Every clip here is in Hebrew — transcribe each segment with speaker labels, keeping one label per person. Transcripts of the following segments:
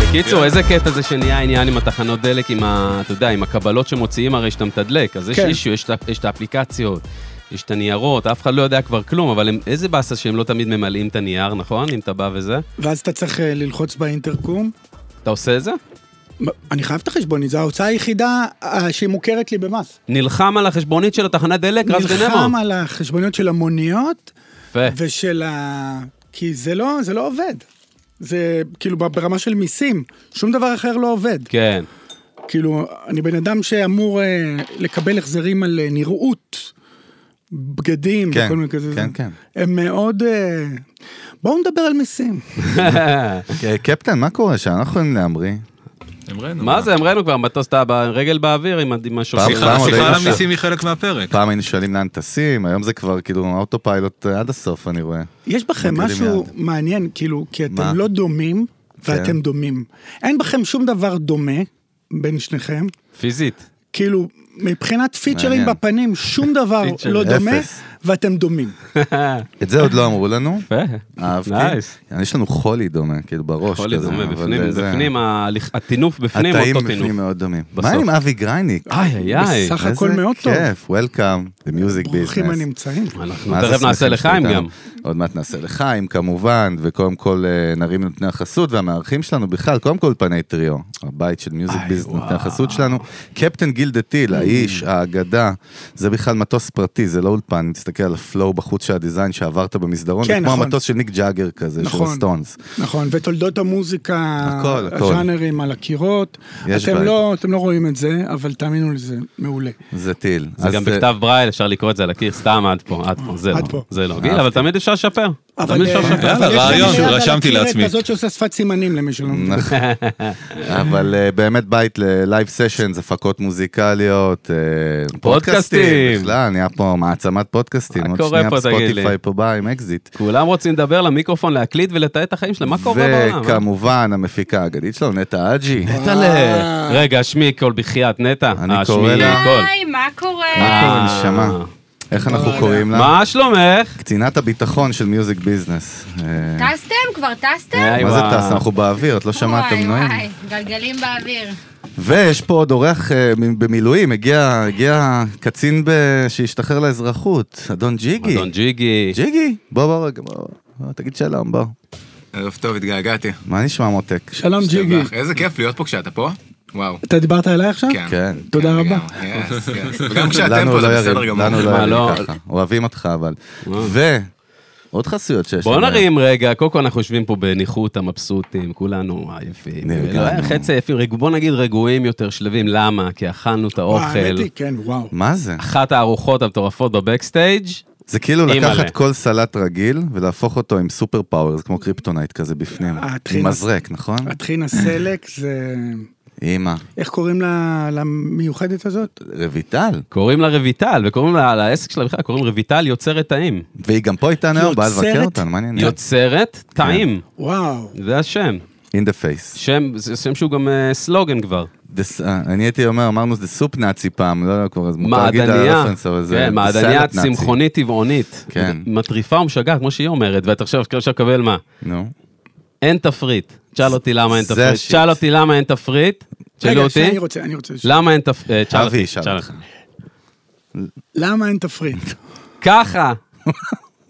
Speaker 1: כן.
Speaker 2: קיצור, איזה קטע זה שנהיה העניין עם התחנות דלק, עם ה... אתה יודע, עם הקבלות שמוציאים הרי שאתה מתדלק. אז יש
Speaker 1: כן.
Speaker 2: אישיו, יש את ה- יש את האפליקציות, יש את הניירות, אף אחד לא יודע כבר כלום, אבל הם- איזה באסה שהם לא תמיד ממלאים את הנייר, נכון? אם אתה בא וזה.
Speaker 1: ואז אתה צריך אה, ללחוץ באינטרקום.
Speaker 2: אתה עושה את זה?
Speaker 1: אני חייב את החשבונית, זו ההוצאה היחידה אה, שהיא מוכרת לי במס.
Speaker 2: נלחם על החשבונית של התחנת דלק, רז
Speaker 1: נלחם
Speaker 2: בנמו.
Speaker 1: על החשבוניות של המוניות
Speaker 3: אה.
Speaker 2: יפה.
Speaker 1: ושל ה... כי זה לא, זה לא עובד. זה כאילו ברמה של מיסים, שום דבר אחר לא עובד.
Speaker 2: כן.
Speaker 1: כאילו, אני בן אדם שאמור אה, לקבל החזרים על אה, נראות, בגדים,
Speaker 3: כן,
Speaker 1: וכל מיני כזה.
Speaker 3: כן, כן.
Speaker 1: הם מאוד... אה, בואו נדבר על מיסים.
Speaker 3: אה, קפטן, מה קורה שם? אנחנו יכולים להמריא.
Speaker 4: אמרנו.
Speaker 2: מה זה, אמרנו כבר, מטוס טעה ברגל באוויר עם ה- עם השופט.
Speaker 3: פעם
Speaker 4: שיחה השיחה על
Speaker 3: ראינו שם.
Speaker 4: המיסים היא חלק מהפרק.
Speaker 3: פעם היינו שואלים לאן טסים, היום זה כבר כאילו אוטופיילוט אה, עד הסוף, אני רואה.
Speaker 1: יש בכם
Speaker 3: מגעילים
Speaker 1: משהו
Speaker 3: יד.
Speaker 1: מעניין, כאילו, כי אתם
Speaker 3: מה?
Speaker 1: לא דומים, ואתם
Speaker 3: כן.
Speaker 1: דומים. אין בכם שום דבר דומה בין שניכם.
Speaker 2: פיזית.
Speaker 1: כאילו, מבחינת פיצ'רים
Speaker 3: מעניין.
Speaker 1: בפנים, שום דבר
Speaker 2: פיצ'רים.
Speaker 1: לא דומה,
Speaker 3: אפס.
Speaker 1: ואתם דומים.
Speaker 3: את זה עוד לא אמרו לנו,
Speaker 2: יפה.
Speaker 3: אהבתי. אה,
Speaker 2: נייס.
Speaker 3: יש לנו חולי דומה, כאילו בראש.
Speaker 2: יכול להיות
Speaker 3: כזה,
Speaker 2: דומה
Speaker 3: אבל אה,
Speaker 2: בפנים,
Speaker 3: זה-
Speaker 2: בפנים, ההליך- הטינוף בפנים,
Speaker 3: התאים
Speaker 2: אותו
Speaker 3: בפנים
Speaker 2: טינוף.
Speaker 3: מאוד דומים. מה
Speaker 2: בסוף.
Speaker 3: עם אבי גרייניק?
Speaker 2: איי, איי, איי.
Speaker 1: בסך אה, הכל מאוד טוב.
Speaker 3: איזה כיף, Welcome to music
Speaker 1: ברוכים
Speaker 3: business.
Speaker 1: הנמצאים.
Speaker 2: אנחנו
Speaker 3: מה זה
Speaker 2: תכף
Speaker 3: שמחים
Speaker 2: נעשה
Speaker 3: שאתה
Speaker 2: לחיים
Speaker 3: איתנו.
Speaker 2: גם.
Speaker 3: עוד מעט נעשה לחיים כמובן, וקודם כל אה, נרים נותני החסות והמארחים שלנו בכלל, קודם כל פני טריו, הבית של מיוזיק ביזנס נותני החסות שלנו. קפטן גיל דה טיל, האיש, האגדה, זה בכלל מטוס פרטי, זה לא אולפן, אני מסתכל על הפלואו בחוץ של הדיזיין שעברת במסדרון,
Speaker 1: כן,
Speaker 3: זה כמו
Speaker 1: נכון.
Speaker 3: המטוס של ניק ג'אגר כזה, של
Speaker 1: נכון.
Speaker 3: הסטונס.
Speaker 1: נכון, ותולדות המוזיקה,
Speaker 3: הכל, הכל.
Speaker 1: הז'אנרים על הקירות.
Speaker 3: יש
Speaker 1: אתם
Speaker 3: בעיה.
Speaker 1: לא, אתם לא רואים את זה, אבל תאמינו לי, זה מעולה.
Speaker 3: זה טיל.
Speaker 2: זה
Speaker 3: אז,
Speaker 2: גם
Speaker 3: אה,
Speaker 2: בכתב ברייל, אפשר לקרוא את זה על הקיר, סתם עד פה, עד פה, זה
Speaker 1: עד
Speaker 2: לא,
Speaker 1: פה.
Speaker 2: זה
Speaker 3: אה,
Speaker 2: לא. גיל,
Speaker 3: אוקיי.
Speaker 2: אבל תמיד אפשר לשפר. תמיד
Speaker 1: אבל
Speaker 2: אפשר
Speaker 1: אה,
Speaker 2: לשפר.
Speaker 4: יאללה,
Speaker 1: אבל יש לנו
Speaker 4: רעיון,
Speaker 2: כאילו,
Speaker 1: יד על
Speaker 4: רשמתי
Speaker 1: הקירת
Speaker 4: לעצמי.
Speaker 1: הזאת שעושה שפת סימנים למי שלא מבין.
Speaker 3: נכון. אבל אה, באמת בית ללייב סשנס, הפקות מוזיקליות, אה, פודקאסטים. בכלל, נהיה פה מעצמת פודקאסטים.
Speaker 2: מה
Speaker 3: עוד
Speaker 2: קורה
Speaker 3: שנייה
Speaker 2: פה, תגיד לי?
Speaker 3: ספוטיפיי פה בא עם אקזיט.
Speaker 2: כולם רוצים לדבר למיקרופון, להקליט ולתעד את החיים שלהם, מה קורה בעולם? אה?
Speaker 3: וכמובן, המפיקה האגדית שלו, נטע אג'י. אה,
Speaker 2: נטע ל... אה, רגע, שמי קול בחייאת, נטע.
Speaker 3: אני
Speaker 2: אה,
Speaker 3: קורא
Speaker 2: שמי
Speaker 3: לה-
Speaker 2: קול.
Speaker 5: היי, מה
Speaker 3: מה
Speaker 5: קורה?
Speaker 3: קורה,
Speaker 2: אה.
Speaker 3: נשמה? איך אנחנו קוראים לה?
Speaker 2: מה שלומך?
Speaker 3: קצינת הביטחון של מיוזיק ביזנס. אה,
Speaker 5: טסתם? כבר טסתם?
Speaker 2: היי,
Speaker 3: מה זה
Speaker 2: וואו.
Speaker 3: טס? אנחנו באוויר, את לא שמעת, אתם אה, נועים.
Speaker 5: וואי, גלגלים באוויר.
Speaker 3: ויש פה עוד אורח אה, מ- במילואים, הגיע הגיע קצין ב- שהשתחרר לאזרחות, אדון ג'יגי.
Speaker 2: אדון ג'יגי.
Speaker 3: ג'יגי, בוא בוא רגע, בוא, בוא, תגיד שלום, בוא.
Speaker 6: ערב טוב, התגעגעתי.
Speaker 3: מה נשמע מותק?
Speaker 1: שלום ג'יגי,
Speaker 6: שבח. איזה כיף להיות פה כשאתה פה. וואו.
Speaker 1: אתה דיברת אליי עכשיו?
Speaker 6: כן.
Speaker 3: כן.
Speaker 1: תודה
Speaker 6: כן,
Speaker 1: רבה.
Speaker 6: לגמרי. יס, יס. וגם כשאתם
Speaker 3: לנו
Speaker 6: פה
Speaker 3: לא
Speaker 6: זה
Speaker 3: יריב,
Speaker 6: בסדר גמור.
Speaker 3: לנו לא
Speaker 2: מה,
Speaker 3: יריב
Speaker 2: לא?
Speaker 3: ככה. אוהבים אותך אבל. ועוד חסויות שיש
Speaker 2: בוא
Speaker 3: לנו.
Speaker 2: נרים רגע, קודם כל אנחנו יושבים פה בניחותא, מבסוטים, כולנו עייפים.
Speaker 3: נרגענו.
Speaker 2: לא, חצי עייפים, רגע, בוא נגיד רגועים יותר, שלווים, למה? כי אכלנו את
Speaker 1: וואי, האמת
Speaker 2: האוכל.
Speaker 1: היא, כן, וואו.
Speaker 3: מה זה?
Speaker 2: אחת הארוחות המטורפות בבקסטייג'.
Speaker 3: זה כאילו
Speaker 2: אימא'לה.
Speaker 3: לקחת כל סלט רגיל ולהפוך אותו עם סופר פאוור, זה כמו קריפטונייט כזה בפנים.
Speaker 2: אה,
Speaker 1: הטחינה-
Speaker 3: עם מזרק, נכון?
Speaker 1: הטחינה סלק זה...
Speaker 3: אימא.
Speaker 1: איך קוראים לה- למיוחדת הזאת?
Speaker 3: רויטל.
Speaker 2: קוראים לה רויטל, וקוראים לה, לעסק שלה בכלל, קוראים רויטל יוצרת טעים.
Speaker 3: והיא גם פה איתנו,
Speaker 1: יוצרת-
Speaker 3: באה לבקר אותנו, מה עניינים?
Speaker 2: יוצרת
Speaker 3: כן.
Speaker 2: טעים,
Speaker 1: וואו.
Speaker 2: זה השם.
Speaker 3: In the face.
Speaker 2: שם, זה שם שהוא גם אה, סלוגן כבר.
Speaker 3: The- אה, אני הייתי אומר, אמרנו זה סופ נאצי פעם, לא יודע, כבר, אז מותר להגיד על
Speaker 2: מעדניה,
Speaker 3: הרפרנס, אבל זה
Speaker 2: כן,
Speaker 3: זה
Speaker 2: מעדניה
Speaker 3: סלט נאצי.
Speaker 2: צמחונית טבעונית.
Speaker 3: כן.
Speaker 2: מטריפה ומשגעת, כמו שהיא אומרת, ואתה עכשיו עכשיו מקבל מה?
Speaker 3: נו.
Speaker 2: אין תפריט. תשאל אותי למה אין
Speaker 3: זה
Speaker 2: תפריט.
Speaker 3: השיט.
Speaker 2: תשאל אותי למה אין תפריט. תשאלו
Speaker 1: רגע,
Speaker 2: אותי.
Speaker 1: שאני רוצה, אני רוצה. לשאול.
Speaker 2: למה אין אה, תפריט?
Speaker 3: אבי ישאל אותך.
Speaker 1: למה אין תפריט?
Speaker 2: ככה.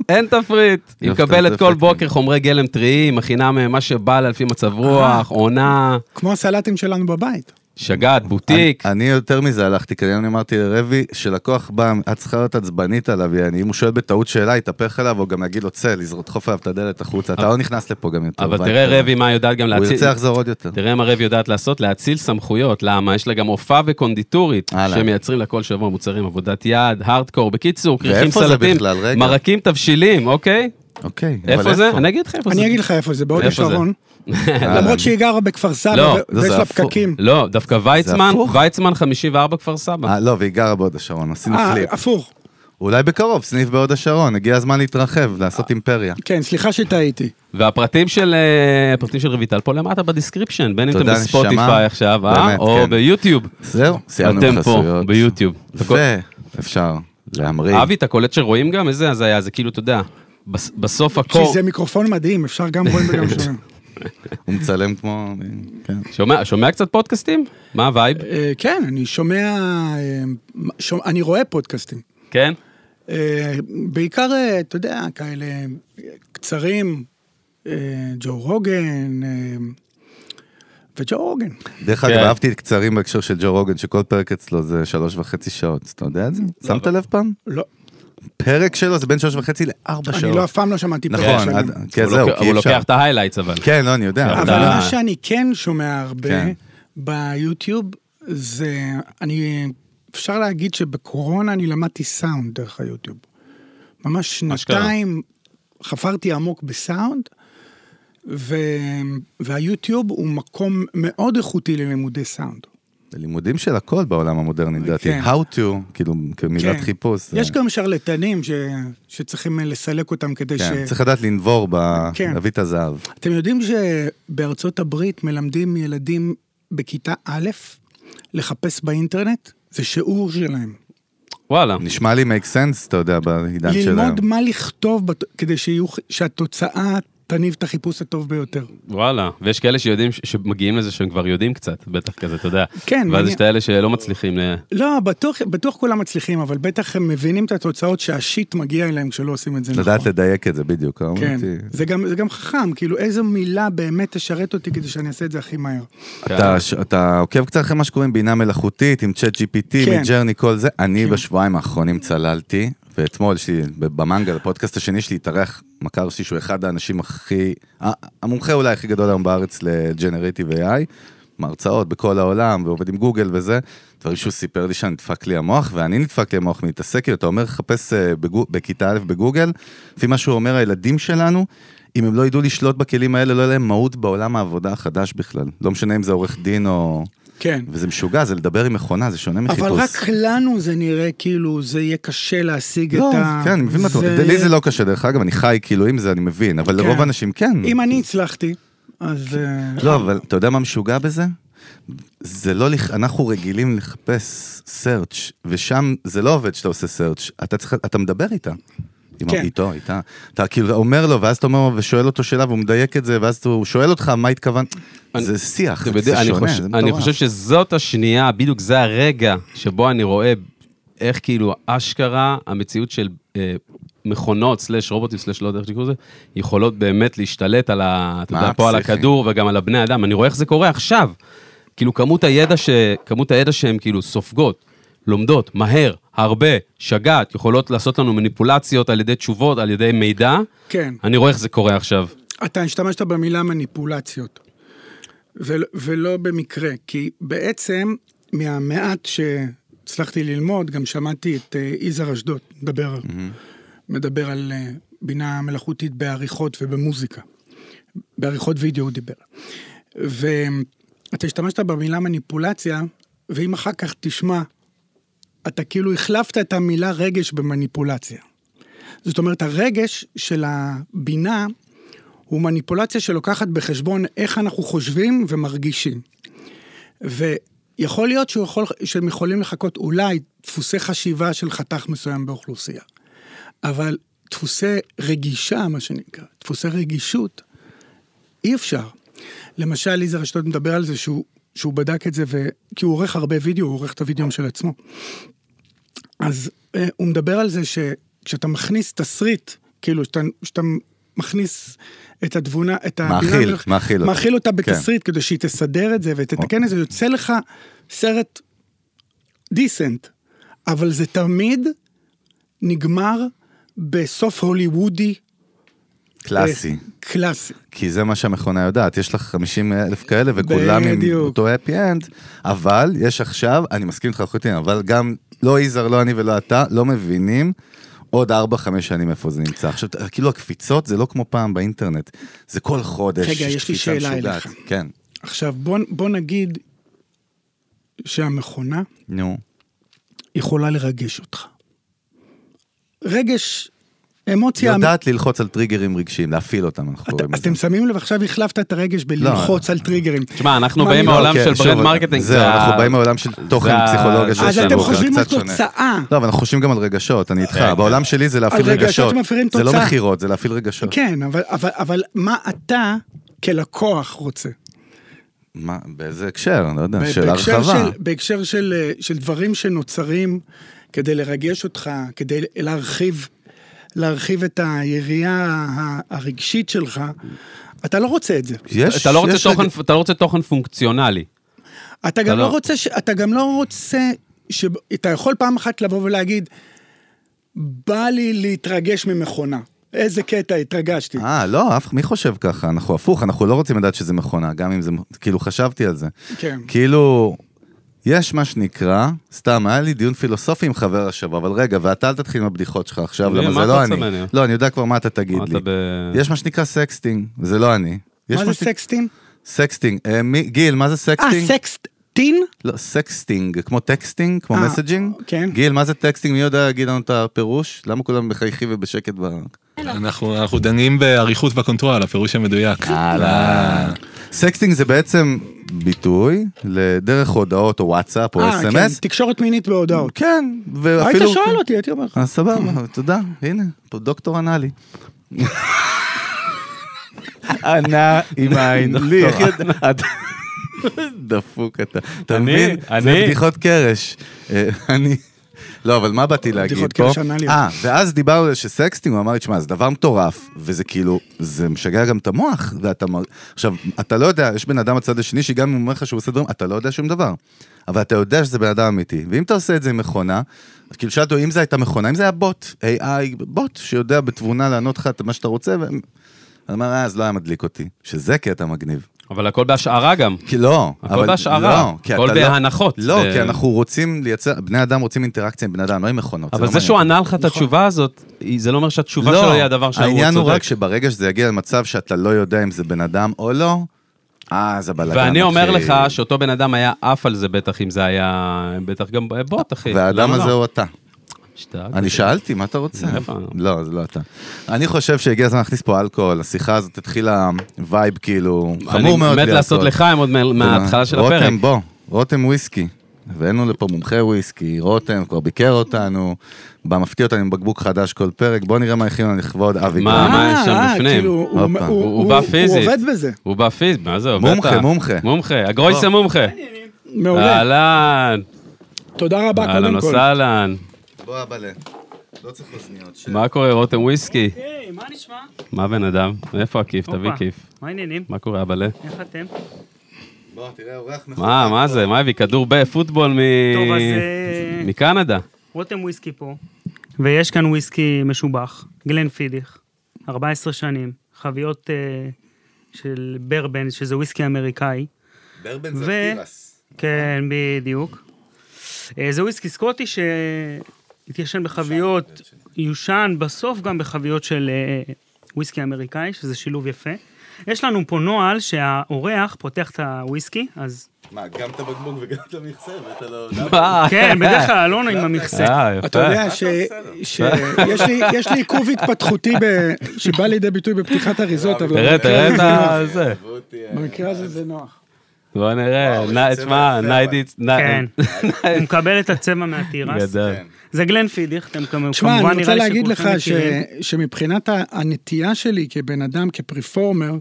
Speaker 2: אין תפריט. היא
Speaker 3: יופי, זה
Speaker 2: מקבלת כל
Speaker 3: אפקטים.
Speaker 2: בוקר חומרי גלם טריים, מכינה מהם מה שבא לה לפי מצב רוח, עונה,
Speaker 1: כמו הסלטים שלנו בבית.
Speaker 2: שגעת, בוטיק.
Speaker 3: אה. אני, אני יותר מזה הלכתי, כי היום אני אמרתי לרבי, שלקוח בא, את צריכה להיות עצבנית עליו, יעני, אם הוא שואל בטעות שאלה, יתהפך אליו, או גם יגיד לו צא, לזרוק, דחוף עליו את הדלת החוצה, אתה לא נכנס לפה גם יותר.
Speaker 2: אבל
Speaker 3: ביי,
Speaker 2: תראה
Speaker 3: תודה.
Speaker 2: רבי מה היא יודעת גם
Speaker 3: הוא
Speaker 2: להציל.
Speaker 3: ירצה לחזור עוד יותר.
Speaker 2: תראה מה רב יודעת לעשות, להציל סמכויות. למה? יש לה גם הופעה וקונדיטורית,
Speaker 3: הלאה.
Speaker 2: שמייצרים לה כל שבוע מוצרים, עבודת יד, הארדקור. בקיצור, כריכים
Speaker 3: ואיפה זה
Speaker 2: סלטים,
Speaker 3: בכלל? רגע.
Speaker 2: מרקים, תבשילים, אוקיי?
Speaker 3: אוקיי. אבל
Speaker 2: איפה זה? אני אגיד לך איפה זה.
Speaker 1: אני אגיד לך איפה זה, בהוד
Speaker 2: איפה זה? אה,
Speaker 1: השרון.
Speaker 3: אהלן.
Speaker 1: למרות שהיא גרה בכפר סבא
Speaker 2: לא,
Speaker 1: ו-
Speaker 3: לא,
Speaker 1: ויש
Speaker 3: זה
Speaker 1: לה
Speaker 3: הפוך.
Speaker 1: פקקים.
Speaker 2: לא, דווקא ויצמן,
Speaker 3: הפוך.
Speaker 2: ויצמן 54 כפר סבא.
Speaker 3: אה, לא, והיא גרה בהוד השרון, עשינו פליפ.
Speaker 1: אה, הפוך.
Speaker 3: אולי בקרוב, סניף בהוד השרון, הגיע הזמן להתרחב, לעשות אימפריה.
Speaker 1: כן, סליחה שטעיתי.
Speaker 2: והפרטים של אה, הפרטים של רויטל פה למטה בדיסקריפשן, בין אם אתם
Speaker 3: תודה, נשמה.
Speaker 2: בספוטיפיי עכשיו, אה?
Speaker 3: באמת,
Speaker 2: או
Speaker 3: כן.
Speaker 2: ביוטיוב.
Speaker 3: זהו, סיימנו עם
Speaker 2: אתם פה,
Speaker 3: חסויות.
Speaker 2: ביוטיוב. אתה כל-
Speaker 3: ואפשר להמריא.
Speaker 2: אבי, אתה קולט שרואים גם? איזה הזיה, זה כאילו, אתה יודע, בס- בסוף הקור...
Speaker 1: שזה מיקרופון מדהים, אפשר גם רואים וגם שומעים.
Speaker 3: הוא מצלם כמו... כן.
Speaker 2: שומע, שומע קצת פודקאסטים? מה הווייב?
Speaker 1: אה, כן, אני שומע, אה, שומע, אני רואה פודקאסטים.
Speaker 2: כן?
Speaker 1: אה, בעיקר, אה, אתה יודע, כאלה אה, קצרים, אה, ג'ו רוגן, אה, וג'ו רוגן.
Speaker 3: דרך
Speaker 2: כן.
Speaker 3: אגב, אהבתי את קצרים בהקשר של ג'ו רוגן, שכל פרק אצלו זה שלוש וחצי שעות. אתה יודע את זה? שמת לב פעם?
Speaker 1: לא,
Speaker 3: פרק שלו זה בין שלוש וחצי לארבע
Speaker 1: אני לא אף
Speaker 3: שעות.
Speaker 1: פעם לא שמעתי פרק
Speaker 3: נכון,
Speaker 1: שלם.
Speaker 3: עד- כן,
Speaker 2: הוא
Speaker 3: זהו,
Speaker 2: לוקח-
Speaker 3: כי
Speaker 2: הוא
Speaker 3: אי אפשר.
Speaker 2: לוקח את ההיילייטס אבל.
Speaker 3: כן, לא, אני יודע.
Speaker 1: אבל
Speaker 2: אתה-
Speaker 1: מה שאני כן שומע הרבה
Speaker 3: כן.
Speaker 1: ביוטיוב, זה, אני, אפשר להגיד שבקורונה אני למדתי סאונד דרך היוטיוב. ממש
Speaker 2: אשכרה.
Speaker 1: שנתיים חפרתי עמוק בסאונד, ו, והיוטיוב הוא מקום מאוד איכותי ללימודי סאונד.
Speaker 3: לימודים של הכל בעולם המודרני, לדעתי.
Speaker 1: כן.
Speaker 3: How to, כאילו, כמילת חיפוש.
Speaker 1: יש
Speaker 3: זה-
Speaker 1: גם שרלטנים ש, שצריכים לסלק אותם כדי
Speaker 3: כן,
Speaker 1: ש...
Speaker 3: צריך לדעת לנבור ב-
Speaker 1: כן.
Speaker 3: להביא את הזהב.
Speaker 1: אתם יודעים שבארצות הברית מלמדים ילדים בכיתה א' לחפש באינטרנט? זה שיעור שלהם.
Speaker 2: וואלה.
Speaker 3: נשמע לי make sense, אתה יודע, בעידן שלהם.
Speaker 1: ללמוד מה לכתוב בת... כדי שיהיו... שהתוצאה תניב את החיפוש הטוב ביותר.
Speaker 2: וואלה, ויש כאלה שיודעים, ש- שמגיעים לזה שהם כבר יודעים קצת, בטח כזה, אתה יודע.
Speaker 1: כן,
Speaker 2: ואז
Speaker 1: אני-
Speaker 2: יש את האלה שלא מצליחים, אה, ל-
Speaker 1: לא, בטוח, בטוח כולם מצליחים, אבל בטח הם מבינים את התוצאות שהשיט מגיע אליהם כשלא עושים את זה נכון.
Speaker 3: לדעת לדייק את זה בדיוק,
Speaker 1: כן,
Speaker 3: אמרתי.
Speaker 1: זה גם, זה גם חכם, כאילו איזו מילה באמת תשרת אותי כדי שאני אעשה את זה הכי מהר.
Speaker 3: אתה, ש- אתה עוקב קצת אחרי מה שקוראים בינה מלאכותית, עם צ'אט GPT,
Speaker 1: כן.
Speaker 3: מג'רני, כל זה. אני בשבועיים האחרונים צללתי, ואתמול יש לי, במנגל, הפודקאסט השני שלי, התארח מכר שלי, שהוא אחד האנשים הכי, ה- המומחה אולי הכי גדול היום בארץ לג'נרטיב AI, מהרצאות בכל העולם, ועובד עם גוגל וזה. דברים שהוא סיפר לי שם, נדפק לי המוח, ואני נדפק לי המוח מלהתעסק, כאילו, אתה אומר, חפש אה, בגו- בכיתה א' בגוגל, לפי מה שהוא אומר, הילדים שלנו, אם הם לא ידעו לשלוט בכלים האלה, לא יהיה להם מהות בעולם העבודה החדש בכלל. לא משנה אם זה עורך דין או...
Speaker 1: כן.
Speaker 3: וזה משוגע, זה לדבר עם מכונה, זה שונה מחיפוש.
Speaker 1: אבל רק לנו זה נראה כאילו זה יהיה קשה להשיג
Speaker 3: לא,
Speaker 1: את ה...
Speaker 3: כן, אני מבין מה אתה אומר. לי זה לא קשה, דרך אגב, אני חי כאילו עם זה, אני מבין, אבל
Speaker 1: כן.
Speaker 3: לרוב האנשים כן.
Speaker 1: אם אני הצלחתי, אז... אה,
Speaker 3: לא, אבל אתה יודע מה משוגע בזה? זה לא, לכ- אנחנו רגילים לחפש search, ושם זה לא עובד שאתה עושה search, אתה צריך, אתה מדבר איתה. עם
Speaker 1: כן.
Speaker 3: איתו, איתה. אתה כאילו אומר לו, ואז אתה אומר לו, ושואל אותו שאלה, והוא מדייק את זה, ואז הוא שואל אותך מה התכוונת.
Speaker 2: אני-
Speaker 3: זה שיח,
Speaker 2: אתה
Speaker 3: זה
Speaker 2: יודע,
Speaker 3: זה
Speaker 2: אני
Speaker 3: שונה,
Speaker 2: חושב-
Speaker 3: זה
Speaker 2: אני
Speaker 3: מטורף.
Speaker 2: חושב שזאת השנייה, בדיוק זה הרגע שבו אני רואה איך כאילו אשכרה המציאות של אה, מכונות, סלאש רובוטים, סלאש לא יודע איך שקוראים לזה, יכולות באמת להשתלט על ה... אתה
Speaker 3: מה
Speaker 2: יודע, פה על
Speaker 3: הפסיכי?
Speaker 2: הכדור וגם על הבני אדם, אני רואה איך זה קורה עכשיו. כאילו כמות הידע, ש... כמות הידע שהן כאילו סופגות, לומדות, מהר, הרבה, שגעת, יכולות לעשות לנו מניפולציות על ידי תשובות, על ידי מידע.
Speaker 1: כן.
Speaker 2: אני רואה איך זה קורה עכשיו.
Speaker 1: אתה השתמשת במילה מניפולציות, ול, ולא במקרה, כי בעצם מהמעט שהצלחתי ללמוד, גם שמעתי את אה, יזהר אשדוד מדבר, מדבר על אה, בינה מלאכותית בעריכות ובמוזיקה. בעריכות וידאו הוא דיבר. ואתה השתמשת במילה מניפולציה, ואם אחר כך תשמע, אתה כאילו החלפת את המילה רגש במניפולציה. זאת אומרת, הרגש של הבינה הוא מניפולציה שלוקחת בחשבון איך אנחנו חושבים ומרגישים. ויכול להיות שהוא יכול, שהם יכולים לחכות אולי דפוסי חשיבה של חתך מסוים באוכלוסייה. אבל דפוסי רגישה, מה שנקרא, דפוסי רגישות, אי אפשר. למשל, יזהר אשדוד מדבר על זה שהוא, שהוא בדק את זה, ו... כי הוא עורך הרבה וידאו, הוא עורך את הוידאו של עצמו. אז אה, הוא מדבר על זה שכשאתה מכניס תסריט, כאילו, כשאתה- כשאתה מכניס את התבונה, את ה...
Speaker 3: מאכיל, מאכיל אותה.
Speaker 1: מאכיל אותה
Speaker 3: כן. אוקיי.
Speaker 1: בתסריט, כדי שהיא תסדר את זה ותתקן את זה, יוצא לך סרט דיסנט, אבל זה תמיד נגמר בסוף הוליוודי.
Speaker 3: קלאסי.
Speaker 1: אה, קלאסי.
Speaker 3: כי זה מה שהמכונה יודעת, יש לך 50 אלף כאלה וכולם עם
Speaker 1: בדיוק.
Speaker 3: אותו happy end, אבל יש עכשיו, אני מסכים איתך לחלוטין, אבל גם לא יזהר, לא אני ולא אתה, לא מבינים עוד 4-5 שנים איפה זה נמצא. עכשיו, כאילו הקפיצות זה לא כמו פעם באינטרנט, זה כל חודש.
Speaker 1: רגע, יש לי
Speaker 3: קפיצה
Speaker 1: שאלה
Speaker 3: משוגעת.
Speaker 1: אליך.
Speaker 3: כן,
Speaker 1: עכשיו, בוא, בוא נגיד שהמכונה
Speaker 3: נו,
Speaker 1: יכולה לרגש אותך. רגש, אמוציה...
Speaker 3: יודעת ללחוץ על טריגרים רגשיים, להפעיל אותם, אנחנו
Speaker 1: את,
Speaker 3: קוראים לזה. לא, אה,
Speaker 1: אתם שמים לב, עכשיו החלפת את הרגש בללחוץ על טריגרים.
Speaker 2: תשמע, אנחנו
Speaker 1: מה, לא.
Speaker 2: באים
Speaker 1: אני-
Speaker 2: מהעולם- העולם
Speaker 3: אוקיי,
Speaker 2: של
Speaker 3: שוב,
Speaker 2: ברנד מרקטינג,
Speaker 3: זהו,
Speaker 2: זה ה-
Speaker 3: אנחנו באים מהעולם של תוכן,
Speaker 2: ה-
Speaker 3: פסיכולוגיה של
Speaker 2: אז
Speaker 3: שיווק,
Speaker 2: אתם
Speaker 3: זה
Speaker 1: חושבים על
Speaker 3: קצת שונה.
Speaker 1: תוצאה.
Speaker 3: לא, אבל אנחנו חושבים גם על רגשות, אני איתך.
Speaker 2: כן.
Speaker 3: בעולם שלי זה להפעיל
Speaker 1: על רגשות
Speaker 3: רגשות.
Speaker 1: מפעילים
Speaker 3: זה לא
Speaker 1: תוצאה.
Speaker 3: מכירות, זה להפעיל רגשות.
Speaker 1: כן, אבל, אבל, אבל מה אתה כלקוח רוצה.
Speaker 3: מה, באיזה הקשר? לא יודע,
Speaker 1: ב-
Speaker 3: שאלה
Speaker 1: בהקשר
Speaker 3: רחבה.
Speaker 1: של, בהקשר של, אה, של דברים שנוצרים כדי לרגש אותך, כדי להרחיב, להרחיב את היריעה ה- הרגשית שלך, אתה לא רוצה את זה.
Speaker 3: יש-
Speaker 2: אתה לא רוצה
Speaker 3: יש לג-
Speaker 2: תוכן- אתה לא רוצה תוכן פונקציונלי.
Speaker 1: אתה גם
Speaker 2: לא-
Speaker 1: לא רוצה, ש- אתה גם לא רוצה, ש- אתה יכול פעם אחת לבוא ולהגיד, בא לי להתרגש ממכונה. איזה קטע התרגשתי.
Speaker 3: אה, לא, אף, מי חושב ככה? אנחנו הפוך, אנחנו לא רוצים לדעת שזה מכונה, גם אם זה, כאילו, חשבתי על זה.
Speaker 1: כן.
Speaker 3: כאילו, יש מה שנקרא, סתם, היה לי דיון פילוסופי עם חבר השבוע, אבל רגע, ואתה אל תתחיל עם הבדיחות שלך עכשיו,
Speaker 2: מי-
Speaker 3: למה
Speaker 2: מה
Speaker 3: זה
Speaker 2: אתה
Speaker 3: לא
Speaker 2: רוצה
Speaker 3: אני.
Speaker 2: ממני?
Speaker 3: לא, אני יודע כבר מה אתה תגיד
Speaker 2: מה
Speaker 3: לי.
Speaker 2: אתה ב-
Speaker 3: יש מה שנקרא סקסטינג, זה לא אני. יש
Speaker 1: מה זה
Speaker 3: שנק-
Speaker 1: סקסטין?
Speaker 3: סקסטינג. אה, מי- גיל, מה זה
Speaker 1: אה,
Speaker 3: סקסטינג?
Speaker 1: סקסטין?
Speaker 3: לא, סקסטינג, כמו טקסטינג, כמו
Speaker 1: אה,
Speaker 3: מסג'ינג.
Speaker 1: כן.
Speaker 3: גיל, מה זה טקסטינג? מי יודע להגיד לנו את הפירוש? למה כולם מחייכים ובשקט ב...
Speaker 4: אנחנו אנחנו דנים באריכות בקונטרול, הפירוש המדויק.
Speaker 3: אהלן. סקסטינג זה בעצם ביטוי לדרך הודעות או וואטסאפ או
Speaker 1: אה, כן,
Speaker 3: אס.אם.אס.
Speaker 1: תקשורת מינית בהודעות.
Speaker 3: כן, ואפילו...
Speaker 1: היית שואל אותי, הייתי אומר לך.
Speaker 3: אה, סבבה, תודה, הנה, פה דוקטור ענה לי. ענה עם העין, לי, איך ידעת? דפוק אתה, אתה
Speaker 2: אני?
Speaker 3: מבין? זה
Speaker 2: אני?
Speaker 3: בדיחות קרש. אה, אני... לא, אבל מה באתי להגיד פה?
Speaker 1: בדיחות קרש ענה לי.
Speaker 3: אה, ואז דיברנו על שסקסטינג, הוא אמר לי, תשמע, זה דבר מטורף, וזה כאילו, זה משגע גם את המוח, ואתה... מר- עכשיו, אתה לא יודע, יש בן אדם בצד השני, שגם אם הוא אומר לך שהוא עושה דברים, אתה לא יודע שום דבר. אבל אתה יודע שזה בן אדם אמיתי, ואם אתה עושה את זה עם מכונה, אז כאילו שאלת אותו, אם זה הייתה מכונה, אם זה היה בוט, AI, בוט, שיודע בתבונה לענות לך את מה שאתה רוצה, ו... אני אומר, אה, אז לא היה מדליק אותי, שזה קטע מגניב.
Speaker 2: אבל הכל בהשערה גם.
Speaker 3: כי לא,
Speaker 2: הכל
Speaker 3: אבל-
Speaker 2: בהשערה,
Speaker 3: לא, כי
Speaker 2: הכל
Speaker 3: אתה לא-
Speaker 2: בהנחות. אה.
Speaker 3: לא,
Speaker 2: ב-
Speaker 3: כי אנחנו רוצים לייצר, בני אדם רוצים אינטראקציה עם בני אדם, לא עם מכונות.
Speaker 2: אבל
Speaker 3: לא
Speaker 2: זה שהוא
Speaker 3: מעניין.
Speaker 2: ענה לך את התשובה הזאת, היא- זה לא אומר שהתשובה
Speaker 3: לא,
Speaker 2: שלו היא הדבר שהוא צודק.
Speaker 3: העניין הוא רק שברגע שזה יגיע למצב שאתה לא יודע אם זה בן אדם או לא, אז הבלאגן מתחיל.
Speaker 2: ואני אומר לך שאותו בן אדם היה עף על זה בטח, אם זה היה... בטח גם בוט, אחי.
Speaker 3: והאדם
Speaker 2: למה לא?
Speaker 3: הזה הוא אתה.
Speaker 2: שתק.
Speaker 3: אני שאלתי, מה אתה רוצה?
Speaker 2: איפה?
Speaker 3: לא, זה לא אתה. אני חושב שהגיע הזמן להכניס פה אלכוהול, השיחה הזאת התחילה וייב כאילו, חמור מאוד.
Speaker 2: אני מת
Speaker 3: בלי
Speaker 2: לעשות
Speaker 3: אלכוהול.
Speaker 2: לחיים עוד מה- מההתחלה של הפרק.
Speaker 3: רותם, בוא, רותם וויסקי. הבאנו לפה מומחה וויסקי, רותם כבר ביקר אותנו, בא מפתיע אותנו עם בקבוק חדש כל פרק, בוא נראה מה הכין לנו לכבוד אבי.
Speaker 2: מה,
Speaker 3: גרנט.
Speaker 2: מה
Speaker 1: אה,
Speaker 2: יש שם
Speaker 1: אה,
Speaker 2: בפנים?
Speaker 1: כאילו, הוא-
Speaker 3: הופה.
Speaker 1: הוא-
Speaker 2: הוא בא פיזית.
Speaker 1: הוא עובד בזה,
Speaker 2: הוא בא פיז, מה זה?
Speaker 3: מומחה,
Speaker 2: בטח.
Speaker 3: מומחה. לא.
Speaker 2: מומחה, הגרויסה מומחה.
Speaker 1: מעולה.
Speaker 2: אהלן,
Speaker 1: תודה רבה,
Speaker 2: אהלן
Speaker 1: קודם כל.
Speaker 2: וסהלן.
Speaker 3: בוא אבאלה. לא צריך אוזניות. ש-
Speaker 2: מה קורה, רותם וויסקי?
Speaker 7: היי, מה נשמע?
Speaker 2: מה בן אדם? איפה הכיף? תביא
Speaker 7: הופה,
Speaker 2: כיף.
Speaker 7: מה העניינים?
Speaker 2: מה קורה, אבאלה?
Speaker 7: איך אתם?
Speaker 3: בוא, תראה, אורח מכובד.
Speaker 2: מה, מה זה? מה הביא? כדור בפוטבול מ...
Speaker 7: טוב, אז, אה,
Speaker 2: מקנדה.
Speaker 7: רותם וויסקי פה, ויש כאן וויסקי משובח, גלן פידיך, 14 שנים, חביות אה, של ברבן, שזה וויסקי אמריקאי.
Speaker 3: ברבן
Speaker 7: ו-
Speaker 3: זפירס.
Speaker 7: כן, בדיוק. אה, זה וויסקי סקוטי שהתיישן בחביות, יושן בסוף גם בחביות של אה, וויסקי אמריקאי, שזה שילוב יפה. יש לנו פה נוהל שהאורח פותח את הוויסקי, אז...
Speaker 3: מה, גם את הבקבוק וגם את המכסה, ואתה לא...
Speaker 7: כן, בדרך כלל אלונה עם המכסה.
Speaker 2: אה, יפה.
Speaker 1: אתה יודע שיש לי עיכוב התפתחותי ב- שבא לידי ביטוי בפתיחת אריזות, אבל
Speaker 2: תראה,
Speaker 1: במקרה
Speaker 7: כן.
Speaker 2: תראה את
Speaker 1: הזה זה נוח.
Speaker 2: ה... זה.
Speaker 1: במקרה הזה זה נוח.
Speaker 2: בוא נראה.
Speaker 3: וואו,
Speaker 2: נא-
Speaker 3: איזה
Speaker 2: תשמע,
Speaker 3: צבע יפה,
Speaker 2: ניידיץ...
Speaker 7: כן, הוא מקבל את הצבע מהתירס.
Speaker 2: גדול.
Speaker 7: זה גלן פידיך, אתם כמובן
Speaker 1: תשמע, אני רוצה
Speaker 7: נראה לי
Speaker 1: להגיד לך
Speaker 7: שכולכם
Speaker 1: ש-
Speaker 7: מכירים.
Speaker 1: שמבחינת ה- הנטייה שלי כבן אדם, כפריפורמר,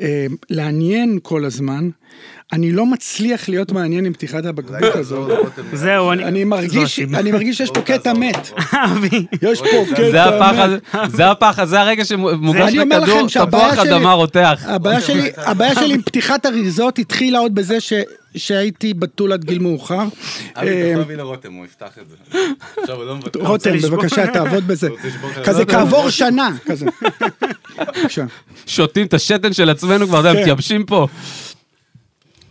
Speaker 1: אה, לעניין כל הזמן, אני לא מצליח להיות מעניין עם פתיחת הבקבוק הזאת.
Speaker 7: זהו, אני...
Speaker 1: אני
Speaker 7: זו
Speaker 1: מרגיש,
Speaker 7: הסיבה.
Speaker 1: אני מרגיש שיש פה קטע מת.
Speaker 7: אבי,
Speaker 1: יש פה
Speaker 7: כן,
Speaker 1: קטע
Speaker 2: זה הפחד,
Speaker 1: מת.
Speaker 2: זה הפחד, זה הרגע שמוגש
Speaker 1: אני אומר
Speaker 2: לכדור,
Speaker 1: לכם שהבעיה
Speaker 2: תפוח
Speaker 1: שלי-
Speaker 2: אדמה רותח.
Speaker 1: הבעיה שלי, הבעיה שלי עם פתיחת אריזות התחילה עוד בזה ש... שהייתי בתול עד גיל מאוחר. אה,
Speaker 3: אבי, תביא לרותם, הוא יפתח את זה. עכשיו הוא לא מבטל.
Speaker 1: רותם,
Speaker 7: לשבור.
Speaker 1: בבקשה, תעבוד בזה.
Speaker 3: רוצה לשבור את
Speaker 1: כזה
Speaker 3: הלבן?
Speaker 1: כעבור שנה, כזה. בבקשה.
Speaker 2: שותים את השתן של עצמנו כבר, אתה יודע,
Speaker 1: כן.
Speaker 2: מתייבשים פה.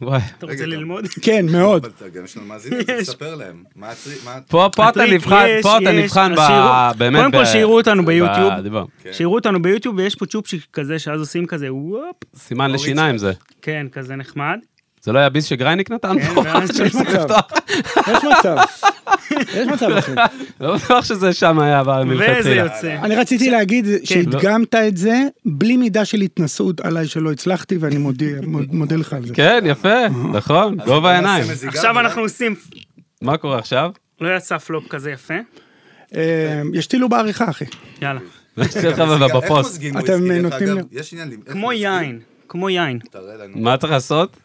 Speaker 2: וואי,
Speaker 7: אתה רוצה ללמוד?
Speaker 1: כן, מאוד.
Speaker 3: גם יש לנו מאזינים,
Speaker 7: יש.
Speaker 3: תספר להם. מה הצרי- מה-
Speaker 2: פה פה אתה
Speaker 7: הטריק,
Speaker 2: נבחן,
Speaker 7: יש,
Speaker 2: פה אתה
Speaker 7: יש,
Speaker 2: נבחן
Speaker 7: אז
Speaker 2: ב...
Speaker 7: שיראו-
Speaker 2: באמת
Speaker 7: קודם כל
Speaker 2: ב-
Speaker 7: שיראו אותנו ביוטיוב.
Speaker 2: בדיבר.
Speaker 1: כן.
Speaker 7: שיראו אותנו ביוטיוב ויש פה צ'ופצ'יק כזה שאז עושים כזה וופ,
Speaker 2: סימן לשיניים זה.
Speaker 7: כן, כזה נחמד.
Speaker 2: זה לא היה ביס שגרייניק נתן
Speaker 7: כן,
Speaker 2: פה?
Speaker 7: ואז
Speaker 2: שאני צריך
Speaker 1: מצב.
Speaker 2: לפתוח?
Speaker 1: יש מצב. יש מצב אחי.
Speaker 2: לא בטוח שזה שם היה אבל
Speaker 7: וזה
Speaker 2: מלכתחילה.
Speaker 7: יוצא.
Speaker 1: אני רציתי להגיד שהדגמת את זה בלי מידה של התנשאות עליי שלא הצלחתי ואני מודיע- מוד- מודה לך על זה.
Speaker 2: כן, יפה, נכון, גובה העיניים.
Speaker 3: נעשה מזיגה
Speaker 7: עכשיו
Speaker 3: ונראה.
Speaker 7: אנחנו עושים,
Speaker 2: מה קורה עכשיו?
Speaker 7: לא יצא פלופ כזה יפה,
Speaker 1: אה, ישתילו בעריכה אחי.
Speaker 7: יאללה.
Speaker 2: יש לך
Speaker 3: מזיגה, איך
Speaker 2: בפוסט.
Speaker 3: מזגים
Speaker 1: אתם
Speaker 3: וויסקי? דרך
Speaker 1: נותנים
Speaker 3: אגב,
Speaker 1: לו-
Speaker 3: יש עניין לי- איך
Speaker 7: כמו
Speaker 3: מזגים?
Speaker 7: יין, כמו יין,
Speaker 3: תראה לנו.
Speaker 2: מה צריך לעשות?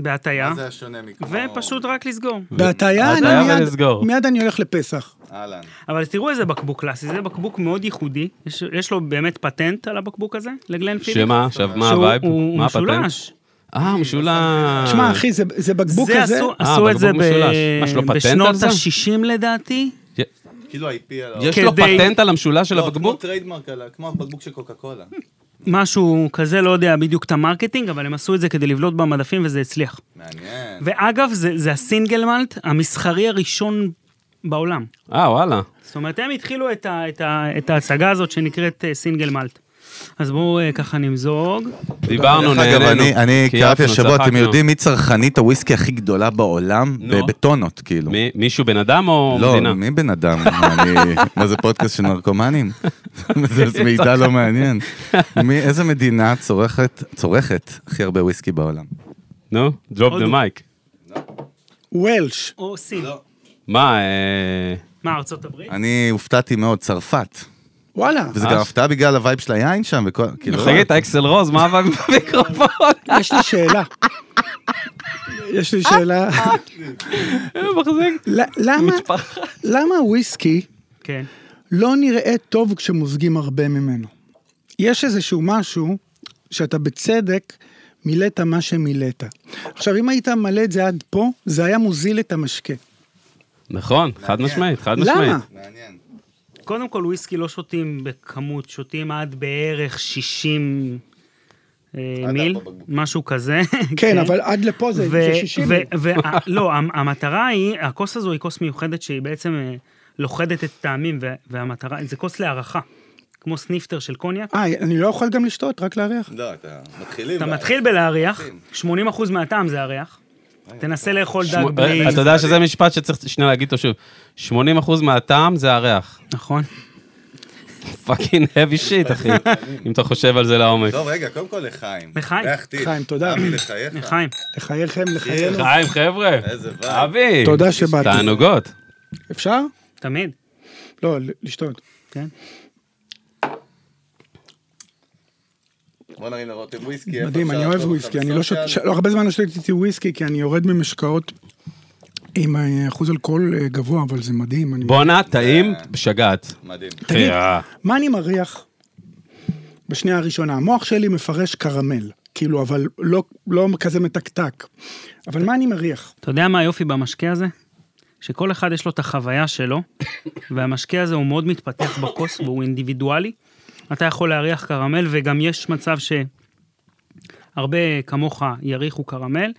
Speaker 7: בהטייה,
Speaker 3: מה זה השונה מכמו...
Speaker 7: ופשוט רק לסגור.
Speaker 1: בהטעיה אני
Speaker 2: בהטעיה
Speaker 1: מיד,
Speaker 2: ולסגור.
Speaker 1: מיד אני הולך לפסח.
Speaker 3: אהלן.
Speaker 7: אבל תראו איזה בקבוק קלאסי, זה בקבוק מאוד ייחודי, יש, יש לו באמת פטנט על הבקבוק הזה, לגלן פיליפ.
Speaker 2: שמה, עכשיו מה
Speaker 7: שהוא-
Speaker 2: הווייב?
Speaker 7: הוא
Speaker 2: מה
Speaker 7: הוא
Speaker 2: הפטנט?
Speaker 7: משולש.
Speaker 2: אה, משולש.
Speaker 1: תשמע, אחי, זה- זה בקבוק
Speaker 7: זה
Speaker 1: הזה,
Speaker 7: עשו,
Speaker 2: אה,
Speaker 7: עשו את זה
Speaker 2: בקבוק משולש.
Speaker 7: ב-
Speaker 2: מה, יש לו פטנט על
Speaker 7: בשנות
Speaker 2: זה?
Speaker 7: ה-60 לדעתי.
Speaker 3: כאילו ה-IP על ה...
Speaker 2: יש לו
Speaker 7: כדי-
Speaker 2: פטנט על המשולש של
Speaker 3: לא, כמו
Speaker 2: הבקבוק?
Speaker 3: טריידמרק, על ה- כמו הבקבוק של קוקה קולה.
Speaker 7: משהו כזה, לא יודע בדיוק את המרקטינג, אבל הם עשו את זה כדי לבלוט במדפים וזה הצליח.
Speaker 3: מעניין.
Speaker 7: ואגב, זה, זה הסינגל מאלט המסחרי הראשון בעולם.
Speaker 2: אה, וואלה.
Speaker 7: זאת אומרת, הם התחילו את, ה, את, ה, את ההצגה הזאת שנקראת אה, סינגל מאלט. אז בואו אה, ככה נמזוג.
Speaker 2: דיברנו,
Speaker 3: דרך אגב,
Speaker 2: נהנינו.
Speaker 3: אני- אני
Speaker 2: כי
Speaker 3: קראתי
Speaker 2: יפנו,
Speaker 3: השבוע, אתם
Speaker 2: צחקנו.
Speaker 3: יודעים מי צרכנית הוויסקי הכי גדולה בעולם?
Speaker 2: נו.
Speaker 3: בטונות, כאילו.
Speaker 2: מי- מישהו בן אדם או מדינה?
Speaker 3: לא, מי בן אדם? אני- מה זה פודקאסט של נרקומנים? זה מידע לא מעניין. מי- איזה מדינה צורכת, צורכת הכי הרבה וויסקי בעולם?
Speaker 2: נו, דרופ דה
Speaker 7: הודו.
Speaker 2: מייק.
Speaker 1: וולש.
Speaker 7: או סין.
Speaker 2: מה, אה,
Speaker 7: מה, ארצות הברית?
Speaker 3: אני הופתעתי מאוד, צרפת.
Speaker 1: וואלה,
Speaker 3: וזה גם הפתעה בגלל הווייב של היין שם וכל... כאילו,
Speaker 2: אה? תגיד, את האקסל רוז, מה הבא במיקרופון?
Speaker 1: יש לי שאלה. יש לי שאלה.
Speaker 3: אה,
Speaker 2: מחזיק.
Speaker 1: ל- למה- למה וויסקי
Speaker 7: כן.
Speaker 1: לא נראה טוב כשמוזגים הרבה ממנו? יש איזשהו משהו שאתה בצדק מילאת מה שמילאת. עכשיו, אם היית מלא את זה עד פה, זה היה מוזיל את המשקה.
Speaker 2: נכון, חד משמעית, חד משמעית.
Speaker 3: לא-
Speaker 1: למה?
Speaker 3: מעניין.
Speaker 7: קודם כל, וויסקי לא שותים בכמות, שותים עד בערך 60 אה,
Speaker 3: עד
Speaker 7: מיל,
Speaker 3: ארבע בקבוקים.
Speaker 7: משהו כזה.
Speaker 1: כן, אבל עד לפה זה זה 60.
Speaker 7: ולא, אה, לא, המטרה היא, הכוס הזו היא כוס מיוחדת שהיא בעצם אה, לוכדת את הטעמים, ו- והמטרה, זה כוס להערכה, כמו סניפטר של קוניאק.
Speaker 1: אה, אני לא יכול גם לשתות, רק להריח.
Speaker 3: לא, אתה מתחילים.
Speaker 7: אתה מתחיל בלהריח, 80% מהטעם זה הריח. תנסה לאכול דג
Speaker 2: שמ-
Speaker 7: בלי...
Speaker 2: אה, אתה יודע שזה משפט שצריך שנייה להגיד אותו שוב. 80% מהטעם זה הריח.
Speaker 7: נכון.
Speaker 2: פאקינג heavy shit, אחי. אם אתה חושב על זה לעומק.
Speaker 3: טוב, לא, רגע, קודם כל לחיים.
Speaker 7: לחיים.
Speaker 3: לך טיפ.
Speaker 1: חיים, תודה.
Speaker 3: אבי, לחייך.
Speaker 7: אה, חיים,
Speaker 1: לחייכם, לחיינו.
Speaker 2: חיים, חבר'ה.
Speaker 3: לא. איזה וייב.
Speaker 2: אבי.
Speaker 1: תודה שבאתי.
Speaker 2: תענוגות.
Speaker 1: אפשר?
Speaker 7: תמיד.
Speaker 1: לא, ל- לשתות.
Speaker 7: כן.
Speaker 3: בוא נרים לרותם וויסקי. איפה
Speaker 1: מדהים,
Speaker 3: אפשר
Speaker 1: אני אוהב
Speaker 3: לעשות
Speaker 1: וויסקי,
Speaker 3: אותם?
Speaker 1: אני לא שותה,
Speaker 3: סושיאל?
Speaker 1: לא, הרבה זמן לא שתיתי וויסקי, כי אני יורד ממשקאות עם אה, אחוז אלכוהול אה, גבוה, אבל זה מדהים. אני-
Speaker 2: בואנה, טעים, שגעת.
Speaker 3: מדהים.
Speaker 1: תגיד,
Speaker 2: אה.
Speaker 1: מה אני מריח בשנייה הראשונה? המוח שלי מפרש קרמל, כאילו, אבל לא- לא כזה מתקתק. אבל מה אני מריח?
Speaker 7: אתה יודע מה היופי במשקה הזה? שכל אחד יש לו את החוויה שלו, והמשקה הזה הוא מאוד מתפתח בכוס והוא אינדיבידואלי. אתה יכול להריח קרמל, וגם יש מצב שהרבה כמוך יריחו קרמל.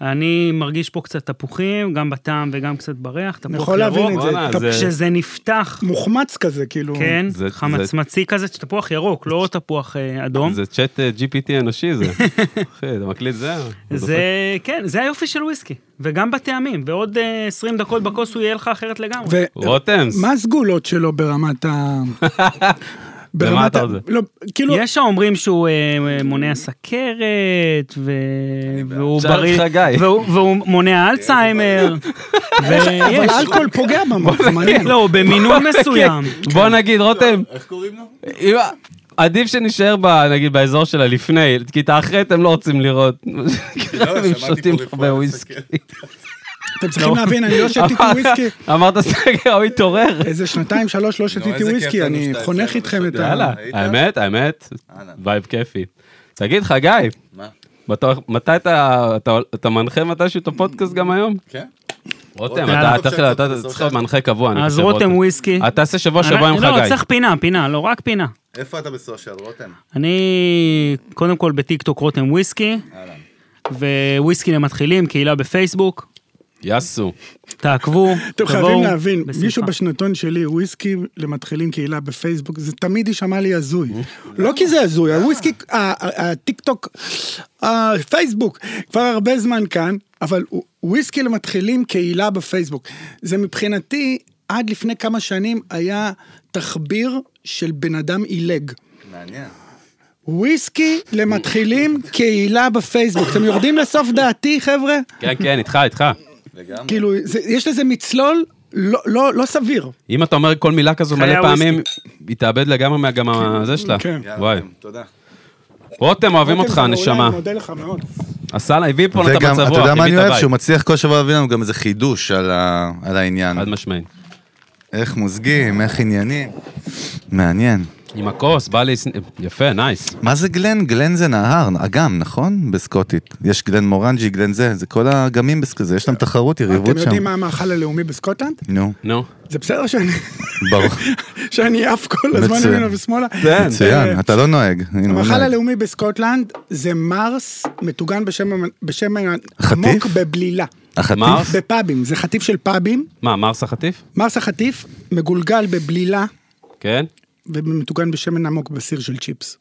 Speaker 7: אני מרגיש פה קצת תפוחים, גם בטעם וגם קצת בריח, תפוח ירוק.
Speaker 1: יכול להבין את זה,
Speaker 2: וואלה,
Speaker 1: טפ-
Speaker 2: זה-
Speaker 7: כשזה נפתח,
Speaker 1: מוחמץ כזה, כאילו.
Speaker 7: כן,
Speaker 2: זה- זה-
Speaker 7: חמצמצי כזה, תפוח ירוק, לא תפוח אה,
Speaker 1: נכון?
Speaker 7: אדום.
Speaker 2: זה צ'אט אה, GPT אנושי זה. אחי, אתה מקליט זה?
Speaker 7: זה, כן, זה היופי של וויסקי. וגם בטעמים, ועוד אה, 20 דקות בכוס הוא יהיה לך אחרת לגמרי.
Speaker 1: ו-
Speaker 2: רוטמס.
Speaker 1: מה הסגולות שלו ברמת ה...
Speaker 2: במה אתה
Speaker 1: ה-
Speaker 2: עוד זה?
Speaker 1: לא, כאילו,
Speaker 7: יש האומרים שהוא אה, מונע סכרת, ו... והוא
Speaker 2: שאל
Speaker 7: בריא,
Speaker 2: אותך גיא.
Speaker 7: והוא, והוא מונע אלצהיימר,
Speaker 1: אבל
Speaker 7: ויש.
Speaker 1: אלכוהול פוגע במוח, זה מעניין.
Speaker 7: לא, הוא במינון
Speaker 2: כן.
Speaker 7: מסוים.
Speaker 2: בוא נגיד, רותם,
Speaker 3: איך קוראים לו?
Speaker 2: אם- עדיף שנישאר ב- נגיד באזור שלה לפני, כי את האחרת הם לא רוצים לראות. הם
Speaker 3: שמעתי
Speaker 2: שותים
Speaker 3: פה
Speaker 2: הרבה
Speaker 3: רפואה כן.
Speaker 2: וויסקי.
Speaker 1: אתם צריכים להבין, אני לא שתיתי וויסקי.
Speaker 2: אמרת סגר, הוא התעורר.
Speaker 1: איזה שנתיים, שלוש, לא שתיתי
Speaker 3: איזה כיף
Speaker 1: וויסקי,
Speaker 3: לנו
Speaker 1: אני
Speaker 3: שאתה
Speaker 1: חונך
Speaker 3: אצלנו
Speaker 1: איתכם את
Speaker 3: בסדר.
Speaker 1: ה...
Speaker 2: יאללה,
Speaker 3: היית?
Speaker 2: האמת, האמת,
Speaker 3: אהלן.
Speaker 2: וייב כיפי. תגיד, חגי,
Speaker 3: מה?
Speaker 2: מתי- מתי אתה- אתה- אתה מנחה מתישהו את הפודקאסט גם היום?
Speaker 3: כן?
Speaker 2: רותם,
Speaker 3: רותם,
Speaker 2: אתה
Speaker 3: אני
Speaker 2: אתה
Speaker 3: חושב
Speaker 2: צריך אתה
Speaker 3: שאתה
Speaker 2: צריך
Speaker 3: בסושיאל.
Speaker 2: להיות מנחה קבוע. אני
Speaker 7: אז
Speaker 2: חושב,
Speaker 7: רותם וויסקי.
Speaker 2: אתה תעשה שבוע שבוע עם
Speaker 7: לא,
Speaker 2: חגי.
Speaker 7: צריך פינה, פינה, לא, רק פינה.
Speaker 3: איפה אתה בסושיאל, רותם?
Speaker 7: אני, קודם כל בטיקטוק רותם וויסקי,
Speaker 3: אהלן.
Speaker 7: ווויסקי למתחילים, קהילה בפייסבוק,
Speaker 2: יאסו.
Speaker 7: תעקבו,
Speaker 1: אתם חייבים להבין,
Speaker 7: בשמחה.
Speaker 1: מישהו בשנתון שלי, וויסקי למתחילים קהילה בפייסבוק, זה תמיד יישמע לי הזוי. לא כי זה הזוי, הוויסקי, ה- ה- הטיק טוק, הפייסבוק, כבר הרבה זמן כאן, אבל הוא- וויסקי למתחילים קהילה בפייסבוק. זה מבחינתי, עד לפני כמה שנים היה תחביר של בן אדם עילג.
Speaker 3: מעניין.
Speaker 1: וויסקי למתחילים קהילה בפייסבוק. אתם יורדים לסוף דעתי, חבר'ה?
Speaker 2: כן, כן, איתך, איתך.
Speaker 3: לגמרי.
Speaker 1: כאילו, זה- יש לזה מצלול לא- לא לא סביר.
Speaker 2: אם אתה אומר כל מילה כזו
Speaker 7: חיי
Speaker 2: מלא פעמים, היא תאבד לגמרי מה- גם זה שלה.
Speaker 1: כן.
Speaker 3: יאללה,
Speaker 2: וואי.
Speaker 3: רותם, תודה.
Speaker 2: רותם, אוהבים אותך,
Speaker 1: רותם, אוקיי, מעולה,
Speaker 2: נשמה.
Speaker 1: אני מודה לך מאוד.
Speaker 2: עשה לה, הביא פה את
Speaker 3: וגם,
Speaker 2: המצב
Speaker 3: אתה
Speaker 2: רוח,
Speaker 3: יודע מה
Speaker 2: הביא
Speaker 3: אני
Speaker 2: את
Speaker 3: אוהב? שהוא
Speaker 2: הבית.
Speaker 3: מצליח כל שבוע להביא לנו גם איזה חידוש על ה- על העניין.
Speaker 2: חד משמעית.
Speaker 3: איך מוזגים, איך עניינים. מעניין.
Speaker 2: עם הכוס, בא לי... יפה, נייס.
Speaker 3: מה זה גלן? גלן זה נהר, אגם, נכון? בסקוטית. יש גלן מורנג'י, גלן זה, זה כל האגמים בסקוטית, יש להם תחרות, יריבות
Speaker 1: אתם
Speaker 3: שם.
Speaker 1: יודעים מה המאכל הלאומי בסקוטלנד?
Speaker 3: נו,
Speaker 2: נו.
Speaker 1: זה בסדר שאני-
Speaker 3: ברור.
Speaker 1: שאני עף כל הזמן
Speaker 3: מצוין.
Speaker 1: ימינה ושמאלה? אה,
Speaker 3: מצוין, אתה לא נוהג. הנה, הוא
Speaker 1: המאכל
Speaker 3: נוהג.
Speaker 1: הלאומי בסקוטלנד זה מרס מטוגן בשם המ- בשם
Speaker 3: חטיף?
Speaker 1: עמוק בבלילה.
Speaker 2: מה?
Speaker 3: החטיף?
Speaker 2: מרס?
Speaker 1: בפאבים, זה חטיף של פאבים,
Speaker 2: מה, מרס החטיף?
Speaker 1: מרס החטיף מגולגל בבלילה
Speaker 2: כן?
Speaker 1: ומטוגן בשמן עמוק בסיר של צ'יפס.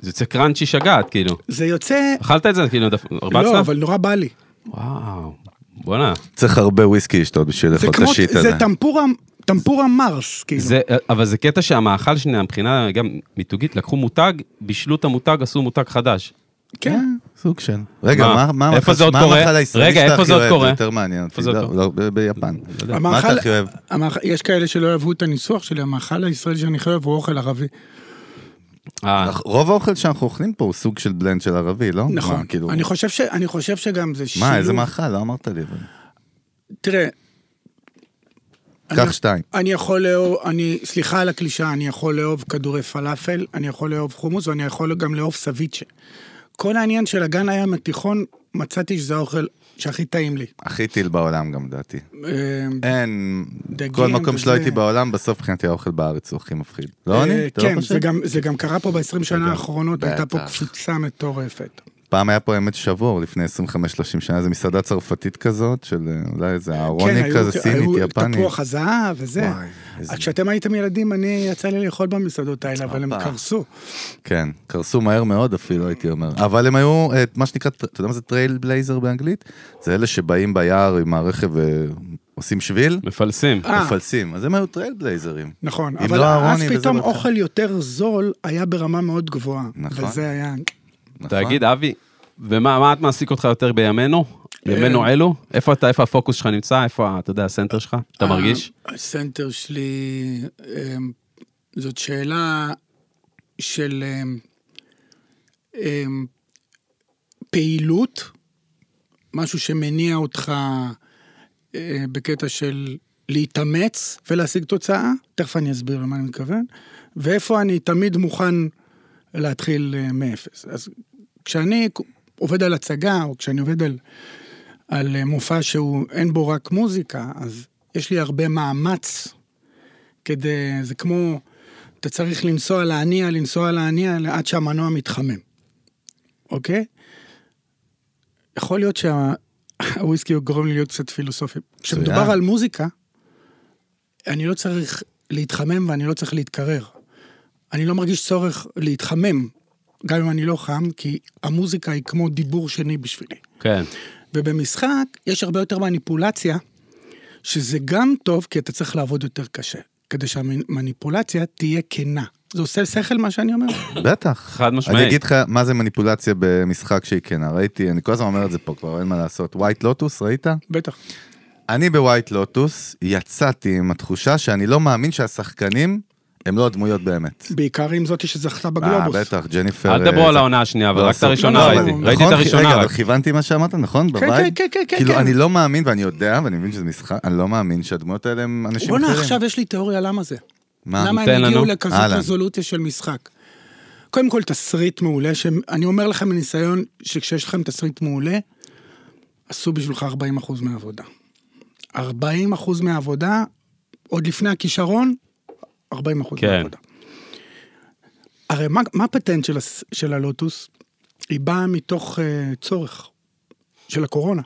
Speaker 2: זה יוצא קראנצ'י שגעת, כאילו.
Speaker 1: זה יוצא...
Speaker 2: אכלת את זה, כאילו, דף- הרבצת?
Speaker 1: לא, אבל נורא בא לי.
Speaker 2: וואו. בואנה.
Speaker 3: צריך הרבה וויסקי לשתות בשביל
Speaker 1: זה
Speaker 3: לאכול את
Speaker 1: כמו...
Speaker 3: השיט הזה.
Speaker 1: זה טמפורה... טמפורה מרס, כאילו.
Speaker 2: זה, אבל זה קטע שהמאכל שנייה, מבחינה גם מיתוגית, לקחו מותג, בישלו את המותג, עשו מותג חדש.
Speaker 1: כן.
Speaker 3: סוג של. רגע,
Speaker 2: מה?
Speaker 3: מה- מה
Speaker 2: איפה
Speaker 3: המאכל-
Speaker 2: זה עוד
Speaker 3: מה
Speaker 2: קורה?
Speaker 3: המאכל הישראלי
Speaker 2: רגע,
Speaker 3: שאתה
Speaker 2: איפה
Speaker 3: הכי
Speaker 2: זה עוד
Speaker 3: אוהב?
Speaker 2: קורה?
Speaker 3: יותר מעניין אותי,
Speaker 2: איפה זה עוד
Speaker 3: לא-
Speaker 2: קורה? אה.
Speaker 3: לא, ב- ביפן. מה
Speaker 1: אה, המאכל-
Speaker 3: אתה הכי אוהב?
Speaker 1: המאכל- יש כאלה שלא יאהבו את הניסוח שלי, המאכל הישראלי שאני הכי אוהב הוא אוכל ערבי.
Speaker 2: אה,
Speaker 3: רוב האוכל שאנחנו אוכלים פה הוא סוג של בלנד של ערבי, לא?
Speaker 1: נכון.
Speaker 3: מה, כאילו-
Speaker 1: אני חושב ש- אני חושב שגם זה שילוב...
Speaker 3: מה, איזה מאכל? לא אמרת לי. אבל.
Speaker 1: תראה,
Speaker 3: קח שתיים.
Speaker 1: אני יכול לאהוב, אני, סליחה על הקלישאה, אני יכול לאהוב כדורי פלאפל, אני יכול לאהוב חומוס ואני יכול גם לאהוב סביצ'ה. כל העניין של אגן הים התיכון, מצאתי שזה האוכל שהכי טעים לי.
Speaker 3: הכי טיל בעולם גם, לדעתי.
Speaker 1: אה,
Speaker 3: לא אין,
Speaker 1: דגים
Speaker 3: כל מקום שלא
Speaker 1: וזה.
Speaker 3: הייתי בעולם, בסוף מבחינתי האוכל בארץ הוא הכי מפחיד. לא
Speaker 1: אה,
Speaker 3: אני? אתה לא
Speaker 1: כן,
Speaker 3: חושב?
Speaker 1: זה גם- זה גם קרה פה ב-20 שנה האחרונות, הייתה פה
Speaker 3: בטח.
Speaker 1: קפיצה מטורפת.
Speaker 3: פעם היה פה אמת שבור, לפני 25-30 שנה, איזה מסעדה צרפתית כזאת, של אה, אולי איזה
Speaker 1: כן,
Speaker 3: אהרוני
Speaker 1: היו-
Speaker 3: כזה, סינית,
Speaker 1: היו
Speaker 3: יפנית.
Speaker 1: תפוח הזהב וזה.
Speaker 3: וואי, איזה-
Speaker 1: אז כשאתם הייתם ילדים, אני יצא לי לאכול במסעדות האלה, אבל הם
Speaker 3: הופה.
Speaker 1: קרסו.
Speaker 3: כן, קרסו מהר מאוד אפילו, הייתי אומר. אבל הם היו, אה, מה שנקרא, אתה יודע מה זה טרייל בלייזר באנגלית? זה אלה שבאים ביער עם הרכב ועושים שביל,
Speaker 2: מפלסים.
Speaker 1: אה.
Speaker 3: מפלסים. אז הם היו טרייל בלייזרים.
Speaker 1: נכון,
Speaker 3: אם
Speaker 1: אבל
Speaker 3: לא
Speaker 1: אז
Speaker 3: אהרוני וזה
Speaker 1: פתאום
Speaker 3: בטח.
Speaker 1: אוכל יותר זול היה ברמה מאוד גבוהה.
Speaker 3: נכון.
Speaker 1: וזה היה...
Speaker 3: נכון?
Speaker 2: תגיד, אבי, ומה מה את מעסיק אותך יותר בימינו? ימינו
Speaker 3: אה,
Speaker 2: אלו? איפה אתה, איפה הפוקוס שלך נמצא? איפה, ה- אתה יודע, הסנטר שלך?
Speaker 3: אה,
Speaker 2: אתה מרגיש?
Speaker 1: ה- הסנטר שלי, אמ, זאת שאלה של אמ, אמ, פעילות, משהו שמניע אותך אה, בקטע של להתאמץ ולהשיג תוצאה, תכף אני אסביר למה אני מתכוון, ואיפה אני תמיד מוכן להתחיל אה, מאפס. אז כשאני עובד על הצגה, או כשאני עובד על על אה, מופע שהוא, אין בו רק מוזיקה, אז יש לי הרבה מאמץ כדי, זה כמו, אתה צריך לנסוע להניע, לנסוע להניע, עד שהמנוע מתחמם, אוקיי? יכול להיות שהוויסקי גורם לי להיות קצת פילוסופי. כשמדובר על מוזיקה, אני לא צריך להתחמם ואני לא צריך להתקרר. אני לא מרגיש צורך להתחמם, גם אם אני לא חם, כי המוזיקה היא כמו דיבור שני בשבילי.
Speaker 2: כן.
Speaker 1: ובמשחק יש הרבה יותר מניפולציה, שזה גם טוב, כי אתה צריך לעבוד יותר קשה, כדי שהמניפולציה תהיה כנה. זה עושה שכל מה שאני אומר?
Speaker 3: בטח.
Speaker 2: חד משמעית.
Speaker 3: אני אגיד לך מה זה מניפולציה במשחק שהיא כנה, ראיתי, אני כל הזמן אומר את זה פה כבר, אין מה לעשות. ווייט לוטוס, ראית?
Speaker 1: בטח.
Speaker 3: אני בווייט לוטוס יצאתי עם התחושה שאני לא מאמין שהשחקנים הם לא הדמויות באמת.
Speaker 1: בעיקר עם זאתי שזכתה
Speaker 3: אה,
Speaker 1: בגלובוס.
Speaker 3: בטח, ג'ניפר...
Speaker 2: אל
Speaker 3: אה,
Speaker 2: תדברו על
Speaker 3: זה-
Speaker 2: העונה השנייה, אבל
Speaker 3: לא,
Speaker 2: רק את
Speaker 3: סוף-
Speaker 2: הראשונה
Speaker 3: לא,
Speaker 2: ראיתי.
Speaker 3: אבל-
Speaker 2: ראיתי את
Speaker 3: נכון, רגע,
Speaker 2: הראשונה
Speaker 3: אבל
Speaker 2: רק.
Speaker 3: כיוונתי מה שאמרת, נכון?
Speaker 1: כן, כן,
Speaker 3: בווייב?
Speaker 1: כן, כן,
Speaker 3: כאילו,
Speaker 1: כן.
Speaker 3: אני לא מאמין, ואני יודע, ואני מבין שזה משחק, אני לא מאמין שהדמויות האלה הם אנשים
Speaker 1: בואנה,
Speaker 3: אחרים.
Speaker 1: עכשיו יש לי תיאוריה למה זה.
Speaker 3: מה?
Speaker 1: למה
Speaker 2: תן
Speaker 1: הם הגיעו
Speaker 2: לנו.
Speaker 1: לכזאת
Speaker 3: אהלן.
Speaker 1: רזולוציה של משחק? קודם כל, תסריט מעולה, שאני אומר לכם מניסיון, שכשיש לכם תסריט מעולה, עשו בשבילך 40% מהעבודה. 40% מהעבודה, עוד לפני הכישרון, 40%
Speaker 2: כן.
Speaker 1: מהעבודה. הרי מה, מה הפטנט של, הס- של הלוטוס? היא באה מתוך uh, צורך של הקורונה.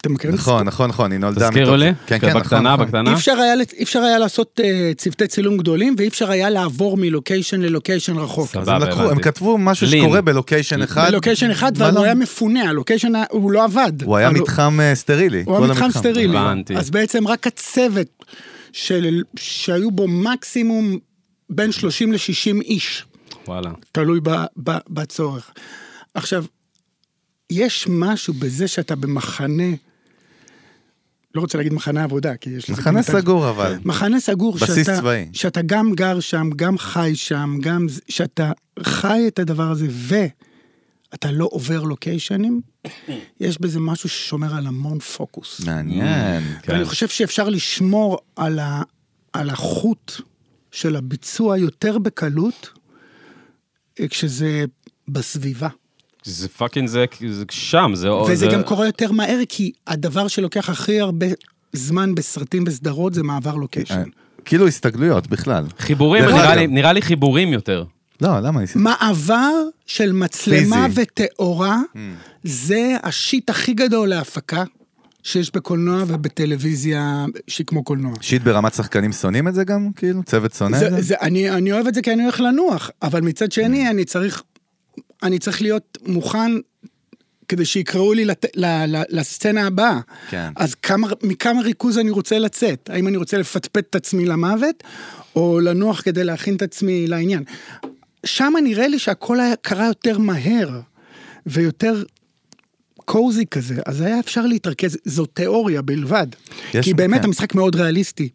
Speaker 1: אתם מכירים את
Speaker 3: נכון, נכון, נכון, היא נולדה...
Speaker 2: תזכירו
Speaker 3: מתוך-
Speaker 2: לי?
Speaker 3: כן, כן, נכון,
Speaker 2: בקטנה,
Speaker 3: נכון.
Speaker 2: בקטנה.
Speaker 1: אי אפשר, היה, לת- אי אפשר היה לעשות uh, צוותי צילום גדולים, ואי אפשר היה לעבור מלוקיישן ללוקיישן רחוק.
Speaker 2: סבבה.
Speaker 3: אז הם לקחו, הם
Speaker 2: הבנתי.
Speaker 3: כתבו משהו
Speaker 2: לין.
Speaker 3: שקורה בלוקיישן אחד.
Speaker 1: בלוקיישן אחד,
Speaker 3: מה
Speaker 1: אבל הוא
Speaker 3: לא?
Speaker 1: היה מפונה, הלוקיישן ה- הוא לא עבד.
Speaker 3: הוא היה
Speaker 1: אבל
Speaker 3: מתחם אה, סטרילי.
Speaker 1: הוא
Speaker 3: כל
Speaker 1: היה מתחם
Speaker 3: המתחם.
Speaker 1: סטרילי.
Speaker 2: הבנתי.
Speaker 1: אז בעצם רק הצוות של, שהיו בו מקסימום בין 30 ל-60 איש,
Speaker 2: וואלה.
Speaker 1: תלוי ב, ב, בצורך. עכשיו, יש משהו בזה שאתה במחנה, לא רוצה להגיד מחנה עבודה, כי יש לזה...
Speaker 3: מחנה
Speaker 1: קונוטציה.
Speaker 3: סגור אבל.
Speaker 1: מחנה סגור
Speaker 3: בסיס
Speaker 1: שאתה,
Speaker 3: צבאי.
Speaker 1: שאתה גם גר שם, גם חי שם, גם ז- שאתה חי את הדבר הזה, ואתה אתה לא עובר לוקיישנים, יש בזה משהו ששומר על המון פוקוס.
Speaker 3: מעניין.
Speaker 2: כן.
Speaker 1: ואני חושב שאפשר לשמור על, ה, על החוט של הביצוע יותר בקלות, אה, כשזה בסביבה.
Speaker 2: זה פאקינג, זה זה שם, זה...
Speaker 1: וזה
Speaker 2: זה-
Speaker 1: גם קורה יותר מהר, כי הדבר שלוקח הכי הרבה זמן בסרטים וסדרות זה מעבר לוקיישן.
Speaker 3: כאילו הסתגלויות בכלל.
Speaker 2: חיבורים,
Speaker 3: דרך
Speaker 2: נראה
Speaker 3: אגב.
Speaker 2: לי- נראה לי חיבורים יותר.
Speaker 3: לא, למה? הסת-
Speaker 1: מעבר של מצלמה
Speaker 3: פיזי.
Speaker 1: ותאורה, זה השיט הכי גדול להפקה שיש בקולנוע ובטלוויזיה שהיא כמו קולנוע.
Speaker 3: שיט ברמת שחקנים שונאים את זה גם? כאילו? צוות שונא
Speaker 1: זה,
Speaker 3: את זה? Mm.
Speaker 1: זה, אני, אני אוהב את זה כי אני הולך לנוח, אבל מצד שני אני צריך, אני צריך להיות מוכן כדי שיקראו לי לת, ל, ל, לסצנה הבאה.
Speaker 3: כן.
Speaker 1: אז כמה, מכמה ריכוז אני רוצה לצאת? האם אני רוצה לפטפט את עצמי למוות, או לנוח כדי להכין את עצמי לעניין? שם נראה לי שהכל היה קרה יותר מהר, ויותר קוזי כזה, אז היה אפשר להתרכז, זו תיאוריה בלבד.
Speaker 3: יש-
Speaker 1: כי באמת
Speaker 3: כן.
Speaker 1: המשחק מאוד ריאליסטי.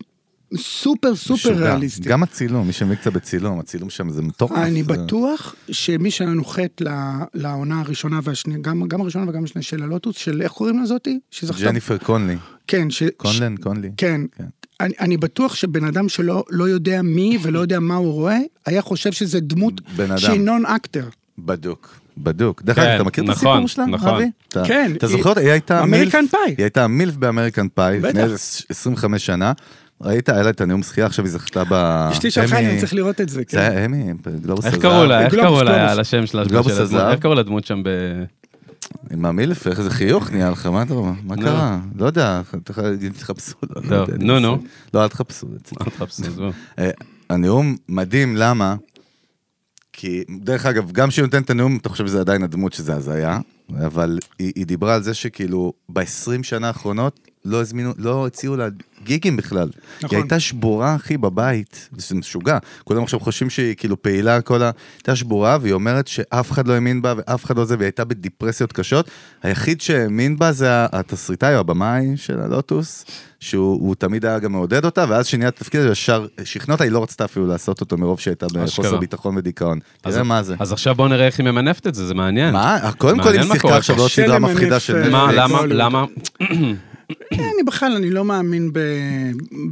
Speaker 1: סופר סופר
Speaker 3: משוגע.
Speaker 1: ריאליסטי. אה,
Speaker 3: גם הצילום, מי שמבין קצת בצילום, הצילום שם זה מטורף.
Speaker 1: אני
Speaker 3: זה-
Speaker 1: בטוח שמי שהיה נוחת ל- לעונה הראשונה והשנייה, גם, גם הראשונה וגם השנייה של הלוטוס, של איך קוראים לזאתי? שזכתה-
Speaker 3: ג'ניפר קונלי.
Speaker 1: כן, ש...
Speaker 3: קונלן, קונלי.
Speaker 1: כן.
Speaker 3: כן.
Speaker 1: אני, אני בטוח שבן אדם שלא לא יודע מי ולא יודע מה הוא רואה, היה חושב שזה דמות
Speaker 3: בן אדם.
Speaker 1: שהיא נון אקטר.
Speaker 3: בדוק. בדוק. דרך
Speaker 2: כן,
Speaker 3: אגב, אתה מכיר את
Speaker 2: נכון,
Speaker 3: הסיפור שלה,
Speaker 2: נכון.
Speaker 3: אבי? אתה-
Speaker 1: כן,
Speaker 3: אתה
Speaker 1: היא-
Speaker 3: זוכר? היא הייתה מילף.
Speaker 1: אמריקן פאי.
Speaker 3: היא הייתה מילף באמריקן פאי, לפני
Speaker 1: בטח.
Speaker 3: איזה 25 שנה. ראית, היה לה את הנאום שחייה, עכשיו היא זכתה ב...
Speaker 1: אשתי שלחה לי,
Speaker 3: אמי.
Speaker 1: אני צריך לראות את זה.
Speaker 3: זה
Speaker 1: כן.
Speaker 3: היה אמי, לא גלובוס
Speaker 2: איך
Speaker 3: הזהב.
Speaker 2: קראו לה? איך
Speaker 1: גלובוס,
Speaker 2: קראו לה
Speaker 1: גלובוס.
Speaker 2: על השם של הדמות
Speaker 3: גלובוס
Speaker 2: של הדמות?
Speaker 3: הזהב.
Speaker 2: איך קראו לדמות שם ב...
Speaker 3: עם המילף, איך איזה חיוך נהיה לך, מה אתה אומר? מה
Speaker 2: נו.
Speaker 3: קרה? לא יודע, ת- תחפשו. לא יודע,
Speaker 2: טוב,
Speaker 3: אני
Speaker 2: נו,
Speaker 3: מנסה.
Speaker 2: נו.
Speaker 3: לא, אל תחפשו. זה-
Speaker 2: תחפשו, עזבו.
Speaker 3: אה, הנאום מדהים, למה? כי, דרך אגב, גם כשהיא נותנת את הנאום, אתה חושב שזה עדיין הדמות שזה הזיה, אבל היא, היא דיברה על זה שכאילו, ב-20 שנה האחרונות לא הזמינו, לא הציעו לה גיגים בכלל. נכון. היא הייתה שבורה, אחי, בבית, זה משוגע. כולם עכשיו חושבים שהיא כאילו פעילה, כל ה... הייתה שבורה, והיא אומרת שאף אחד לא האמין בה, ואף אחד לא זה, והיא הייתה בדיפרסיות קשות. היחיד שהאמין בה זה התסריטאי או הבמאי של הלוטוס, שהוא הוא תמיד היה גם מעודד אותה, ואז שנהיה תפקיד, ישר שכנע אותה, היא לא רצתה אפילו לעשות אותו מרוב שהייתה בחוסר
Speaker 2: אשכרה.
Speaker 3: ביטחון ודיכאון.
Speaker 2: אז-
Speaker 3: תראה מה זה.
Speaker 2: אז עכשיו בואו נראה איך היא ממנפת את זה, זה מעניין.
Speaker 3: מה? קודם כל
Speaker 2: מעניין
Speaker 3: היא
Speaker 2: מה קורה
Speaker 3: שיחקה עכשיו
Speaker 2: פה.
Speaker 3: בעוד סדרה
Speaker 1: שלם
Speaker 3: מפחידה
Speaker 1: מניף,
Speaker 3: של
Speaker 1: אה,
Speaker 2: מה,
Speaker 3: נטפליקס.
Speaker 2: למה,
Speaker 1: בהוליווד.
Speaker 2: למה?
Speaker 1: אני בכלל, אני לא מאמין ב-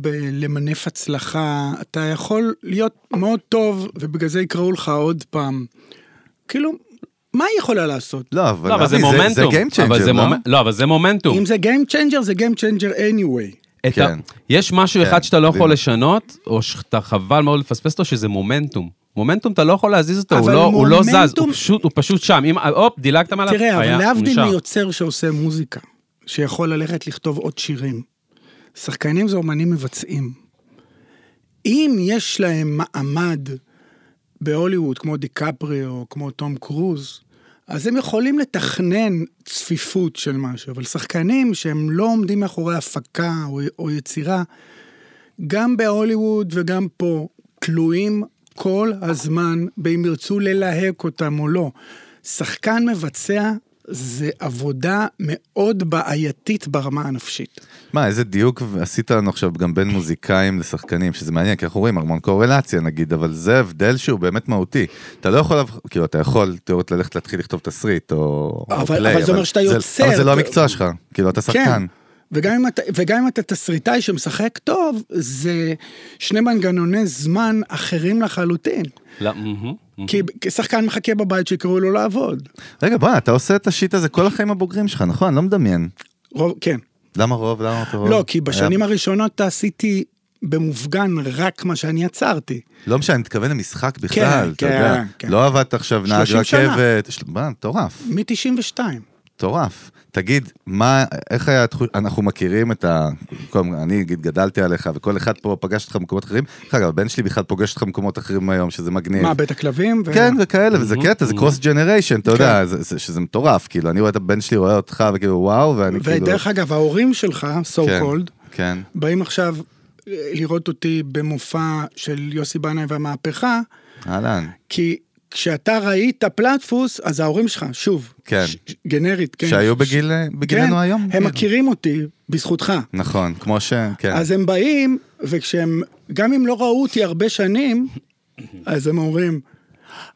Speaker 1: בלמנף הצלחה. אתה יכול להיות מאוד טוב, ובגלל זה יקראו לך עוד פעם. כאילו, מה היא יכולה לעשות?
Speaker 3: לא, אבל
Speaker 2: לא, אבל זה
Speaker 3: אבי, זה
Speaker 2: מומנטום.
Speaker 3: Game
Speaker 2: אבל
Speaker 3: Changer,
Speaker 2: זה
Speaker 3: לא?
Speaker 2: מומנ- לא, אבל זה מומנטום.
Speaker 1: אם זה Game Changer, זה Game Changer anyway.
Speaker 2: את
Speaker 3: כן.
Speaker 2: ה... יש משהו
Speaker 3: כן,
Speaker 2: אחד שאתה לא יכול
Speaker 3: בדיוק.
Speaker 2: לשנות, או שאתה חבל מאוד לפספס אותו, שזה מומנטום. מומנטום, אתה לא יכול להזיז אותו, הוא
Speaker 1: אבל
Speaker 2: לא, הוא לא זז, הוא
Speaker 1: מומנטום-
Speaker 2: פשוט, הוא פשוט שם. אם, הופ, דילגת מעליו,
Speaker 1: תראה,
Speaker 2: היה,
Speaker 1: אבל
Speaker 2: הוא
Speaker 1: להבדיל
Speaker 2: נשאר.
Speaker 1: מיוצר שעושה מוזיקה, שיכול ללכת לכתוב עוד שירים, שחקנים זה אומנים מבצעים. אם יש להם מעמד בהוליווד, כמו דיקפרי או כמו תום קרוז, אז הם יכולים לתכנן צפיפות של משהו, אבל שחקנים שהם לא עומדים מאחורי הפקה או, או יצירה, גם בהוליווד וגם פה, תלויים כל הזמן באם ירצו ללהק אותם או לא. שחקן מבצע זה עבודה מאוד בעייתית ברמה הנפשית.
Speaker 3: מה, איזה דיוק עשית לנו עכשיו גם בין מוזיקאים לשחקנים, שזה מעניין, כי אנחנו רואים המון קורלציה נגיד, אבל זה הבדל שהוא באמת מהותי. אתה לא יכול, לב- כאילו, אתה יכול תיאורטית ללכת להתחיל לכתוב תסריט או או
Speaker 1: אבל-
Speaker 3: פליי,
Speaker 1: אבל זה אומר שאתה
Speaker 3: זה-
Speaker 1: יוצר, כן.
Speaker 3: אבל זה לא
Speaker 1: אתה-
Speaker 3: המקצוע שלך, כאילו, אתה שחקן.
Speaker 1: וגם אם, אתה, וגם אם אתה תסריטאי שמשחק טוב, זה שני מנגנוני זמן אחרים לחלוטין.
Speaker 2: לא, מהמם, מהמם.
Speaker 1: כי כי שחקן מחכה בבית שיקראו לו לעבוד.
Speaker 3: רגע, בוא'נה, אתה עושה את השיט הזה כל החיים הבוגרים שלך, נכון? אני לא מדמיין.
Speaker 1: רוב, כן.
Speaker 3: למה רוב? למה אתה רוב?
Speaker 1: לא, כי בשנים
Speaker 3: היה-
Speaker 1: הראשונות עשיתי במופגן רק מה שאני יצרתי.
Speaker 3: לא משנה, אני מתכוון למשחק בכלל, אתה
Speaker 1: כן,
Speaker 3: יודע.
Speaker 1: כן.
Speaker 3: לא עבדת עכשיו נהג
Speaker 1: 30 שנה.
Speaker 3: רכבת. של- מה, מטורף.
Speaker 1: מ-92.
Speaker 3: מטורף. תגיד, מה, איך היה התחוש... אנחנו מכירים את ה... קודם, אני, נגיד, גדלתי עליך, וכל אחד פה פגש אותך במקומות אחרים. דרך אגב, הבן שלי בכלל פוגש אותך במקומות אחרים היום, שזה מגניב.
Speaker 1: מה, בית הכלבים? ו-
Speaker 3: אה, כן, וכאלה, וזה
Speaker 2: מהמם,
Speaker 3: קטע, זה קרוס ג'נריישן, אתה
Speaker 1: כן.
Speaker 3: יודע, זה- זה- שזה מטורף, כאילו, אני רואה את הבן שלי, רואה אותך, וכאילו, וואו, ואני כאילו...
Speaker 1: ודרך אגב, ההורים שלך, so
Speaker 3: כן,
Speaker 1: called,
Speaker 3: כן.
Speaker 1: באים עכשיו אה, לראות אותי במופע של יוסי בנאי והמהפכה,
Speaker 3: אהלן.
Speaker 1: כי כשאתה ראית פלטפוס, אז ההורים שלך, שוב,
Speaker 3: כן.
Speaker 1: ש- גנרית, כן.
Speaker 3: שהיו בגיל, אה, בגילנו
Speaker 1: כן,
Speaker 3: היום.
Speaker 1: הם
Speaker 3: כאילו.
Speaker 1: מכירים אותי בזכותך.
Speaker 3: נכון, כמו ש... כן.
Speaker 1: אז הם באים, וכשהם, גם אם לא ראו אותי הרבה שנים, אז הם אומרים,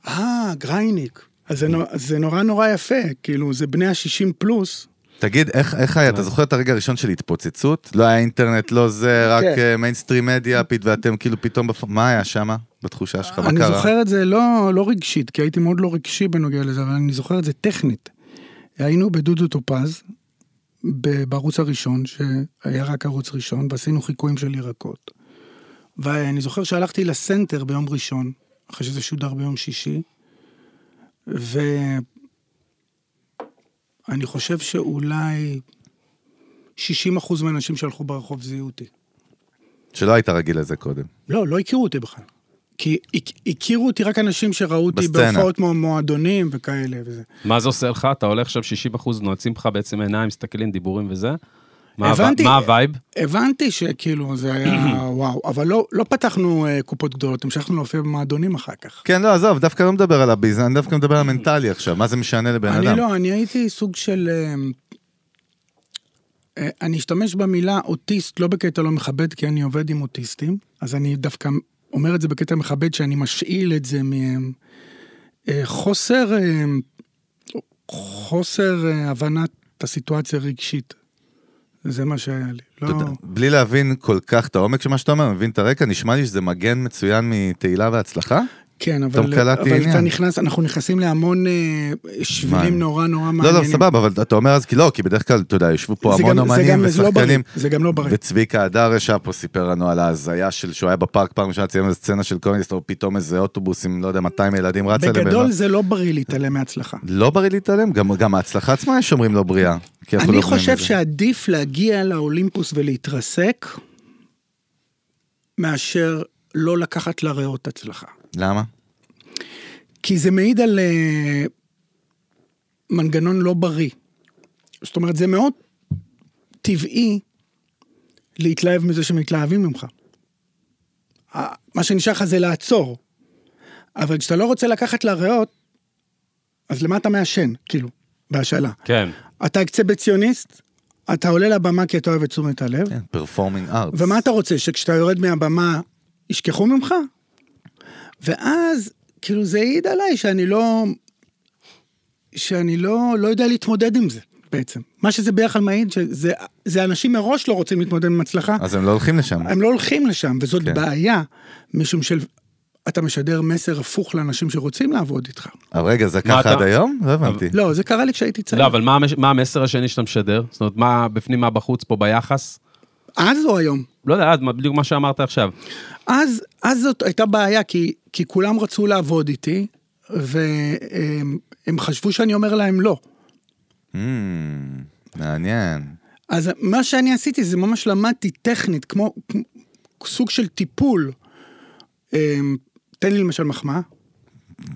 Speaker 1: אה, גרייניק, אז זה, נו, אז זה נורא נורא יפה, כאילו, זה בני ה-60 פלוס,
Speaker 3: תגיד, איך, איך היה, אתה זוכר את הרגע הראשון של התפוצצות? לא היה אינטרנט, לא זה, רק
Speaker 1: כן.
Speaker 3: אה, מיינסטרים מדיה, פת- ואתם כאילו פתאום, בפ- מה היה שם? בתחושה שלך, מה
Speaker 1: אני
Speaker 3: קרה?
Speaker 1: זוכר את זה לא, לא רגשית, כי הייתי מאוד לא רגשי בנוגע לזה, אבל אני זוכר את זה טכנית. היינו בדודו טופז, ב- בערוץ הראשון, שהיה רק ערוץ ראשון, ועשינו חיקויים של ירקות. ואני זוכר שהלכתי לסנטר ביום ראשון, אחרי שזה שודר ביום שישי, ואני חושב שאולי 60% מהאנשים שהלכו ברחוב זיהו אותי.
Speaker 3: שלא היית רגיל לזה קודם.
Speaker 1: לא, לא הכירו אותי בכלל. כי הכ- הכירו אותי רק אנשים שראו אותי
Speaker 3: בסצנה.
Speaker 1: בהופעות מו- מועדונים וכאלה וזה.
Speaker 2: מה זה עושה לך? אתה הולך עכשיו 60%, נועצים לך בעצם עיניים, מסתכלים, דיבורים וזה? מה הוו-
Speaker 1: הבנתי.
Speaker 2: מה הווייב?
Speaker 1: הבנתי שכאילו זה היה וואו, אבל לא, לא פתחנו אה, קופות גדולות, המשכנו להופיע במועדונים אחר כך.
Speaker 3: כן, לא, עזוב, דווקא לא מדבר על הביזנס, אני דווקא מדבר על המנטלי עכשיו, מה זה משנה לבן
Speaker 1: אני
Speaker 3: אדם?
Speaker 1: לא, אני הייתי סוג של... אה, אה, אני אשתמש במילה אוטיסט לא בקטע לא מכבד, כי אני עובד עם אוטיסטים, אז אני דווקא אומר את זה בקטע מכבד, שאני משאיל את זה אמ, אה, מחוסר אמ, חוסר אה, הבנת הסיטואציה הרגשית. זה מה שהיה לי. לא...
Speaker 3: אתה יודע, בלי להבין כל כך את העומק של מה שאתה אומר, מבין את הרקע, נשמע לי שזה מגן מצוין מתהילה והצלחה.
Speaker 1: כן,
Speaker 3: פתאום
Speaker 1: אבל,
Speaker 3: קלטתי
Speaker 1: אבל אתה
Speaker 3: עניין.
Speaker 1: נכנס, אנחנו נכנסים להמון אה,
Speaker 3: מעניין.
Speaker 1: שבילים נורא נורא
Speaker 3: לא,
Speaker 1: מעניינים.
Speaker 3: לא, סבבה, אבל אתה אומר אז כי לא, כי בדרך כלל, אתה יודע, ישבו פה
Speaker 1: זה
Speaker 3: המון
Speaker 1: גם- זה
Speaker 3: אומנים
Speaker 1: גם- זה לא בריא,
Speaker 3: ושחקנים.
Speaker 1: זה גם לא בריא.
Speaker 3: וצביקה הדר ישב פה, סיפר לנו על ההזיה של שהוא היה בפארק פעם ראשונה, ציין איזה סצנה של קומוניסטור, פתאום איזה אוטובוס עם, לא יודע, 200 ילדים רצה לבן
Speaker 1: בגדול זה לא בריא להתעלם מההצלחה.
Speaker 3: לא בריא להתעלם, גם, גם ההצלחה עצמה יש שאומרים לא בריאה. כי אנחנו לא
Speaker 1: אני
Speaker 3: בונים
Speaker 1: חושב
Speaker 3: את זה.
Speaker 1: שעדיף להגיע לאולימפוס ולהתרסק, מאשר לא לקחת לריאות הצלחה.
Speaker 3: למה?
Speaker 1: כי זה מעיד על אה, מנגנון לא בריא. זאת אומרת, זה מאוד טבעי להתלהב מזה שמתלהבים ממך. ה- מה שנשאר לך זה לעצור. אבל כשאתה לא רוצה לקחת לריאות, אז למה אתה מעשן, כאילו, בהשאלה?
Speaker 2: כן.
Speaker 1: אתה אקצבציוניסט, אתה עולה לבמה כי אתה אוהב את תשומת הלב,
Speaker 3: כן, פרפורמינג ארטס.
Speaker 1: ומה אתה רוצה, שכשאתה יורד מהבמה ישכחו ממך? ואז, כאילו זה העיד עליי שאני לא... שאני לא, לא יודע להתמודד עם זה בעצם. מה שזה בדרך כלל מעיד, שזה זה אנשים מראש לא רוצים להתמודד עם הצלחה,
Speaker 3: אז הם לא הולכים לשם.
Speaker 1: הם לא הולכים לשם, וזאת
Speaker 3: כן.
Speaker 1: כן. בעיה, משום של... אתה משדר מסר הפוך לאנשים שרוצים לעבוד איתך.
Speaker 3: אבל רגע, זה
Speaker 2: מה
Speaker 3: ככה
Speaker 2: אתה-
Speaker 3: עד היום? לא הבנתי.
Speaker 1: לא, זה קרה לי כשהייתי צעיר.
Speaker 2: לא, אבל מה המש- מה המסר השני שאתה משדר? זאת אומרת, מה בפנים, מה בחוץ פה ביחס?
Speaker 1: אז או היום?
Speaker 2: לא יודע, אז מה- בדיוק מה שאמרת עכשיו.
Speaker 3: כן.
Speaker 1: אז, אז זאת הייתה בעיה, כי, כי כולם רצו לעבוד איתי, והם הם חשבו שאני אומר להם לא.
Speaker 3: אמ, מעניין.
Speaker 1: אז מה שאני עשיתי זה ממש למדתי טכנית, כמו, כמו סוג של טיפול. אמ, תן לי למשל מחמאה.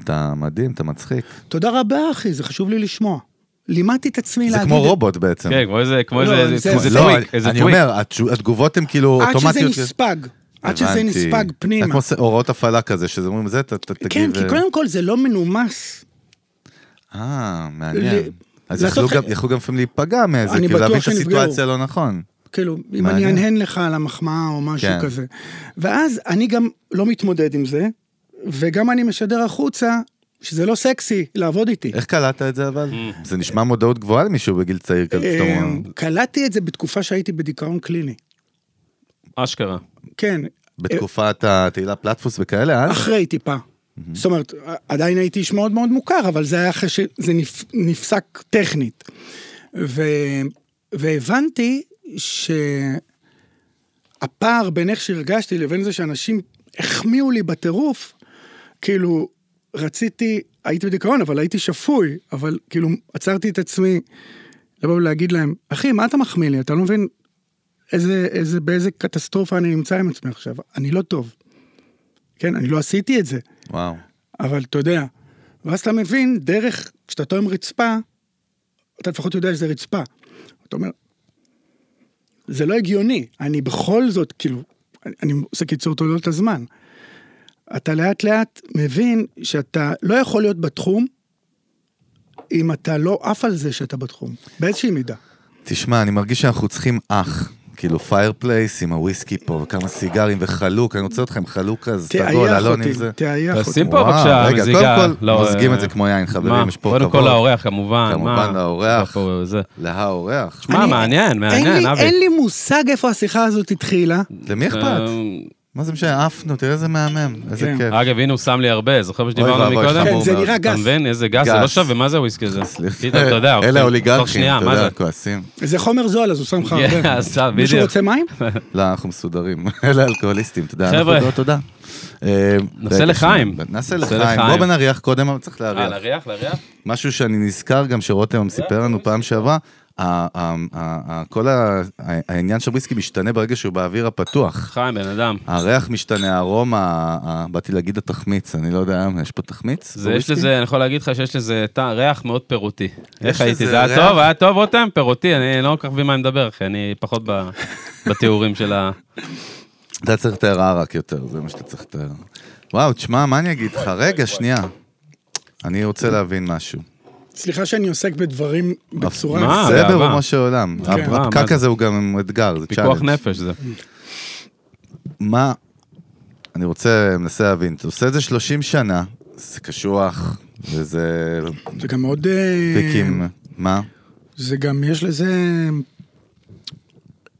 Speaker 3: אתה מדהים, אתה מצחיק.
Speaker 1: תודה רבה אחי, זה חשוב לי לשמוע. לימדתי את עצמי
Speaker 3: זה
Speaker 1: להגיד...
Speaker 3: כמו רובוט בעצם.
Speaker 2: כן, כמו איזה, כמו
Speaker 1: לא,
Speaker 2: איזה,
Speaker 1: זה-
Speaker 2: כמו איזה
Speaker 3: לא,
Speaker 2: טוויק, איזה
Speaker 3: אני
Speaker 2: טוויק.
Speaker 3: אומר, התשו- התגובות הן כאילו
Speaker 1: עד
Speaker 3: אוטומטיות.
Speaker 1: שזה נספג, עד שזה
Speaker 3: הבנתי.
Speaker 1: נספג
Speaker 3: זה
Speaker 1: פנימה.
Speaker 3: כמו ס- הוראות הפעלה כזה, שזה אומרים זה, ת- ת- תגיב...
Speaker 1: כן, כי
Speaker 3: אה,
Speaker 1: קודם כל זה לא מנומס.
Speaker 3: אה,
Speaker 1: ל-
Speaker 3: מעניין. אז
Speaker 1: לעשות
Speaker 3: יכלו
Speaker 1: ח-
Speaker 3: גם- יכלו גם לפעמים להיפגע מזה,
Speaker 1: אני
Speaker 3: כאילו
Speaker 1: בטוח
Speaker 3: להבין את
Speaker 1: שנפגעו.
Speaker 3: הסיטואציה לא נכון.
Speaker 1: כאילו, אם אני
Speaker 3: מעניין.
Speaker 1: אנהן לך על המחמאה או משהו
Speaker 3: כן.
Speaker 1: כזה. ואז אני גם לא מתמודד עם זה, וגם אני משדר החוצה שזה לא סקסי לעבוד איתי.
Speaker 3: איך קלטת את זה אבל? זה נשמע מודעות גבוהה למישהו בגיל צעיר כזה, שאתה
Speaker 1: אה,
Speaker 3: אומר,
Speaker 1: קלטתי את זה בתקופה שהייתי בדיכאון קליני.
Speaker 2: אשכרה.
Speaker 1: כן,
Speaker 3: בתקופת התהילה פלטפוס וכאלה, אז?
Speaker 1: אחרי טיפה. זאת אומרת, עדיין הייתי איש מאוד מאוד מוכר, אבל זה היה אחרי שזה נפ... נפסק טכנית. ו... והבנתי שהפער בין איך שהרגשתי לבין זה שאנשים החמיאו לי בטירוף, כאילו, רציתי, הייתי בדיכאון, אבל הייתי שפוי, אבל כאילו, עצרתי את עצמי לבוא ולהגיד להם, אחי, מה אתה מחמיא לי? אתה לא מבין איזה, איזה, באיזה קטסטרופה אני נמצא עם עצמי עכשיו, אני לא טוב. כן, אני לא עשיתי את זה,
Speaker 3: וואו.
Speaker 1: אבל אתה יודע. ואז אתה מבין, דרך, כשאתה תואם רצפה, אתה לפחות יודע שזה רצפה. אתה אומר, זה לא הגיוני, אני בכל זאת, כאילו, אני, אני עושה קיצור תולדות הזמן. אתה לאט לאט מבין שאתה לא יכול להיות בתחום, אם אתה לא עף על זה שאתה בתחום, באיזושהי מידה.
Speaker 3: תשמע, אני מרגיש שאנחנו צריכים אח. כאילו פיירפלייס עם הוויסקי פה, וכמה סיגרים וחלוק, אני רוצה אותך עם חלוק אז סגול,
Speaker 1: תאייח
Speaker 3: אלון עם
Speaker 1: אותי,
Speaker 3: זה.
Speaker 1: תאייח אותי.
Speaker 2: תשים פה בבקשה
Speaker 3: רגע,
Speaker 2: מזיגה.
Speaker 3: קודם כל,
Speaker 2: לא,
Speaker 3: מוזגים
Speaker 2: אה,
Speaker 3: את זה כמו יין,
Speaker 2: מה?
Speaker 3: חברים, יש פה כבוד.
Speaker 2: קודם כל לאורח, כמובן.
Speaker 3: כמובן,
Speaker 2: מה?
Speaker 3: לאורח.
Speaker 2: מה פה, זה.
Speaker 3: לאורח.
Speaker 2: מה,
Speaker 1: אני-
Speaker 2: אה, מעניין,
Speaker 1: אין
Speaker 2: מעניין,
Speaker 1: לי-
Speaker 2: אבי.
Speaker 1: אין לי מושג איפה השיחה הזאת התחילה.
Speaker 2: אה,
Speaker 3: למי אכפת? מה זה משנה, עפנו, תראה איזה מהמם, איזה
Speaker 1: כן.
Speaker 3: כיף.
Speaker 2: אגב, הנה הוא שם לי הרבה, זוכר מה שדיברנו
Speaker 3: ואבוי,
Speaker 2: מקודם?
Speaker 3: חמור
Speaker 1: כן, זה
Speaker 3: מאוד.
Speaker 1: נראה
Speaker 2: אתה
Speaker 1: גס.
Speaker 2: מבין? איזה גס, זה
Speaker 3: גס.
Speaker 2: לא שווה, מה זה הוויסקי הזה? פתאום,
Speaker 3: אה,
Speaker 2: אתה יודע. אוקיי.
Speaker 3: אלה
Speaker 2: תוך
Speaker 3: האוליגרכים,
Speaker 2: שנייה,
Speaker 3: אתה
Speaker 2: מה זה?
Speaker 3: יודע, כועסים.
Speaker 1: זה חומר זול, אז הוא שם לך
Speaker 2: כן,
Speaker 1: הרבה.
Speaker 2: אז, אה,
Speaker 1: מישהו
Speaker 2: בדיוק.
Speaker 1: רוצה מים?
Speaker 3: לא, אנחנו מסודרים. אלה אלכוהוליסטים, אתה יודע. אנחנו
Speaker 2: חבר'ה.
Speaker 3: לא, תודה. אה,
Speaker 2: נעשה
Speaker 3: רגע,
Speaker 2: לחיים.
Speaker 3: שנייה, נעשה
Speaker 2: נעשה
Speaker 3: לחיים.
Speaker 2: לחיים.
Speaker 3: בוא בנריח קודם, אבל צריך
Speaker 2: אה,
Speaker 3: להריח.
Speaker 2: לריח, לריח?
Speaker 3: משהו שאני נזכר גם שרותם סיפר לנו פעם שעברה, ה- ה- ה- ה- כל ה- ה- העניין של וויסקי משתנה ברגע שהוא באוויר הפתוח.
Speaker 2: חיים, בן אדם.
Speaker 3: הריח משתנה, הארומה, ה- ה- באתי להגיד התחמיץ, אני לא יודע, יש פה תחמיץ?
Speaker 2: זה יש
Speaker 3: בוויסקי?
Speaker 2: לזה, אני יכול להגיד לך שיש לזה טע- ריח מאוד פירוטי. איך הייתי?
Speaker 3: לזה
Speaker 2: זה היה
Speaker 3: ריח-
Speaker 2: טוב? היה טוב, רותם? פירוטי, אני לא כל כך מבין מה אני מדבר, אחי, אני פחות ב- בתיאורים של ה...
Speaker 3: אתה צריך לתאר ערק יותר, זה מה שאתה צריך לתאר. וואו, תשמע, מה אני אגיד לך? רגע, שנייה. אני רוצה להבין משהו.
Speaker 1: סליחה שאני עוסק בדברים
Speaker 2: מה?
Speaker 1: בצורה...
Speaker 3: סדר
Speaker 2: באהבה.
Speaker 3: הוא משה עולם.
Speaker 1: כן.
Speaker 2: מה, מה
Speaker 3: הפקק
Speaker 2: זה?
Speaker 3: הזה הוא גם אתגר, זה
Speaker 2: פיקוח
Speaker 3: צ'אלנג'.
Speaker 2: נפש זה.
Speaker 3: מה, אני רוצה, מנסה להבין, אתה עושה את זה 30 שנה, זה קשוח, וזה
Speaker 1: זה גם עוד... אה,
Speaker 3: פיקים, מה?
Speaker 1: זה גם, יש לזה...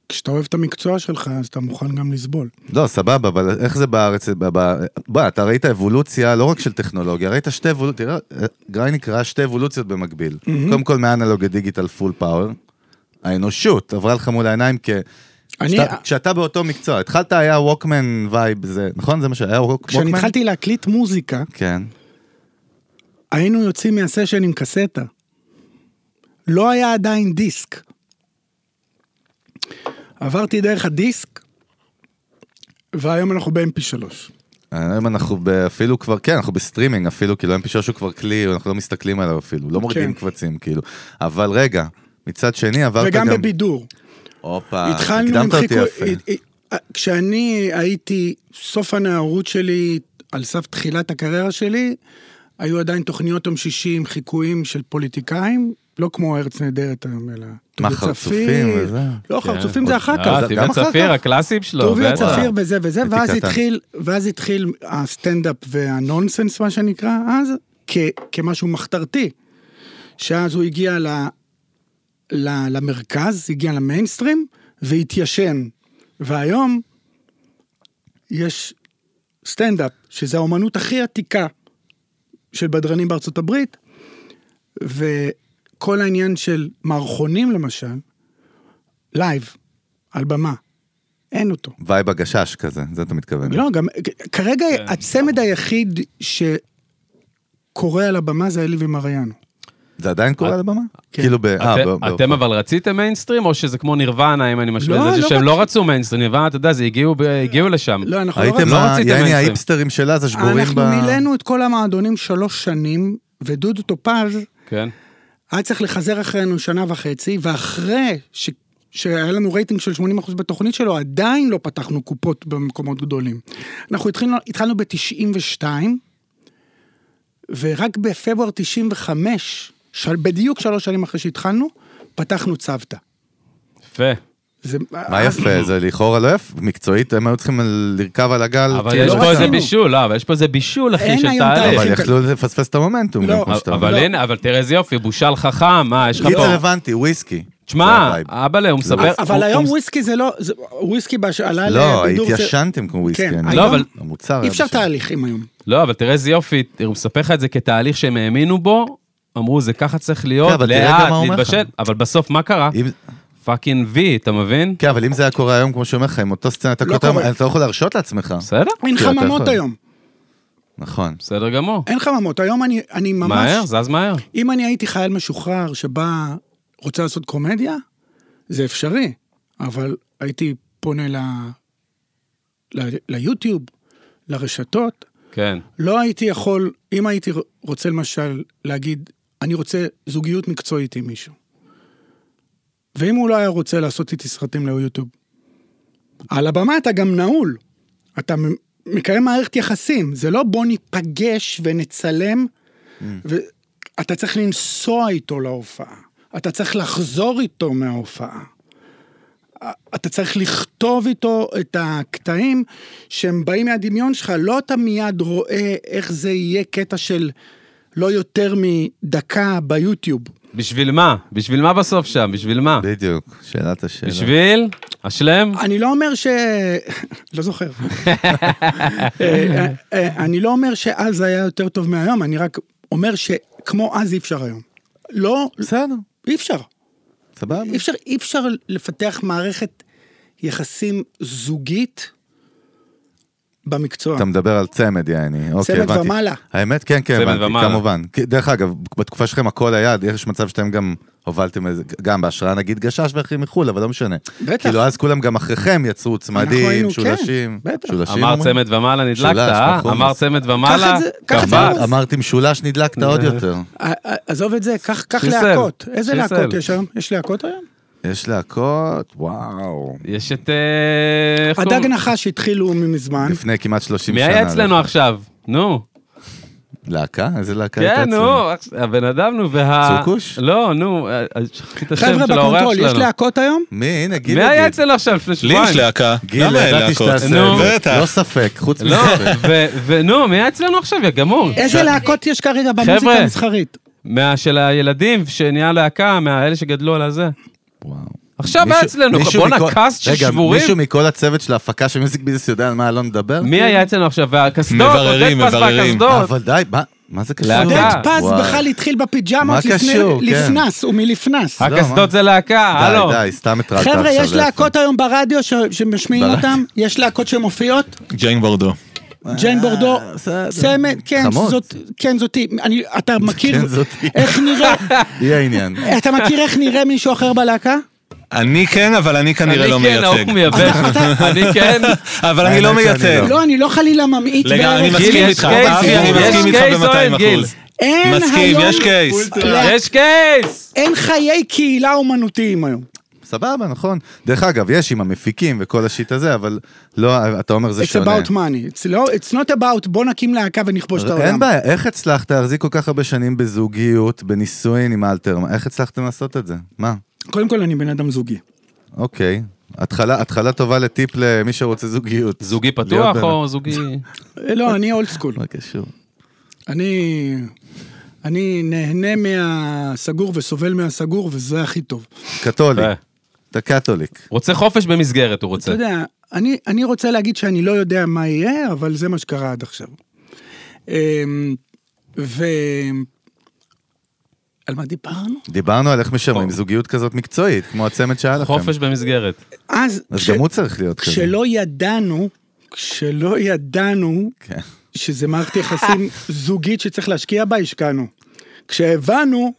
Speaker 1: כשאתה אוהב את המקצוע שלך, אז אתה מוכן גם לסבול.
Speaker 3: לא, סבבה, אבל איך זה בארץ? ב- ב- בוא, אתה ראית אבולוציה לא רק של טכנולוגיה, ראית שתי אבולוציות, תראה, גרייניק ראה שתי אבולוציות במקביל.
Speaker 1: Mm-hmm.
Speaker 3: קודם כל מאנלוג לדיגיטל פול פאוור. האנושות עברה לך מול העיניים כ...
Speaker 1: אני...
Speaker 3: כשאתה- כשאתה באותו מקצוע, התחלת היה ווקמן וייב, זה, נכון? זה מה שהיה ווק- ווקמן?
Speaker 1: כשאני התחלתי להקליט מוזיקה,
Speaker 3: כן.
Speaker 1: היינו יוצאים מהסשן עם קסטה. לא היה עדיין דיסק. עברתי דרך הדיסק, והיום אנחנו ב-MP3.
Speaker 3: היום לא אנחנו ב- אפילו כבר, כן, אנחנו בסטרימינג אפילו, כאילו mp3 הוא כבר כלי, אנחנו לא מסתכלים עליו אפילו, לא מורידים
Speaker 1: כן.
Speaker 3: קבצים, כאילו. אבל רגע, מצד שני עברת גם...
Speaker 1: וגם בבידור.
Speaker 3: הופה,
Speaker 1: התחלנו עם
Speaker 3: הקדמת אותי
Speaker 1: חיקוי...
Speaker 3: יפה.
Speaker 1: אה, אה, כשאני הייתי, סוף הנערות שלי, על סף תחילת הקריירה שלי, היו עדיין תוכניות יום שישי עם חיקויים של פוליטיקאים, לא כמו ארץ נהדרת היום, אלא...
Speaker 3: מה,
Speaker 1: טוביה
Speaker 3: חרצופים
Speaker 1: צפיר.
Speaker 3: וזה?
Speaker 1: לא, חרצופים זה אחר כך.
Speaker 2: אה,
Speaker 3: גם
Speaker 2: טבעי
Speaker 3: אחר
Speaker 2: צפיר,
Speaker 3: כך.
Speaker 2: הקלאסים שלו.
Speaker 1: טוביה
Speaker 2: בטח.
Speaker 1: צפיר וזה וזה,
Speaker 3: לא, הייתי
Speaker 1: ואז
Speaker 3: קטן.
Speaker 1: התחיל, ואז התחיל הסטנדאפ והנונסנס, מה שנקרא, אז, כ- כמשהו מחתרתי. שאז הוא הגיע ל, ל, למרכז, הגיע למיינסטרים, והתיישן. והיום יש סטנדאפ, שזה האומנות הכי עתיקה של בדרנים בארצות הברית, וכל העניין של מערכונים למשל, לייב, על במה, אין אותו.
Speaker 3: וייב הגשש כזה, זה אתה מתכוון.
Speaker 1: לא, גם כרגע
Speaker 3: כן.
Speaker 1: הצמד היחיד שקורא על הבמה זה אלי ומריאנו.
Speaker 3: זה עדיין קורה על הבמה?
Speaker 1: כן.
Speaker 3: כאילו ב... אה,
Speaker 2: אתם-
Speaker 3: ב- ב-
Speaker 2: אתם אבל רציתם מיינסטרים, או שזה כמו נירוונה, אם אני משווה
Speaker 1: לא,
Speaker 2: את זה,
Speaker 1: לא
Speaker 2: שהם לא
Speaker 1: רצ-
Speaker 2: רצו מיינסטרים, נירוונה, אתה יודע, זה הגיעו ב- הגיעו לשם.
Speaker 1: לא, אנחנו לא
Speaker 3: הייתם,
Speaker 1: רצינו.
Speaker 2: לא רציתם
Speaker 3: יעני
Speaker 2: מיינסטרים.
Speaker 3: ההיפסטרים של אז, השבורים
Speaker 1: אנחנו
Speaker 3: ב...
Speaker 1: מילאנו את כל המועדונים שלוש שנים, ודודו טופז
Speaker 2: כן.
Speaker 1: היה צריך לחזר אחרינו שנה וחצי, ואחרי ש... שהיה לנו רייטינג של 80% בתוכנית שלו, עדיין לא פתחנו קופות במקומות גדולים. אנחנו התחלנו, התחלנו ב-92, ורק בפברואר 95, של... בדיוק שלוש שנים אחרי שהתחלנו, פתחנו צוותא.
Speaker 2: יפה.
Speaker 1: זה...
Speaker 3: מה יפה, זה לכאורה לא יפה, מקצועית, הם היו צריכים לרכב על הגל.
Speaker 2: אבל
Speaker 3: כאילו,
Speaker 2: יש
Speaker 1: לא
Speaker 2: פה איזה
Speaker 1: רצינו.
Speaker 2: בישול, לא, אבל יש פה איזה בישול, אחי,
Speaker 1: אין
Speaker 2: של
Speaker 1: היום
Speaker 2: תהליך.
Speaker 1: תהליכים.
Speaker 3: אבל יכלו לפספס את המומנטום,
Speaker 1: לא.
Speaker 3: גם כמו שאתה אומר.
Speaker 2: אבל הנה, אבל תראה איזה יופי, בושל חכם, מה, יש לך
Speaker 3: גיץ
Speaker 2: פה...
Speaker 3: רלוונטי, וויסקי. זה
Speaker 2: תשמע,
Speaker 3: הווייב.
Speaker 2: אבאלה, הוא מספר...
Speaker 1: אבל
Speaker 2: הוא-
Speaker 1: היום
Speaker 2: הוא-
Speaker 1: וויסקי זה לא... זה... וויסקי בהשאלה
Speaker 3: אוקיי, לא,
Speaker 1: לבידור אה, זה-
Speaker 3: התיישנתם כמו וויסקי.
Speaker 1: כן,
Speaker 3: אני-
Speaker 2: לא, אבל-
Speaker 3: המוצר...
Speaker 1: אי
Speaker 3: היה
Speaker 1: אפשר
Speaker 3: בשביל-
Speaker 1: תהליכים היום.
Speaker 2: לא, אבל תראה איזה יופי, הוא מספר לך את זה כתהליך שהם האמינו בו, אמרו, זה ככה צריך
Speaker 3: כן,
Speaker 2: להיות,
Speaker 3: אבל תראה גם
Speaker 2: לאט,
Speaker 3: מה הוא אומר לך.
Speaker 2: להתבשל, אבל בסוף מה קרה?
Speaker 3: אם-
Speaker 2: פאקינג וי, אתה מבין?
Speaker 3: כן, אבל אם זה היה קורה היום, כמו שאומר לך, עם אותו סצנה, אתה
Speaker 1: לא
Speaker 3: כל
Speaker 1: קורה.
Speaker 3: הזמן- אתה לא יכול להרשות לעצמך.
Speaker 2: בסדר?
Speaker 1: אין
Speaker 3: אוקיי, אתה
Speaker 1: חממות
Speaker 3: יכול.
Speaker 1: היום.
Speaker 3: נכון.
Speaker 2: בסדר גמור.
Speaker 1: אין חממות. היום אני, אני אה, ממש...
Speaker 2: מהר, זז מהר.
Speaker 1: אם אני הייתי חייל משוחרר שבא, רוצה לעשות קומדיה, זה אפשרי, אבל הייתי פונה ל... ל... ליוטיוב, לרשתות,
Speaker 2: כן.
Speaker 1: לא הייתי יכול, אם הייתי רוצה למשל להגיד, אני רוצה זוגיות מקצועית עם מישהו, ואם הוא לא היה רוצה לעשות איתי סרטים ליוטיוב, על הבמה אתה גם נעול, אתה מ- מקיים מערכת יחסים, זה לא בוא ניפגש ונצלם, ואתה צריך לנסוע איתו להופעה, אתה צריך לחזור איתו מההופעה. אתה צריך לכתוב איתו את הקטעים שהם באים מהדמיון שלך, לא אתה מיד רואה איך זה יהיה קטע של לא יותר מדקה ביוטיוב.
Speaker 2: בשביל מה? בשביל מה בסוף שם? בשביל מה?
Speaker 3: בדיוק, שאלת השאלה.
Speaker 2: בשביל? השלם?
Speaker 1: אני לא אומר ש... לא זוכר. אה, אה, אני לא אומר שאז היה יותר טוב מהיום, אני רק אומר שכמו אז אי אפשר היום. לא,
Speaker 3: בסדר,
Speaker 1: אי אפשר.
Speaker 3: סבבה.
Speaker 1: אי אפשר, אי אפשר לפתח מערכת יחסים זוגית במקצוע.
Speaker 3: אתה מדבר על צמד, יעני. אוקיי,
Speaker 1: נכון. צמד
Speaker 3: הבנתי.
Speaker 1: ומעלה.
Speaker 3: האמת, כן, כן,
Speaker 2: צמד
Speaker 3: הבנתי,
Speaker 2: ומעלה.
Speaker 3: כמובן. כי- דרך אגב, בתקופה שלכם הכל היה, יש מצב שאתם גם הובלתם איזה, גם בהשראה נגיד גשש ואחרים מחול, אבל לא משנה.
Speaker 1: בטח.
Speaker 3: כאילו אז כולם גם אחריכם יצרו
Speaker 1: אנחנו
Speaker 3: צמדים,
Speaker 1: היינו,
Speaker 3: שולשים.
Speaker 1: כן, בטח.
Speaker 3: שולשים,
Speaker 2: אמר
Speaker 3: אומרים?
Speaker 2: צמד ומעלה נדלקת,
Speaker 3: שולש,
Speaker 2: אה?
Speaker 3: בחומוס.
Speaker 2: אמר צמד ומעלה,
Speaker 1: קח את זה- קח את זה
Speaker 2: קבעת.
Speaker 1: בחומוס.
Speaker 3: אמרתי משולש נדלקת עוד יותר.
Speaker 1: אה, אה, עזוב את זה, קח קח
Speaker 2: שיסל.
Speaker 1: להקות. איזה
Speaker 2: שיסל.
Speaker 1: להקות יש היום? יש להקות היום?
Speaker 3: יש להקות, וואו.
Speaker 2: יש את... אה, איך
Speaker 1: הדג
Speaker 2: קוראים?
Speaker 1: נחש התחילו מזמן.
Speaker 3: לפני כמעט 30
Speaker 2: מי
Speaker 3: שנה. לא
Speaker 2: היה אצלנו עכשיו? נו.
Speaker 3: להקה? איזה להקה הייתה
Speaker 2: כן,
Speaker 3: אצלנו?
Speaker 2: נו, הבן אדם, נו, וה...
Speaker 3: צוקוש?
Speaker 2: לא, נו, אה, אה, שכחתי את השם
Speaker 1: חבר'ה
Speaker 2: של האורח
Speaker 1: בקונטרול, יש
Speaker 2: שלנו.
Speaker 1: להקות היום?
Speaker 3: מי? הנה, גיל
Speaker 2: מי היה
Speaker 3: יגיד.
Speaker 2: אצלנו עכשיו לפני
Speaker 4: לי
Speaker 2: שבועיים?
Speaker 4: יש להקה.
Speaker 3: גיל,
Speaker 4: למה אין
Speaker 3: ידעתי
Speaker 4: להקות?
Speaker 3: שתעשה את
Speaker 2: נו.
Speaker 3: זה.
Speaker 4: בטח.
Speaker 3: לא ספק, חוץ
Speaker 2: לא,
Speaker 3: מספק.
Speaker 2: ו- ונו, מי היה אצלנו עכשיו? יא גמור.
Speaker 1: איזה להקות יש כרגע במוזיקה
Speaker 2: חבר'ה.
Speaker 1: המסחרית?
Speaker 2: מה של הילדים, שנהיה להקה, מהאלה שגדלו על הזה.
Speaker 3: וואו.
Speaker 2: עכשיו היה
Speaker 3: מישהו-
Speaker 2: אצלנו,
Speaker 3: מישהו
Speaker 2: בואנה,
Speaker 3: מכל-
Speaker 2: כעס של
Speaker 3: רגע,
Speaker 2: שבורים.
Speaker 3: מישהו מכל הצוות של ההפקה של מיוזיק ביזנס יודע על מה אלון מדבר? אה,
Speaker 2: מי היה אצלנו עכשיו? והקסדות,
Speaker 4: מבררים,
Speaker 2: עודד פס
Speaker 4: מבררים.
Speaker 2: והקסדות.
Speaker 3: אבל די, מה- מה זה קשור?
Speaker 2: להקה.
Speaker 1: עודד
Speaker 2: אה,
Speaker 1: פז
Speaker 3: וואי.
Speaker 1: בכלל התחיל
Speaker 3: מה
Speaker 1: בפיג'מות לפני,
Speaker 3: קשור? כן.
Speaker 1: לפנס, הוא מלפנס.
Speaker 3: לא, מה?
Speaker 2: הקסדות זה להקה, הלו.
Speaker 3: די, די, סתם הטרלת עכשיו.
Speaker 1: חבר'ה, יש
Speaker 3: איפה?
Speaker 1: להקות היום ברדיו ש- שמשמיעים
Speaker 3: ברדיו. אה,
Speaker 1: אותם? יש להקות שמופיעות?
Speaker 4: ג'יינג בורדו.
Speaker 1: ג'יין בורדו,
Speaker 3: בסדר.
Speaker 1: סמל, כן,
Speaker 3: חמוד.
Speaker 1: זאת, כן זאתי, אני, אתה מכיר
Speaker 3: כן, זאתי.
Speaker 1: כאילו- איך נראה,
Speaker 3: היא העניין.
Speaker 1: אתה מכיר איך נראה מישהו אחר בלהקה?
Speaker 4: אני כן, אבל אני כנראה לא
Speaker 2: אני כן, ההוא
Speaker 4: מייצג.
Speaker 2: מייבש. אני כן.
Speaker 4: אבל אני לא
Speaker 3: האמת שאני
Speaker 4: מייצג.
Speaker 3: לא.
Speaker 1: לא, אני לא חלילה ממעיט
Speaker 4: לגמרי, אני
Speaker 1: בערך,
Speaker 2: גיל, יש
Speaker 4: מסכים איתך,
Speaker 2: קייס,
Speaker 4: אבי, אני
Speaker 2: יש
Speaker 4: מסכים איתך
Speaker 2: קייס או אין,
Speaker 4: ב-200
Speaker 2: גיל?
Speaker 4: אחוז.
Speaker 1: אין
Speaker 4: מסכים,
Speaker 1: היום,
Speaker 4: יש קייס.
Speaker 2: יש קייס!
Speaker 1: אין חיי קהילה אומנותיים היום.
Speaker 3: סבבה, נכון. דרך אגב, יש עם המפיקים וכל השיט הזה, אבל לא, אתה אומר זה
Speaker 1: It's
Speaker 3: שונה.
Speaker 1: about money, It's לא- it's not about בוא נקים להקה ונכבוש את העולם.
Speaker 3: אין בעיה, איך הצלחת להחזיק כל כך הרבה שנים בזוגיות, בנישואין עם אלתרמן? איך הצלחתם לעשות את זה? מה?
Speaker 1: קודם כל אני בן אדם זוגי.
Speaker 3: אוקיי. התחלה, התחלה טובה לטיפ למי שרוצה זוגיות.
Speaker 2: זוגי
Speaker 3: להיות
Speaker 2: פתוח
Speaker 3: בן-
Speaker 2: או זוגי...
Speaker 1: אה, לא, אני אולד סקול.
Speaker 3: מה קשור?
Speaker 1: אני, אני נהנה מהסגור וסובל מהסגור וזה הכי טוב.
Speaker 3: קתוליק.
Speaker 2: אה.
Speaker 3: אתה קתוליק.
Speaker 2: רוצה חופש במסגרת, הוא
Speaker 1: אתה
Speaker 2: רוצה.
Speaker 1: יודע, אני, אני רוצה להגיד שאני לא יודע מה יהיה, אבל זה מה שקרה עד עכשיו. אמ, ו... על מה דיברנו?
Speaker 3: דיברנו על איך משמרים זוגיות כזאת מקצועית, כמו הצמד שהיה
Speaker 1: נכון.
Speaker 3: לכם.
Speaker 2: חופש במסגרת.
Speaker 1: אז,
Speaker 3: אז גם הוא צריך להיות כזה.
Speaker 1: כשלא ידענו, כשלא ידענו
Speaker 3: כן.
Speaker 1: שזה מערכת יחסים זוגית שצריך להשקיע בה, השקענו. כשהבנו,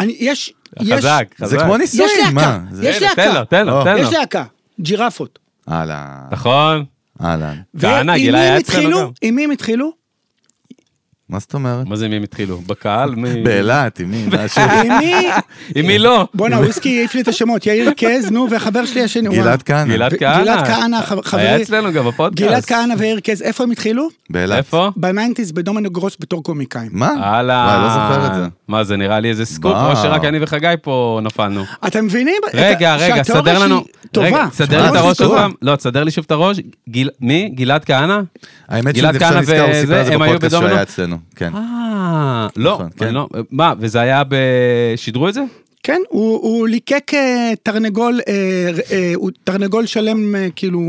Speaker 1: אני, יש, יש,
Speaker 2: חזק, חזק.
Speaker 3: זה כמו
Speaker 1: יש
Speaker 3: נישואין,
Speaker 1: להקה,
Speaker 3: מה? זה-
Speaker 1: יש
Speaker 2: תן לו, תן
Speaker 1: להקה, אה.
Speaker 2: לו, תן לו,
Speaker 3: לא.
Speaker 2: תן
Speaker 1: יש
Speaker 2: לו.
Speaker 1: להקה, ג'ירפות.
Speaker 3: אהלן,
Speaker 2: נכון?
Speaker 3: אהלן.
Speaker 2: כהנא, גילה
Speaker 1: ועם מי הם
Speaker 2: היה אצלנו
Speaker 1: התחילו?
Speaker 2: גם.
Speaker 1: עם מי הם התחילו?
Speaker 3: מה זאת אומרת?
Speaker 2: מה זה, מי הם התחילו? בקהל? מי-
Speaker 3: באילת, עם מי? משהו.
Speaker 1: עם מי?
Speaker 2: עם מי לא?
Speaker 1: בואנה, וויסקי העיף לי את השמות, יאיר קז, נו, והחבר שלי השני, וואו.
Speaker 3: גלעד כהנא.
Speaker 2: גלעד
Speaker 1: ו-
Speaker 2: כהנא.
Speaker 1: גלעד כהנא, ח- חברי.
Speaker 2: היה אצלנו גם לא. בפודקאסט.
Speaker 1: גלעד כהנא ויאיר קז, איפה הם התחילו?
Speaker 3: באילת.
Speaker 2: איפה?
Speaker 1: בניינטיז בדומינו גרוס בתור קומיקאים.
Speaker 3: מה?
Speaker 2: אהלן.
Speaker 3: וואי, לא זוכר את זה.
Speaker 2: מה זה, נראה לי איזה סקופ,
Speaker 3: וואו.
Speaker 2: או שרק אני וחגי פה נפלנו.
Speaker 1: אתם מבינים?
Speaker 2: רגע,
Speaker 1: את-
Speaker 2: רגע,
Speaker 1: שהתיאוריה
Speaker 2: סדר לנו...
Speaker 1: שהיא טובה.
Speaker 2: רגע, סדר לי
Speaker 3: אה,
Speaker 2: את הראש
Speaker 3: סגור.
Speaker 2: עוד פעם. לא, סדר לי שוב את הראש. גיל- מי? גלעד כהנא?
Speaker 3: האמת
Speaker 2: גלעד
Speaker 3: שזה עכשיו
Speaker 2: כהנא
Speaker 3: נזכר, הוא
Speaker 2: וזה,
Speaker 3: סיפר את זה
Speaker 2: הם היו
Speaker 3: בפודקאסט
Speaker 2: בדומינו?
Speaker 3: שהיה אצלנו. כן.
Speaker 2: אה, לא,
Speaker 3: נכון, כן.
Speaker 2: אני לא... מה, וזה היה ב... שידרו את זה?
Speaker 1: כן, הוא הוא ליקק אה, תרנגול, אה, אה, הוא תרנגול שלם, אה, כאילו...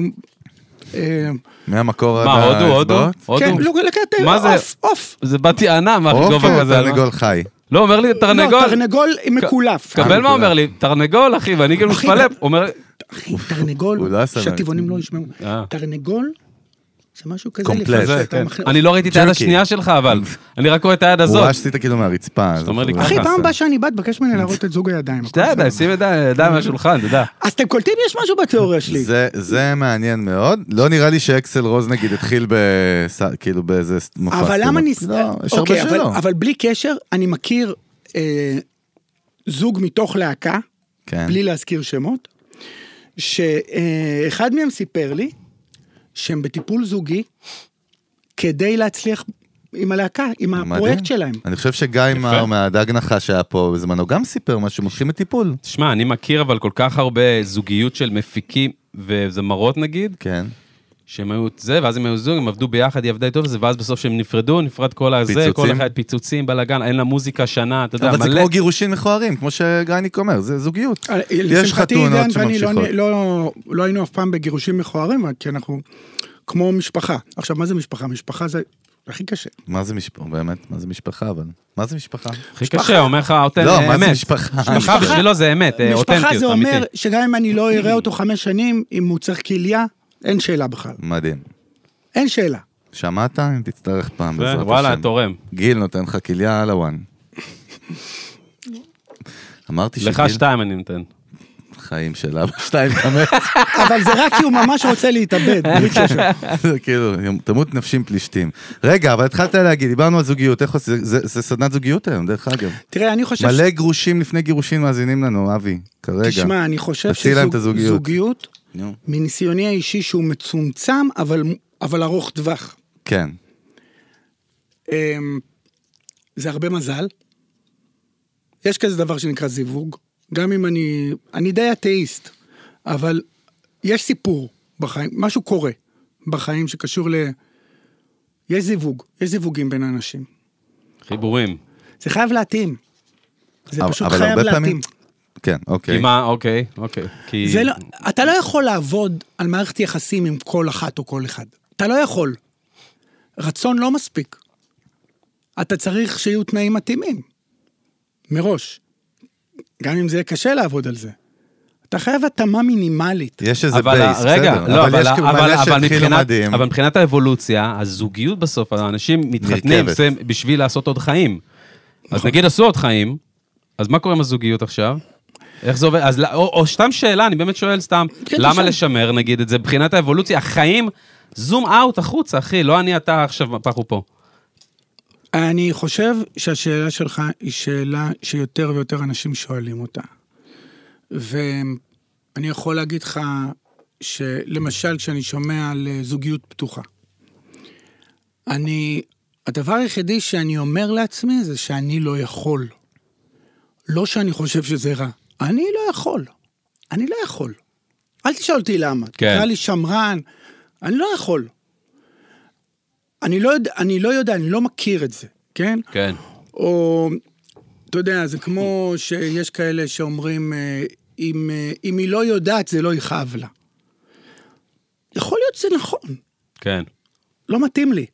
Speaker 1: אה,
Speaker 3: מהמקור עד
Speaker 2: מה, הודו, הודו?
Speaker 3: האצבעות?
Speaker 2: הודו?
Speaker 1: כן, לא, לקט, אה,
Speaker 2: מה זה?
Speaker 1: עוף, עוף.
Speaker 2: זה בטענה, מה,
Speaker 3: עוף
Speaker 2: גובה
Speaker 3: או
Speaker 2: כזה. על מה?
Speaker 3: תרנגול חי?
Speaker 2: לא, אומר לי
Speaker 1: לא,
Speaker 2: תרנגול.
Speaker 1: תרנגול מקולף.
Speaker 2: קבל מה אומר לי, תרנגול, אחי, ואני כאילו
Speaker 1: אחי,
Speaker 2: מתפלא.
Speaker 1: ת-
Speaker 2: אומר,
Speaker 1: אחי, תרנגול,
Speaker 3: הוא לא עשה לנו.
Speaker 1: שהטבעונים לא ישמעו.
Speaker 2: אה.
Speaker 1: תרנגול, זה משהו כזה.
Speaker 3: קומפלט.
Speaker 1: לפעמים
Speaker 2: זה,
Speaker 1: שאתה
Speaker 2: כן.
Speaker 1: מכניס-
Speaker 2: אני לא ראיתי את היד
Speaker 3: ג'רקי.
Speaker 2: השנייה שלך, אבל. אני רק רואה את היד
Speaker 3: הוא
Speaker 2: הזאת.
Speaker 3: ראה שעשית כאילו מהרצפה. אז
Speaker 2: אומר לי
Speaker 3: הוא-
Speaker 2: ככה.
Speaker 1: אחי,
Speaker 3: הוא
Speaker 1: פעם
Speaker 3: עשה.
Speaker 1: הבאה שאני בת, בקש ממני להראות את זוג הידיים.
Speaker 2: שתי ידיים, שים ידיים ידיים מהשולחן, אתה יודע.
Speaker 1: אז אתם קולטים? יש משהו בתיאוריה שלי.
Speaker 3: זה, זה מעניין מאוד, לא נראה לי שאקסל רוז נגיד התחיל בס... כאילו באיזה ס- מופע
Speaker 1: אבל
Speaker 3: סטנדאפ.
Speaker 1: למה ניס...
Speaker 3: לא, יש
Speaker 1: אוקיי,
Speaker 3: הרבה
Speaker 1: אבל-
Speaker 3: שלא.
Speaker 1: אבל בלי קשר, אני מכיר אה, זוג מתוך להקה,
Speaker 3: כן.
Speaker 1: בלי להזכיר שמות, שאחד מהם סיפר לי שהם בטיפול זוגי כדי להצליח עם הלהקה, עם הפרויקט
Speaker 3: מדהים.
Speaker 1: שלהם.
Speaker 3: אני חושב שגיא מר מהדג נחש שהיה פה בזמנו גם סיפר משהו, הולכים לטיפול.
Speaker 2: תשמע, אני מכיר אבל כל כך הרבה זוגיות של מפיקים וזמרות נגיד,
Speaker 3: כן.
Speaker 2: שהם היו זה, ואז הם היו זוג, הם עבדו ביחד, היא עבדה איתו וזה, ואז בסוף שהם נפרדו, נפרד כל הזה,
Speaker 3: פיצוצים?
Speaker 2: כל אחד פיצוצים, בלאגן, אין לה מוזיקה שנה, אתה יודע,
Speaker 3: אבל זה
Speaker 2: מלא.
Speaker 3: כמו גירושין מכוערים, כמו שגייניק אומר, זה זוגיות.
Speaker 1: אה,
Speaker 3: יש
Speaker 1: לשמחתי,
Speaker 3: חתונות
Speaker 1: עידן ואני לא-
Speaker 3: שממשיכות.
Speaker 1: לא- לא היינו אף פעם בגירושים מכוערים, רק כי אנחנו כמו משפחה. עכשיו, מה זה משפחה? משפחה זה הכי קשה.
Speaker 3: מה זה משפחה? באמת, מה זה משפחה אבל? מה זה משפחה?
Speaker 2: הכי קשה, אומר לך, "אה, אותן
Speaker 3: לא, מה זה
Speaker 2: אמת.
Speaker 3: משפחה?
Speaker 2: משפחה בשבילו זה אמת, אה,
Speaker 1: משפחה
Speaker 2: אותנטיות,
Speaker 1: זה אומר
Speaker 2: אמיתי.
Speaker 1: שגם אם אני לא אראה אותו חמש שנים, אם הוא צריך כליה, אין שאלה בכלל.
Speaker 3: מדהים.
Speaker 1: אין שאלה.
Speaker 3: שמעת? אם תצטרך פעם,
Speaker 2: זה,
Speaker 3: בעזרת השם.
Speaker 2: כן, וואלה, תורם.
Speaker 3: גיל נותן לך כליה על הוואן. אמרתי שגיל...
Speaker 2: לך שתיים אני נותן.
Speaker 3: חיים של אבא שתיים חמש.
Speaker 1: אבל זה רק כי הוא ממש רוצה להתאבד, בלי קשר.
Speaker 3: זה כאילו, תמות נפשים פלישתים. רגע, אבל התחלת להגיד, דיברנו על זוגיות, איך עושים, זה- זה סדנת זוגיות היום, דרך אגב.
Speaker 1: תראה, אני חושב...
Speaker 3: מלא גרושים לפני גירושים מאזינים לנו, אבי, כרגע.
Speaker 1: תשמע, אני חושב
Speaker 3: תציעי להם את הזוגיות.
Speaker 1: שזוגיות,
Speaker 3: נו.
Speaker 1: מניסיוני האישי שהוא מצומצם, אבל, אבל ארוך טווח.
Speaker 3: כן,
Speaker 1: אמ, זה הרבה מזל. יש כזה דבר שנקרא זיווג. גם אם אני... אני די אתאיסט, אבל יש סיפור בחיים, משהו קורה בחיים שקשור ל... יש זיווג, יש זיווגים בין אנשים.
Speaker 2: חיבורים.
Speaker 3: אוקיי.
Speaker 1: זה חייב להתאים. זה
Speaker 3: אבל-
Speaker 1: פשוט
Speaker 3: אבל
Speaker 1: חייב
Speaker 3: הרבה
Speaker 1: להתאים.
Speaker 3: פעמים- כן,
Speaker 2: כי
Speaker 3: אוקיי.
Speaker 2: מה, אוקיי, אוקיי. כי...
Speaker 1: זה לא, אתה לא יכול לעבוד על מערכת יחסים עם כל אחת או כל אחד. אתה לא יכול. רצון לא מספיק. אתה צריך שיהיו תנאים מתאימים. מראש. גם אם זה יהיה קשה לעבוד על זה. אתה חייב התאמה מינימלית.
Speaker 3: יש איזה
Speaker 2: אבל ה-
Speaker 3: בייס,
Speaker 2: רגע,
Speaker 3: בסדר.
Speaker 2: לא, אבל
Speaker 3: יש
Speaker 2: ה-
Speaker 3: כאילו
Speaker 2: אבל-
Speaker 3: מלא
Speaker 2: אבל
Speaker 3: שהתחילו
Speaker 2: מבחינת-
Speaker 3: מדהים.
Speaker 2: אבל מבחינת האבולוציה, הזוגיות בסוף, האנשים מתחתנים
Speaker 3: נרכבת.
Speaker 2: זה בשביל לעשות עוד חיים. אז נגיד עשו עוד חיים, אז מה קורה עם הזוגיות עכשיו? איך זה עובד? אז, לא- או, או סתם שאלה, אני באמת שואל סתם,
Speaker 1: כן,
Speaker 2: למה
Speaker 1: תשאל.
Speaker 2: לשמר נגיד את זה? מבחינת האבולוציה, החיים, זום אאוט החוצה, אחי, לא אני, אתה עכשיו, אנחנו פה.
Speaker 1: אני חושב שהשאלה שלך היא שאלה שיותר ויותר אנשים שואלים אותה. ואני יכול להגיד לך שלמשל כשאני שומע על אה, זוגיות פתוחה, אני, הדבר היחידי שאני אומר לעצמי זה שאני לא יכול. לא שאני חושב שזה רע, אני לא יכול. אני לא יכול. אל תשאל אותי למה.
Speaker 2: כן.
Speaker 1: כן. תקרא לי שמרן, אני לא יכול. אני לא, יודע, אני לא יודע, אני לא מכיר את זה, כן?
Speaker 2: כן.
Speaker 1: או, אתה יודע, זה כמו שיש כאלה שאומרים, אה, אם, אה, אם היא לא יודעת, זה לא יכאב לה. יכול להיות שזה נכון,
Speaker 2: כן.
Speaker 1: לא מתאים לי.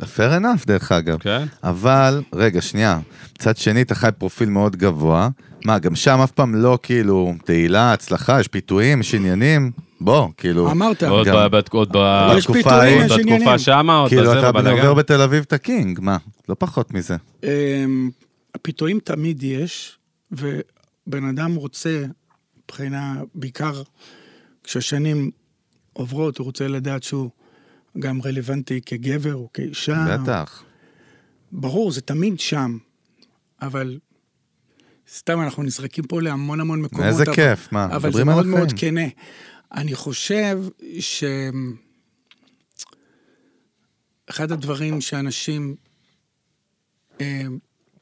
Speaker 3: fair enough דרך אגב.
Speaker 2: כן.
Speaker 3: אבל, רגע, שנייה. מצד שני, אתה חי פרופיל מאוד גבוה. מה, גם שם אף פעם לא כאילו תהילה, הצלחה, יש פיתויים, יש עניינים? בוא, כאילו...
Speaker 1: אמרת.
Speaker 2: עוד
Speaker 3: גם-
Speaker 2: ב... בת- עוד ב...
Speaker 3: יש
Speaker 2: אה, בתקופה
Speaker 3: פיתויים,
Speaker 2: ההיא,
Speaker 1: יש
Speaker 2: בתקופה
Speaker 1: עניינים.
Speaker 2: שמה, עוד
Speaker 3: כאילו,
Speaker 2: בזה,
Speaker 3: אתה
Speaker 2: בבלגן.
Speaker 3: עובר בתל אביב את הקינג, מה? לא פחות מזה.
Speaker 1: אמ, הפיתויים תמיד יש, ובן אדם רוצה, מבחינה, בעיקר כשהשנים עוברות, הוא רוצה לדעת שהוא גם רלוונטי כגבר או כאישה.
Speaker 3: בטח.
Speaker 1: ברור, זה תמיד שם, אבל סתם אנחנו נזרקים פה להמון המון מקומות.
Speaker 3: איזה
Speaker 1: אבל-
Speaker 3: כיף, מה,
Speaker 1: אבל זה
Speaker 3: מדברים על
Speaker 1: מאוד מאוד
Speaker 3: החיים.
Speaker 1: כנה. אני חושב ש... אחד הדברים שאנשים אה,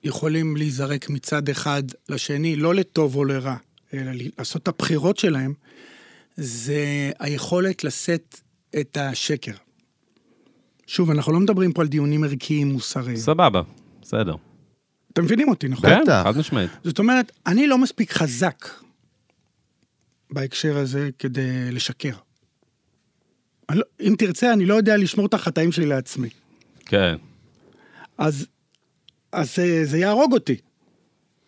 Speaker 1: יכולים להיזרק מצד אחד לשני, לא לטוב או לרע, אלא ל- לעשות את הבחירות שלהם, זה היכולת לשאת את השקר. שוב, אנחנו לא מדברים פה על דיונים ערכיים מוסריים.
Speaker 2: סבבה, בסדר.
Speaker 1: אתם מבינים אותי, נכון?
Speaker 2: כן,
Speaker 3: בטח.
Speaker 2: חד משמעית.
Speaker 1: זאת אומרת, אני לא מספיק חזק בהקשר הזה כדי לשקר. אני לא, אם תרצה, אני לא יודע לשמור את החטאים שלי לעצמי.
Speaker 2: כן.
Speaker 1: אז, אז זה, זה יהרוג אותי.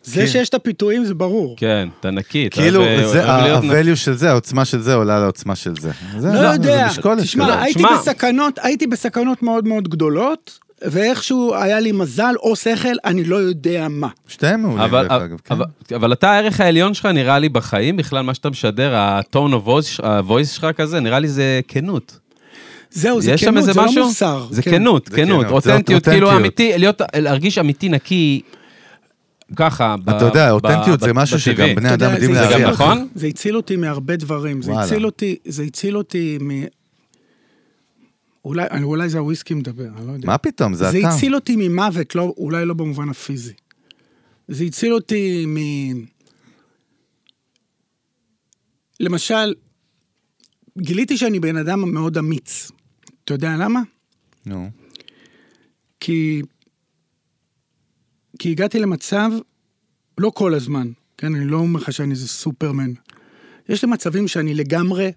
Speaker 1: זה שיש את הפיתויים זה ברור.
Speaker 2: כן, אתה נקי. אתה
Speaker 3: כאילו,
Speaker 2: אוהב-
Speaker 3: זה
Speaker 2: אוהב להיות נקי.
Speaker 3: ה-value של זה, העוצמה של זה עולה לעוצמה של זה. זה
Speaker 1: לא
Speaker 3: זה
Speaker 1: יודע,
Speaker 3: משקולת שלו.
Speaker 1: תשמע, אה- הייתי
Speaker 2: תשמע.
Speaker 1: בסכנות, הייתי בסכנות מאוד מאוד גדולות, ואיכשהו היה לי מזל או שכל, אני לא יודע מה.
Speaker 3: שתיהם מעולים,
Speaker 2: אבל,
Speaker 3: דרך אגב, כן.
Speaker 2: אבל, אבל אתה הערך העליון שלך נראה לי בחיים בכלל מה שאתה משדר הטון הוויס שלך כזה נראה לי זה כנות.
Speaker 1: זהו, זה
Speaker 2: יש שם
Speaker 1: כנות,
Speaker 2: איזה
Speaker 1: זה
Speaker 2: משהו?
Speaker 1: לא מוסר.
Speaker 2: זה
Speaker 1: כן.
Speaker 2: כנות,
Speaker 3: זה
Speaker 2: כנות,
Speaker 3: כנות, זה
Speaker 2: אותנטיות, כאילו
Speaker 3: אותנטיות.
Speaker 2: אמיתי, להיות, להרגיש אמיתי נקי ככה. ב-
Speaker 3: אתה יודע,
Speaker 2: ב-
Speaker 3: אותנטיות
Speaker 2: ב-
Speaker 3: זה משהו
Speaker 2: בטבעי.
Speaker 3: שגם בני
Speaker 1: אתה
Speaker 3: אדם
Speaker 1: יודע,
Speaker 3: יודעים
Speaker 1: זה הציל
Speaker 2: גם
Speaker 3: להריח.
Speaker 1: אותי-
Speaker 2: נכון?
Speaker 1: זה הציל אותי מהרבה דברים. זה
Speaker 3: וואלה.
Speaker 1: הציל אותי, זה הציל אותי מ... אולי, אני- אולי זה הוויסקי מדבר, אני לא יודע.
Speaker 3: מה פתאום, זה
Speaker 1: זה
Speaker 3: אתה.
Speaker 1: הציל אותי ממוות, לא, אולי לא במובן הפיזי. זה הציל אותי מ... למשל, גיליתי שאני בן אדם מאוד אמיץ. אתה יודע למה?
Speaker 3: נו.
Speaker 1: כי... כי הגעתי למצב, לא כל הזמן, כן, אני לא אומר לך שאני איזה סופרמן. יש לי מצבים שאני לגמרי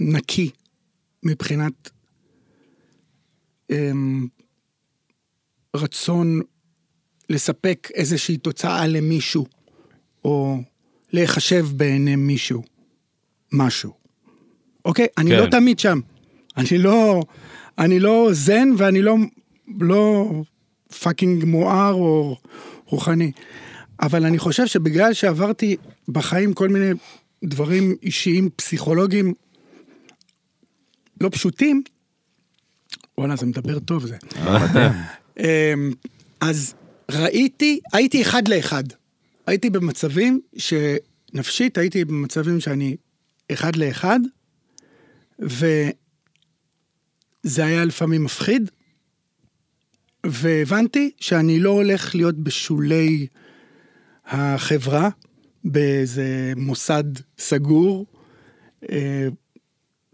Speaker 1: נקי מבחינת אמ, רצון לספק איזושהי תוצאה למישהו, או להיחשב בעיני מישהו, משהו. אוקיי? אני
Speaker 2: כן.
Speaker 1: לא תמיד שם. אני לא, אני לא זן ואני לא, לא פאקינג מואר או רוחני. אבל אני חושב שבגלל שעברתי בחיים כל מיני דברים אישיים, פסיכולוגיים, לא פשוטים, וואלה, זה מדבר טוב זה. אמ, אז ראיתי, הייתי אחד לאחד. הייתי במצבים שנפשית, הייתי במצבים שאני אחד לאחד, וזה היה לפעמים מפחיד, והבנתי שאני לא הולך להיות בשולי החברה, באיזה מוסד סגור, אה,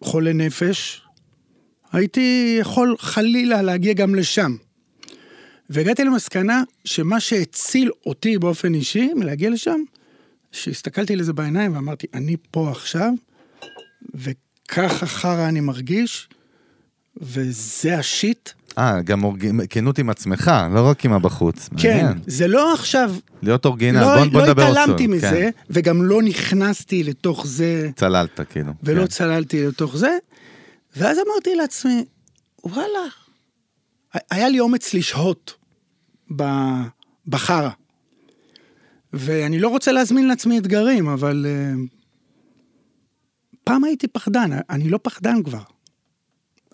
Speaker 1: חולה נפש. הייתי יכול חלילה להגיע גם לשם. והגעתי למסקנה שמה שהציל אותי באופן אישי מלהגיע לשם, שהסתכלתי לזה בעיניים ואמרתי, אני פה עכשיו, וככה חרא אני מרגיש, וזה השיט.
Speaker 3: אה, גם אורג- כנות עם עצמך, לא רק עם הבחוץ.
Speaker 1: כן,
Speaker 3: מעניין.
Speaker 1: זה לא עכשיו,
Speaker 3: להיות אורגינל,
Speaker 1: לא,
Speaker 3: בוא- בוא
Speaker 1: לא
Speaker 3: נדבר עוד
Speaker 1: התעלמתי
Speaker 3: סול.
Speaker 1: מזה,
Speaker 3: כן.
Speaker 1: וגם לא נכנסתי לתוך זה.
Speaker 3: צללת, כאילו.
Speaker 1: ולא
Speaker 3: כן.
Speaker 1: צללתי לתוך זה, ואז אמרתי לעצמי, וואלה, היה לי אומץ לשהות ב- בחרא. ואני לא רוצה להזמין לעצמי אתגרים, אבל אה, פעם הייתי פחדן, אני לא פחדן כבר.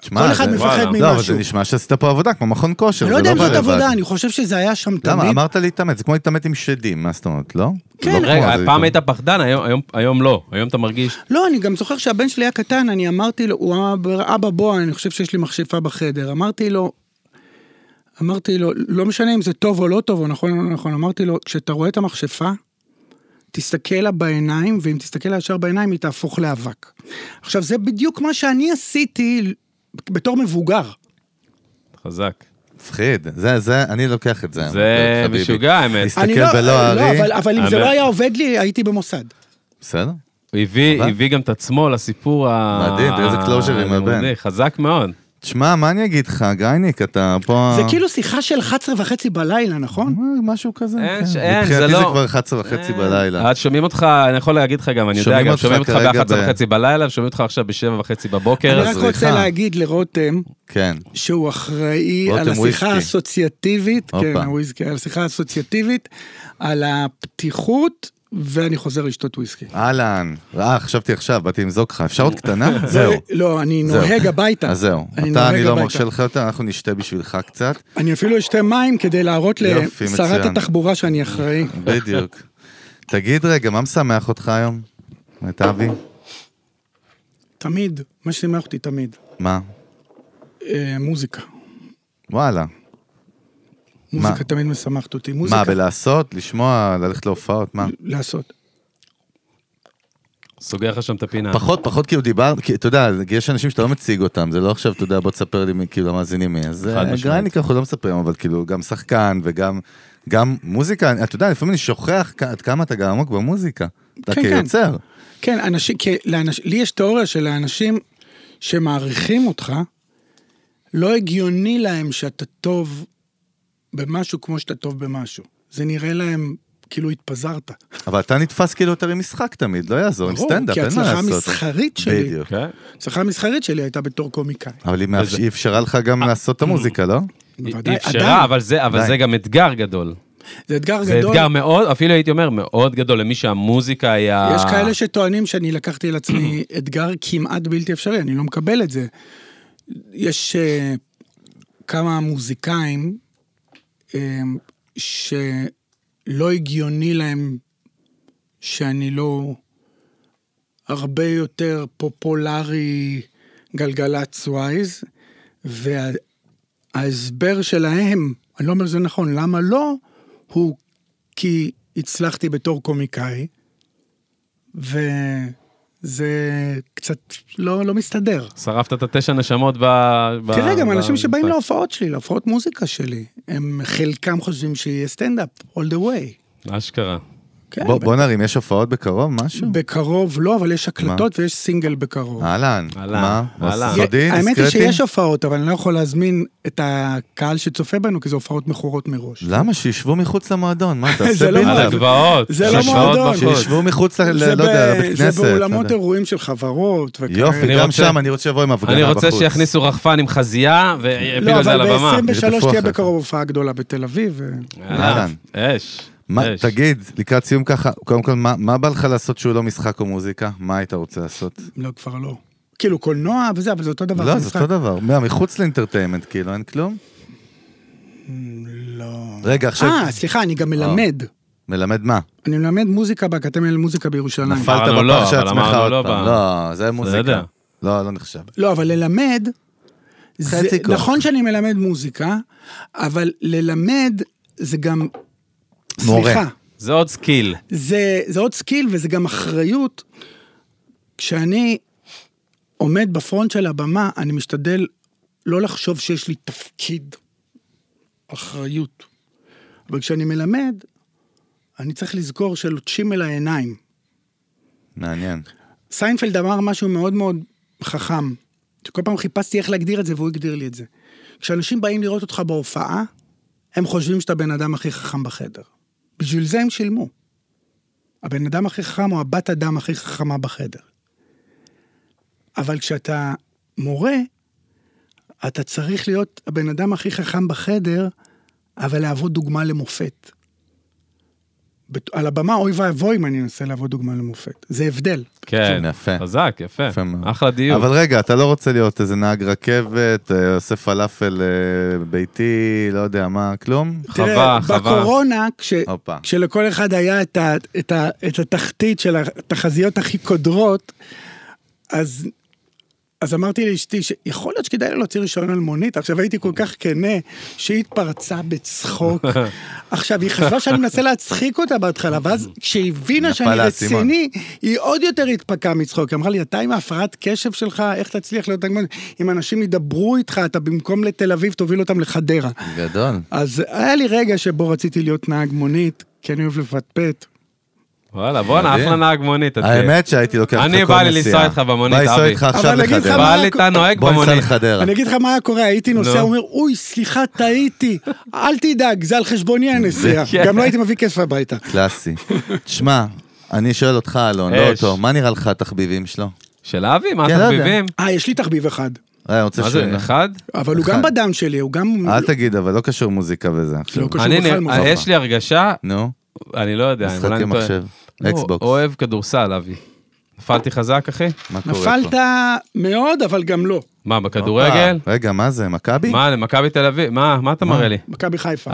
Speaker 3: תשמע,
Speaker 1: כל
Speaker 3: זה-
Speaker 1: אחד מפחד
Speaker 3: וואלה.
Speaker 1: ממשהו.
Speaker 3: לא, אבל זה נשמע שעשית פה עבודה, כמו מכון כושר.
Speaker 1: אני לא
Speaker 3: זה
Speaker 1: יודע אם
Speaker 3: בא
Speaker 1: זאת
Speaker 3: לבד.
Speaker 1: עבודה, אני חושב שזה היה שם תמיד.
Speaker 3: למה? אמרת להתעמת, זה כמו להתעמת עם שדים, מה זאת אומרת, לא?
Speaker 1: כן.
Speaker 3: לא כמו,
Speaker 2: רגע,
Speaker 3: זה-
Speaker 2: פעם היית פחדן, היום- היום- היום לא. היום אתה מרגיש...
Speaker 1: לא, אני גם זוכר שהבן שלי היה קטן, אני אמרתי לו, הוא אמר, אבא בוא, אני חושב שיש לי מכשפה בחדר. אמרתי לו, אמרתי לו, לא משנה אם זה טוב או לא טוב, או נכון או לא נכון, אמרתי לו, כשאתה רואה את המכשפה, תסתכל לה בעיניים, ואם תסתכל לה ישר בעיניים, היא תהפוך לאבק. עכשיו, זה בדיוק מה שאני עשיתי בתור מבוגר.
Speaker 2: חזק.
Speaker 3: מפחיד, זה, זה, אני לוקח את זה.
Speaker 2: זה
Speaker 3: חביבי.
Speaker 2: משוגע, האמת.
Speaker 1: אני
Speaker 3: להסתכל בלא
Speaker 1: לא,
Speaker 3: הארי,
Speaker 1: אבל, אבל אם זה
Speaker 2: האמת.
Speaker 1: לא היה עובד לי, הייתי במוסד.
Speaker 3: בסדר?
Speaker 2: הוא הביא,
Speaker 3: אבל-
Speaker 2: הביא גם את עצמו לסיפור ה...
Speaker 3: מדהים, תראה איזה closure עם הבן.
Speaker 2: הלימודי, חזק מאוד.
Speaker 3: תשמע, מה אני אגיד לך, גייניק, אתה פה...
Speaker 1: זה כאילו שיחה של 11 וחצי בלילה, נכון?
Speaker 3: מה- משהו כזה,
Speaker 2: אין,
Speaker 3: כן.
Speaker 2: ש- אין, זה
Speaker 3: מבחינתי זה
Speaker 2: לא-
Speaker 3: כבר 11 וחצי
Speaker 2: אה,
Speaker 3: בלילה.
Speaker 2: אז שומעים אותך, אני יכול להגיד לך גם, אני יודע,
Speaker 3: שומעים
Speaker 2: גם
Speaker 3: אותך
Speaker 2: שומעים אותך
Speaker 3: כרגע
Speaker 2: ב-11
Speaker 3: ב-
Speaker 2: וחצי בלילה, ושומעים אותך עכשיו ב-7 וחצי
Speaker 1: אני
Speaker 2: בבוקר.
Speaker 1: רק
Speaker 2: אז-
Speaker 1: רוצה
Speaker 3: זריחה.
Speaker 1: להגיד לרותם,
Speaker 3: כן.
Speaker 1: שהוא אחראי על
Speaker 3: רותם
Speaker 1: השיחה
Speaker 3: וויסקי.
Speaker 1: האסוציאטיבית,
Speaker 3: הופה.
Speaker 1: כן, הוויסקי, על השיחה האסוציאטיבית, על הפתיחות, ואני חוזר לשתות וויסקי.
Speaker 3: אהלן. אה, חשבתי עכשיו, באתי למזוג לך. אפשר עוד קטנה? זהו.
Speaker 1: לא, אני
Speaker 3: זהו.
Speaker 1: נוהג הביתה.
Speaker 3: אז זהו.
Speaker 1: אני
Speaker 3: אתה,
Speaker 1: נוהג
Speaker 3: אני לא
Speaker 1: הביתה.
Speaker 3: מרשה לך יותר, אנחנו נשתה בשבילך קצת.
Speaker 1: אני אפילו אשתה מים כדי להראות
Speaker 3: יופי,
Speaker 1: לשרת
Speaker 3: מצוין.
Speaker 1: התחבורה שאני אחראי.
Speaker 3: בדיוק. תגיד רגע, מה משמח אותך היום? את אבי?
Speaker 1: תמיד, מה ששימח אותי תמיד,
Speaker 3: מה?
Speaker 1: אה, מוזיקה.
Speaker 3: וואלה.
Speaker 1: מוזיקה תמיד משמחת אותי.
Speaker 3: מה,
Speaker 1: מוזיקה,
Speaker 3: בלעשות? לשמוע? ללכת להופעות? מה?
Speaker 1: לעשות.
Speaker 2: סוגר לך שם את הפינה.
Speaker 3: פחות, פחות כאילו דיברת, כי אתה יודע, יש אנשים שאתה לא מציג אותם, זה לא עכשיו, אתה יודע, בוא תספר לי מי, כאילו המאזינים מי. אז
Speaker 2: חד
Speaker 3: אה,
Speaker 2: משמעית.
Speaker 3: גרייניק אנחנו לא מספרים, אבל כאילו גם שחקן וגם גם מוזיקה, אני- אתה יודע, לפעמים אני שוכח כ- עד כמה אתה גם עמוק במוזיקה. אתה
Speaker 1: כן,
Speaker 3: כיוצר.
Speaker 1: כן, אנשים, כי לאנש, לי יש תיאוריה שלאנשים שמעריכים אותך, לא הגיוני להם שאתה טוב במשהו כמו שאתה טוב במשהו. זה נראה להם כאילו התפזרת.
Speaker 3: אבל אתה נתפס כאילו יותר עם משחק תמיד, לא יעזור, עם
Speaker 1: ברור,
Speaker 3: סטנדאפ,
Speaker 1: כי
Speaker 3: אין מה
Speaker 1: הצלחה
Speaker 3: לעשות.
Speaker 1: מסחרית שלי.
Speaker 3: בדיוק.
Speaker 2: כן?
Speaker 1: ההצלחה המסחרית שלי הייתה בתור קומיקאי.
Speaker 3: אבל היא מאפש- היא אפשרה לך גם
Speaker 1: אה,
Speaker 3: לעשות את המוזיקה, לא?
Speaker 1: בוודאי,
Speaker 2: היא אפשרה,
Speaker 1: עדיין.
Speaker 2: אבל זה- אבל
Speaker 3: עדיין.
Speaker 2: זה גם אתגר גדול.
Speaker 1: זה אתגר
Speaker 2: זה
Speaker 1: גדול.
Speaker 2: אתגר מאוד, אפילו הייתי אומר, מאוד גדול למי שהמוזיקה היה...
Speaker 1: יש כאלה שטוענים שאני לקחתי על עצמי אתגר כמעט בלתי אפשרי, אני לא מקבל את זה. יש אה, כמה מוזיקאים אה, שלא הגיוני להם שאני לא הרבה יותר פופולרי גלגלצ ווייז, וההסבר שלהם, אני לא אומר שזה נכון, למה לא, הוא כי הצלחתי בתור קומיקאי, וזה קצת לא, לא מסתדר.
Speaker 2: שרפת את התשע נשמות ב... ב-
Speaker 1: תראה, גם
Speaker 2: ב-
Speaker 1: אנשים שבאים לא-
Speaker 2: ב-
Speaker 1: להופעות שלי, להופעות מוזיקה שלי, הם חלקם חושבים שיהיה סטנדאפ, all the way.
Speaker 2: אשכרה.
Speaker 1: כן,
Speaker 3: בוא- בוא נרים, יש הופעות בקרוב, משהו?
Speaker 1: בקרוב לא, אבל יש הקלטות ויש סינגל בקרוב.
Speaker 3: אהלן,
Speaker 2: אהלן,
Speaker 3: מה?
Speaker 2: אהלן.
Speaker 3: סודי,
Speaker 1: האמת היא
Speaker 3: דיסקרטי?
Speaker 1: שיש הופעות, אבל אני לא יכול להזמין את הקהל שצופה בנו, כי זה הופעות מכורות מראש.
Speaker 3: למה? שישבו מחוץ למועדון, מה, תעשה
Speaker 1: זה לא
Speaker 3: בלאו.
Speaker 2: על
Speaker 1: מועדון.
Speaker 2: הגבעות.
Speaker 1: זה לא
Speaker 2: שעות
Speaker 1: מועדון.
Speaker 2: בחוץ.
Speaker 3: שישבו מחוץ, ל-
Speaker 1: זה
Speaker 3: לא יודע, לבית
Speaker 1: ב-
Speaker 3: כנסת.
Speaker 1: זה באולמות
Speaker 3: לא יודע.
Speaker 1: אירועים של חברות וכאלה.
Speaker 3: יופי, גם
Speaker 2: רוצה-
Speaker 3: שם אני רוצה לבוא עם הפגנה
Speaker 2: אני
Speaker 3: בחוץ.
Speaker 2: רוצה שיכניסו רחפן עם חזייה ויפילו
Speaker 1: לא,
Speaker 2: את זה על
Speaker 1: אבל
Speaker 2: הבמה.
Speaker 1: ב-23
Speaker 3: תפוח
Speaker 1: תהיה
Speaker 3: לך.
Speaker 1: בקרוב הופעה גדולה בתל אביב. ו-
Speaker 2: אהלן. אש.
Speaker 3: מה-
Speaker 2: אש.
Speaker 3: תגיד, לקראת סיום ככה, קודם כל, מה- מה בא לך לעשות שהוא לא משחק או מוזיקה? מה היית רוצה לעשות?
Speaker 1: לא, כבר לא. כאילו קולנוע וזה, אבל זה אותו דבר.
Speaker 3: לא, זה
Speaker 1: משחק.
Speaker 3: אותו דבר. מה, מחוץ לאינטרטיימנט, כאילו, אין כלום?
Speaker 1: לא.
Speaker 3: רגע, עכשיו,
Speaker 1: אה, סליחה, אני גם מלמד.
Speaker 3: מלמד מה?
Speaker 1: אני מלמד מוזיקה באקדמיה למוזיקה בירושלים.
Speaker 3: נפלת
Speaker 2: אמרנו לא,
Speaker 3: בפח של
Speaker 2: אבל
Speaker 3: עצמך
Speaker 2: אמרנו
Speaker 3: עוד
Speaker 2: לא
Speaker 3: פעם.
Speaker 2: ב-
Speaker 3: לא, זה
Speaker 2: יודע.
Speaker 3: מוזיקה. לא, לא נחשב.
Speaker 1: לא, אבל ללמד, זה,
Speaker 3: חצי כוח.
Speaker 1: נכון שאני מלמד מוזיקה, אבל ללמד זה גם,
Speaker 3: מורה.
Speaker 1: סליחה,
Speaker 2: זה עוד סקיל.
Speaker 1: זה, זה עוד סקיל וזה גם אחריות. כשאני עומד בפרונט של הבמה, אני משתדל לא לחשוב שיש לי תפקיד, אחריות. אבל כשאני מלמד, אני צריך לזכור שלוטשים אל העיניים.
Speaker 3: מעניין.
Speaker 1: סיינפלד אמר משהו מאוד מאוד חכם, שכל פעם חיפשתי איך להגדיר את זה והוא הגדיר לי את זה. כשאנשים באים לראות אותך בהופעה, הם חושבים שאתה הבן אדם הכי חכם בחדר. בשביל זה הם שילמו. הבן אדם הכי חכם הוא הבת אדם הכי חכמה בחדר. אבל כשאתה מורה, אתה צריך להיות הבן אדם הכי חכם בחדר, אבל להוות דוגמה למופת. בת- על הבמה, אוי ואבוי אם אני אנסה להוות דוגמה למופת. זה הבדל.
Speaker 2: כן.
Speaker 3: יפה.
Speaker 2: חזק, יפה.
Speaker 3: יפה מאוד.
Speaker 2: אחלה דיוק.
Speaker 3: אבל רגע, אתה לא רוצה להיות איזה נהג רכבת, אה, עושה פלאפל אה, ביתי, לא יודע מה, כלום?
Speaker 2: חווה, חווה.
Speaker 1: בקורונה, כש,
Speaker 3: הופה.
Speaker 1: כשלכל אחד היה את, ה, את, ה, את התחתית של התחזיות הכי קודרות, אז, אז אמרתי לאשתי שיכול להיות שכדאי לה להוציא רישיון על מונית. עכשיו הייתי כל כך כנה, שהיא התפרצה בצחוק. עכשיו, היא חשבה שאני מנסה להצחיק אותה בהתחלה, ואז כשהיא הבינה
Speaker 3: נפל
Speaker 1: שאני
Speaker 3: לה האסימון.
Speaker 1: רציני, היא עוד יותר התפקעה מצחוק. היא אמרה לי, אתה עם ההפרעת קשב שלך, איך תצליח להיות... הגמון? אם אנשים ידברו איתך, אתה במקום לתל אביב, תוביל אותם לחדרה.
Speaker 3: גדול.
Speaker 1: אז היה לי רגע שבו רציתי להיות נהג מונית, כי אני אוהב לפטפט.
Speaker 2: וואלה, בואנה,
Speaker 3: מדהים.
Speaker 2: אחלה נהג מונית. אתה תהיה.
Speaker 3: האמת שהייתי לוקח אותך כל
Speaker 2: אני
Speaker 3: נסיעה.
Speaker 2: בא לי לנסוע איתך במונית,
Speaker 3: בא לנסוע
Speaker 2: אבי.
Speaker 3: איתך עכשיו
Speaker 1: אבל אגיד לך
Speaker 3: לחדרה.
Speaker 1: מה-
Speaker 2: בא לי אתה נוהג
Speaker 3: בוא ניסע
Speaker 2: במונית.
Speaker 3: לחדרה.
Speaker 1: אני אגיד לך מה היה קורה, הייתי נוסע,
Speaker 2: נו.
Speaker 1: אומר, אוי, סליחה, טעיתי, אל תדאג, זה על חשבוני הנסיעה.
Speaker 2: כן.
Speaker 1: גם לא הייתי מביא כסף הביתה.
Speaker 3: קלאסי. תשמע, אני שואל אותך, אלון, לא
Speaker 2: אש.
Speaker 3: אותו, מה נראה לך התחביבים שלו?
Speaker 2: של אבי? מה
Speaker 3: כן, לא יודע.
Speaker 2: התחביבים?
Speaker 1: אה, יש לי תחביב אחד,
Speaker 3: אה, אני רוצה
Speaker 2: מה
Speaker 3: שהוא...
Speaker 2: זה, אחד?
Speaker 1: אבל הוא
Speaker 3: אחד.
Speaker 1: גם בדם שלי, הוא גם...
Speaker 3: אל תגיד, אבל לא קשור מוזיקה וזה. עכשיו.
Speaker 1: לא קשור
Speaker 2: אני
Speaker 1: בכלל
Speaker 2: נראה-
Speaker 1: מוזיקה.
Speaker 2: יש לי הרגשה,
Speaker 3: נו,
Speaker 2: אני לא יודע, אולי
Speaker 3: משחקי
Speaker 2: אני טועה.
Speaker 3: מחשב,
Speaker 2: לא,
Speaker 3: אקסבוקס,
Speaker 2: אוהב כדורסל, אבי. נפלתי חזק, אחי?
Speaker 3: מה קורה פה?
Speaker 1: נפלת מאוד, אבל גם לא.
Speaker 2: מה, בכדורגל?
Speaker 3: הופה. אה, רגע, מה זה, מכבי?
Speaker 2: מה, למכבי תל אביב? מה, מה אתה מראה לי?
Speaker 1: מכבי חיפה.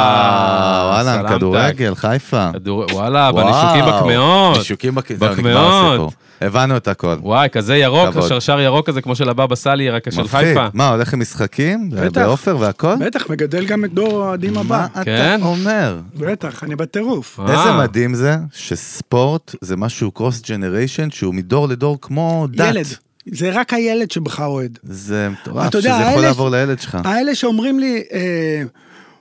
Speaker 3: אה,
Speaker 2: סלמת.
Speaker 3: וואלה, כדורגל, חיפה.
Speaker 2: כדור- וואלה,
Speaker 3: וואו.
Speaker 2: בנישוקים בקמעות.
Speaker 3: נישוקים בק- זהו, נגמר
Speaker 2: בקמעות.
Speaker 3: הסיפור. הבנו את הכל.
Speaker 2: וואי, כזה ירוק,
Speaker 3: כבוד.
Speaker 2: השרשר ירוק הזה, כמו של הבבא סאלי, רק של
Speaker 3: מפחיד.
Speaker 2: חיפה.
Speaker 3: מה, הולך עם משחקים?
Speaker 1: בטח.
Speaker 3: בעופר והכל?
Speaker 1: בטח, מגדל גם את דור האוהדים הבא.
Speaker 3: מה אתה
Speaker 2: כן?
Speaker 3: אומר?
Speaker 1: בטח, אני בטירוף.
Speaker 2: אה,
Speaker 3: איזה מדהים זה שספורט זה משהו קרוס ג'נריישן שהוא מדור לדור כמו דת.
Speaker 1: ילד. זה רק הילד שבך אוהד.
Speaker 3: זה מטורף
Speaker 1: אתה
Speaker 3: שזה
Speaker 1: יודע,
Speaker 3: יכול
Speaker 1: האלה-
Speaker 3: לעבור לילד שלך.
Speaker 1: האלה שאומרים לי, אה,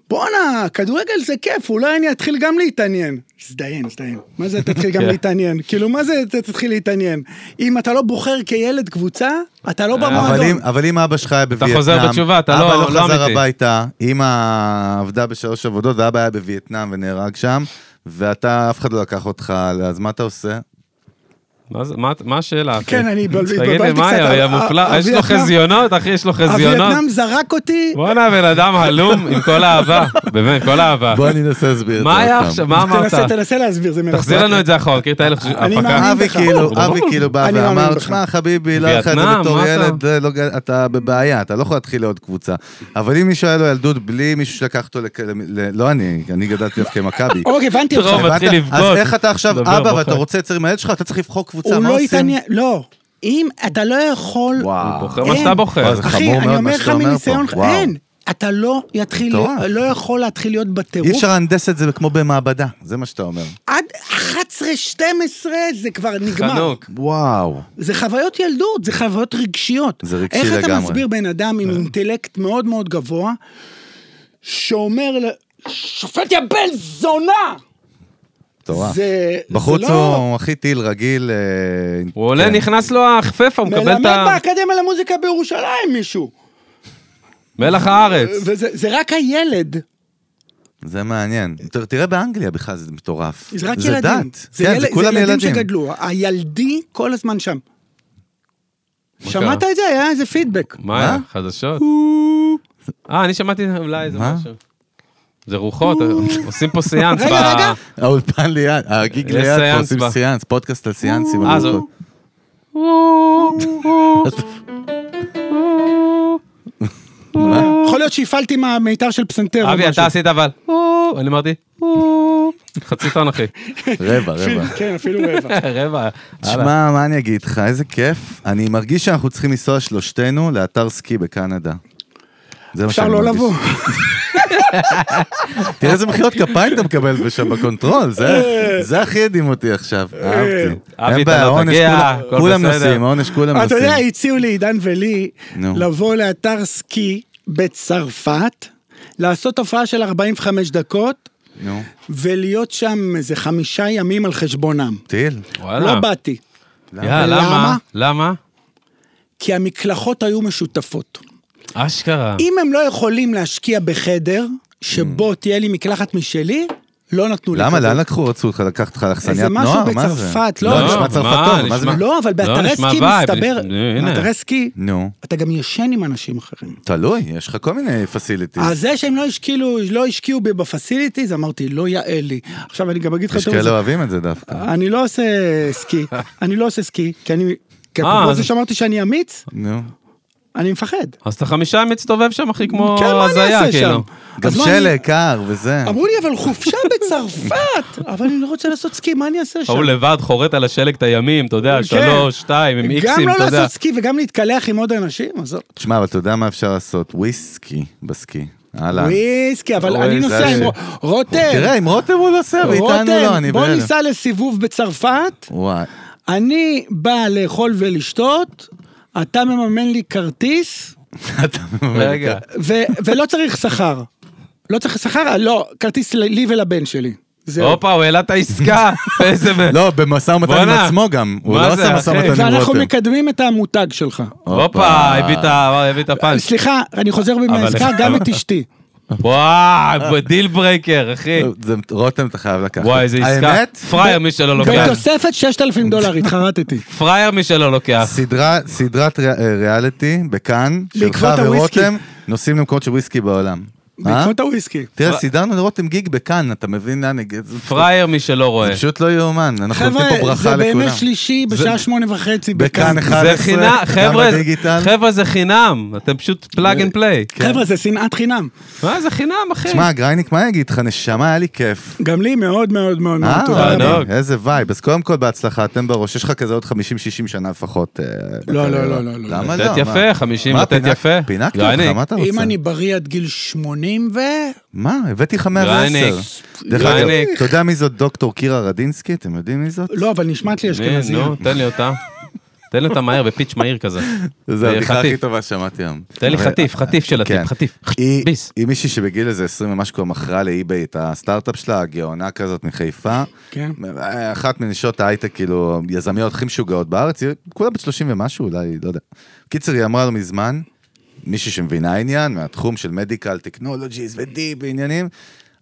Speaker 1: בואנה, כדורגל זה כיף, אולי אני אתחיל גם להתעניין. הזדיין, הזדיין. מה זה תתחיל
Speaker 3: כן.
Speaker 1: גם להתעניין? כאילו, מה זה ת- תתחיל להתעניין? אם אתה לא בוחר כילד קבוצה, אתה לא
Speaker 3: אה, אבל
Speaker 1: במועדון.
Speaker 3: אם, אבל אם אבא שלך היה בווייטנאם,
Speaker 2: אה, חוזר בתשובה, אתה
Speaker 3: אבא
Speaker 2: לא-
Speaker 3: לא,
Speaker 2: לא
Speaker 3: חזר
Speaker 2: אמיתי.
Speaker 3: הביתה, אמא עבדה בשלוש עבודות ואבא היה בווייטנאם ונהרג שם, ואתה, אף אחד לא לקח אותך, אז מה אתה עושה?
Speaker 2: מה זה- מה- מה השאלה, אחי?
Speaker 1: כן, אני התבלבל-
Speaker 2: תגיד לי,
Speaker 1: התבלבלתי
Speaker 2: מה,
Speaker 1: קצת,
Speaker 2: יא
Speaker 1: ה-
Speaker 2: מופלא?
Speaker 1: ה-
Speaker 2: יש לו
Speaker 1: הווייטנאם-
Speaker 2: חזיונות, אחי, יש לו חזיונות.
Speaker 1: הווייטנאם זרק אותי,
Speaker 2: בואנה, בן אדם הלום עם כל אהבה. באמת, כל אהבה.
Speaker 3: בוא אני אנסה להסביר את זה.
Speaker 2: מה
Speaker 3: עוד
Speaker 2: היה
Speaker 3: פעם.
Speaker 2: עכשיו? מה אמרת?
Speaker 1: תנסה- תנסה להסביר, זה מרתק.
Speaker 2: תחזיר לנו את זה אחורה, מכיר את האלף
Speaker 1: אני
Speaker 2: הפקה?
Speaker 1: מאמין.
Speaker 3: אבי
Speaker 1: בך.
Speaker 3: כאילו,
Speaker 2: ברור.
Speaker 3: אבי כאילו בא
Speaker 1: אני מאמין
Speaker 3: ואמר,
Speaker 1: בך.
Speaker 3: שמע חביבי, לא היה לך את זה
Speaker 2: וייטנאם,
Speaker 3: בתור
Speaker 2: מה אתה-
Speaker 3: ילד, אה, לא ג- אתה בבעיה, אתה לא יכול להתחיל לעוד קבוצה. אבל אם מישהו היה לו ילדות בלי מישהו שלקח אותו, לכ- ל- ל- לא אני, אני גדלתי דווקא עם מכבי.
Speaker 1: אוקיי, הבנתי אותך.
Speaker 2: טוב, מתחיל
Speaker 3: הבנת?
Speaker 2: לבכות.
Speaker 3: אז איך אתה עכשיו
Speaker 2: מדבר,
Speaker 3: אבא
Speaker 2: בוכה.
Speaker 3: ואתה רוצה לצאת עם הילד שלך, אתה צריך לבחור קבוצה,
Speaker 1: הוא
Speaker 3: מה
Speaker 1: לא
Speaker 3: עושים?
Speaker 1: התעניין, לא. אם אתה לא יכול...
Speaker 2: הוא בוחר מה שאתה בוחר.
Speaker 3: וואו, זה
Speaker 1: אחי,
Speaker 3: חמור מאוד
Speaker 1: אני אומר
Speaker 3: מה
Speaker 1: לך
Speaker 3: שאתה אומר
Speaker 1: מניסיון,
Speaker 3: פה. וואו.
Speaker 1: אין. אתה לא יתחיל,
Speaker 3: מטורף.
Speaker 1: לא יכול להתחיל להיות
Speaker 3: אי
Speaker 1: בטירוף.
Speaker 3: אפשר להנדס את זה כמו במעבדה, זה מה שאתה אומר.
Speaker 1: עד 11-12 זה כבר נגמר.
Speaker 2: חנוק.
Speaker 3: וואו.
Speaker 1: זה חוויות ילדות, זה חוויות רגשיות.
Speaker 3: זה רגשי
Speaker 1: איך
Speaker 3: לגמרי. כן.
Speaker 1: אתה מסביר בן אדם עם אינטלקט מאוד מאוד גבוה, שאומר, ל- שופט יא בן זונה!
Speaker 3: מטורף.
Speaker 1: זה- זה
Speaker 3: בחוץ
Speaker 1: לא-
Speaker 3: הוא הכי טיל רגיל. אה,
Speaker 2: הוא עולה,
Speaker 3: כן.
Speaker 2: נכנס לו החפפה, הוא מקבל את
Speaker 1: מלמד
Speaker 2: ה...
Speaker 1: באקדמיה למוזיקה בירושלים מישהו.
Speaker 2: מלח הארץ.
Speaker 1: וזה זה רק הילד.
Speaker 3: זה מעניין. ת- תראה באנגליה בכלל, זה מטורף.
Speaker 1: זה רק ילדים.
Speaker 3: דת. כן, זה
Speaker 1: יל-
Speaker 3: כולם
Speaker 1: זה
Speaker 3: ילדים.
Speaker 1: ילדים שגדלו. הילדי כל הזמן שם.
Speaker 2: מה
Speaker 1: שמעת
Speaker 2: קרה?
Speaker 1: את זה? היה איזה פידבק.
Speaker 2: מה היה? חדשות? אה, אני שמעתי אולי איזה
Speaker 3: מה?
Speaker 2: משהו. זה רוחות, עושים פה סיאנס.
Speaker 1: רגע,
Speaker 2: ב-
Speaker 1: רגע.
Speaker 3: האולפן ליד, הגיג
Speaker 2: יש
Speaker 3: ליד, פה
Speaker 2: סיאנס
Speaker 3: עושים
Speaker 2: בה.
Speaker 3: סיאנס, פודקאסט על סיאנסים.
Speaker 2: אה, זו-
Speaker 1: יכול להיות שהפעלתי מהמיתר של פסנתר. או
Speaker 2: אבי,
Speaker 1: משהו.
Speaker 2: אתה עשית אבל. אני אמרתי, חצי טון אחי.
Speaker 3: רבע, רבע.
Speaker 1: כן, אפילו רבע.
Speaker 2: רבע. הלאה.
Speaker 3: תשמע, מה אני אגיד לך, איזה כיף. אני מרגיש שאנחנו צריכים לנסוע שלושתנו לאתר סקי בקנדה. זה מה
Speaker 1: אפשר
Speaker 3: שאני
Speaker 1: לא
Speaker 3: מרגיש.
Speaker 1: לבוא.
Speaker 3: תראה איזה מחיאות כפיים אתה מקבל שם בקונטרול, זה- זה הכי הדהים אותי עכשיו,
Speaker 1: אה,
Speaker 3: אהבתי.
Speaker 2: אבי,
Speaker 3: אין
Speaker 2: אתה
Speaker 3: בעיה,
Speaker 2: לא
Speaker 3: עונש,
Speaker 2: תגיע,
Speaker 3: כולם-
Speaker 2: הכל
Speaker 3: כולם
Speaker 2: בסדר.
Speaker 3: נוסעים, העונש כולם
Speaker 1: אתה יודע,
Speaker 3: נוסעים.
Speaker 1: הציעו לי, עידן ולי,
Speaker 3: נו.
Speaker 1: לבוא לאתר סקי בצרפת, לעשות הופעה של 45 דקות,
Speaker 3: נו,
Speaker 1: ולהיות שם איזה חמישה ימים על חשבונם.
Speaker 3: טיל.
Speaker 2: וואלה.
Speaker 1: לא באתי,
Speaker 2: יא, למה?
Speaker 1: למה?
Speaker 2: למה?
Speaker 1: כי המקלחות היו משותפות.
Speaker 2: אשכרה.
Speaker 1: אם הם לא יכולים להשקיע בחדר,
Speaker 2: Mm.
Speaker 1: שבו תהיה לי מקלחת משלי, לא נתנו לי
Speaker 3: למה,
Speaker 1: כזה.
Speaker 3: לאן לקחו, רצו אותך לקחת אותך לאכסניית
Speaker 1: איזה משהו
Speaker 3: נוער? מה זה?
Speaker 1: בצרפת, לא,
Speaker 3: לא,
Speaker 1: לא.
Speaker 3: נשמע
Speaker 2: מה,
Speaker 3: צרפת טוב, מה זה?
Speaker 2: נשמע-
Speaker 1: לא, אבל באתרי
Speaker 2: לא, נשמע
Speaker 1: סקי
Speaker 2: וייב,
Speaker 1: מסתבר,
Speaker 2: נשמע- הנה.
Speaker 1: באתרי סקי,
Speaker 3: נו,
Speaker 1: אתה גם ישן עם אנשים אחרים.
Speaker 3: תלוי, יש לך כל מיני פסיליטיז.
Speaker 1: אז זה שהם לא השקיעו, לא השקיעו בי בפסיליטיז, אמרתי, לא יאה לי. עכשיו אני גם אגיד לך
Speaker 3: יש
Speaker 1: יותר
Speaker 3: כאלה
Speaker 1: מזה,
Speaker 3: אוהבים את זה דווקא.
Speaker 1: אני לא עושה סקי, אני לא עושה סקי, כי אני, כי
Speaker 2: אה,
Speaker 1: אפרופו
Speaker 2: אז-
Speaker 1: זה שאמרתי שאני אמיץ,
Speaker 3: נו.
Speaker 1: אני מפחד.
Speaker 2: אז אתה חמישה ימים תסתובב שם, אחי, כמו
Speaker 1: כן, מה אני
Speaker 2: הזיה,
Speaker 1: אעשה שם?
Speaker 2: כאילו.
Speaker 3: גם
Speaker 1: אז מה אני-
Speaker 3: שלג, קר וזה.
Speaker 1: אמרו לי, אבל חופשה בצרפת, אבל אני לא רוצה לעשות סקי, מה אני אעשה שם? כן.
Speaker 2: ההוא לבד חורט על השלג את הימים, אתה יודע, שלוש, שתיים, עם
Speaker 1: גם
Speaker 2: איקסים,
Speaker 1: לא
Speaker 2: אתה יודע.
Speaker 1: לעשות סקי וגם להתקלח עם עוד אנשים, עזוב.
Speaker 3: תשמע, אבל אתה יודע מה אפשר לעשות? וויסקי בסקי. אהלן.
Speaker 1: וויסקי, אבל
Speaker 2: אוי,
Speaker 1: אני
Speaker 2: זה
Speaker 1: נוסע עם
Speaker 3: ש-
Speaker 1: רו- רותם,
Speaker 3: תראה, עם רותם הוא נוסע, ואיתנו לא, אני
Speaker 1: רותם, בוא
Speaker 3: בהלם.
Speaker 1: ניסע לסיבוב בצרפת,
Speaker 3: וואי,
Speaker 1: אני בא לאכול ולשתות, אתה מממן לי כרטיס,
Speaker 3: אתה ממש...
Speaker 2: רגע.
Speaker 1: ו- ולא צריך שכר. לא צריך שכר, לא, כרטיס ל- לי ולבן שלי. זהו.
Speaker 2: הופה, הוא העלה את העסקה. איזה...
Speaker 3: לא, במשא ומתן עם
Speaker 2: בואנה.
Speaker 3: עצמו גם. הוא
Speaker 2: מה
Speaker 3: לא
Speaker 2: זה,
Speaker 3: עשה משא
Speaker 2: אחי?
Speaker 3: ומתן עם
Speaker 1: ואנחנו
Speaker 3: רותם.
Speaker 1: מקדמים את המותג שלך.
Speaker 2: הופה, הביא את ה- הביא את הפאנץ'.
Speaker 1: סליחה, אני חוזר בי מהעסקה, גם את אשתי.
Speaker 2: וואי, דיל ברייקר, אחי.
Speaker 3: זה- רותם אתה חייב לקחת.
Speaker 2: וואי, איזה עסקה.
Speaker 3: האמת,
Speaker 2: פראייר מי
Speaker 3: לא
Speaker 2: שלא לוקח.
Speaker 1: בתוספת 6,000 דולר התחרטתי.
Speaker 3: אה?
Speaker 2: פראייר מי שלא לוקח.
Speaker 3: סדרה- סדרת ר- אה, ריאליטי בכאן, שלך
Speaker 1: בעקבות הוויסקי.
Speaker 3: ורותם, נוסעים למקומות של וויסקי בעולם. אה?
Speaker 1: בעקבות הוויסקי.
Speaker 3: תראה, סידרנו לרותם גיג בכאן, אתה מבין לאן הגיע? זה-
Speaker 2: פראייר מי שלא רואה.
Speaker 3: זה פשוט לא יאומן, אנחנו נותנים פה
Speaker 1: חבר'ה,
Speaker 3: ברכה
Speaker 1: זה
Speaker 3: לכולם.
Speaker 1: בימי שלישי בשעה שמונה וחצי.
Speaker 3: בכאן
Speaker 1: בכאן.
Speaker 3: 11,
Speaker 2: זה חינם,
Speaker 3: גם
Speaker 2: חבר'ה,
Speaker 3: בדיגיטל.
Speaker 2: חבר'ה זה חינם, אתם פשוט פלאג אנד פליי.
Speaker 3: כן.
Speaker 1: חבר'ה, זה שנאת חינם.
Speaker 2: מה זה חינם, אחי?
Speaker 3: תשמע, גרייניק, מה אני אגיד לך? נשמה, היה לי כיף.
Speaker 1: גם לי מאוד מאוד מאוד מאוד
Speaker 3: אה,
Speaker 1: תודה רבה.
Speaker 2: תענוג.
Speaker 3: איזה וייב. אז קודם כל בהצלחה, אתם בראש. יש לך כזה עוד 50-60 שנה לפחות. אה,
Speaker 1: לא,
Speaker 3: בקריירה.
Speaker 1: לא, לא, לא, לא.
Speaker 3: למה לא?
Speaker 2: לתת יפה,
Speaker 3: מה?
Speaker 2: 50,
Speaker 3: מה,
Speaker 2: לתת
Speaker 3: פינק-
Speaker 2: יפה.
Speaker 3: פינקתי
Speaker 2: גרייניק.
Speaker 3: אותך, מה אתה רוצה?
Speaker 1: אם אני בריא עד גיל 80 ו...
Speaker 3: מה, הבאתי לך 110.
Speaker 2: גרייניק.
Speaker 3: דרך אגב,
Speaker 2: גרייניק.
Speaker 3: אתה יודע מי זאת דוקטור קירה רדינסקי? אתם יודעים מי זאת?
Speaker 1: לא, אבל נשמעת לי
Speaker 2: הנה,
Speaker 1: אשכנזיה.
Speaker 2: נו, תן לי אותה. תן לי אותה מהר, בפיץ' מהיר כזה.
Speaker 3: זו
Speaker 2: אה,
Speaker 3: הבדיחה הכי
Speaker 2: חטיף.
Speaker 3: טובה ששמעתי היום.
Speaker 2: תן לי
Speaker 3: אבל-
Speaker 2: חטיף, חטיף של הטיפ,
Speaker 3: כן.
Speaker 2: חטיף.
Speaker 3: היא,
Speaker 2: ביס.
Speaker 3: היא מישהי שבגיל איזה 20 ומשהו כבר מכרה לאי-ביי את הסטארט-אפ שלה, הגאונה כזאת מחיפה.
Speaker 1: כן.
Speaker 3: אחת מנשות ההייטק, כאילו, יזמיות הכי משוגעות בארץ, היא כולה בת 30 ומשהו, אולי, לא יודע. קיצר, היא אמרה לו מזמן, מישהי שמבינה עניין, מהתחום של מדיקל, טכנולוגיז ודי בעניינים,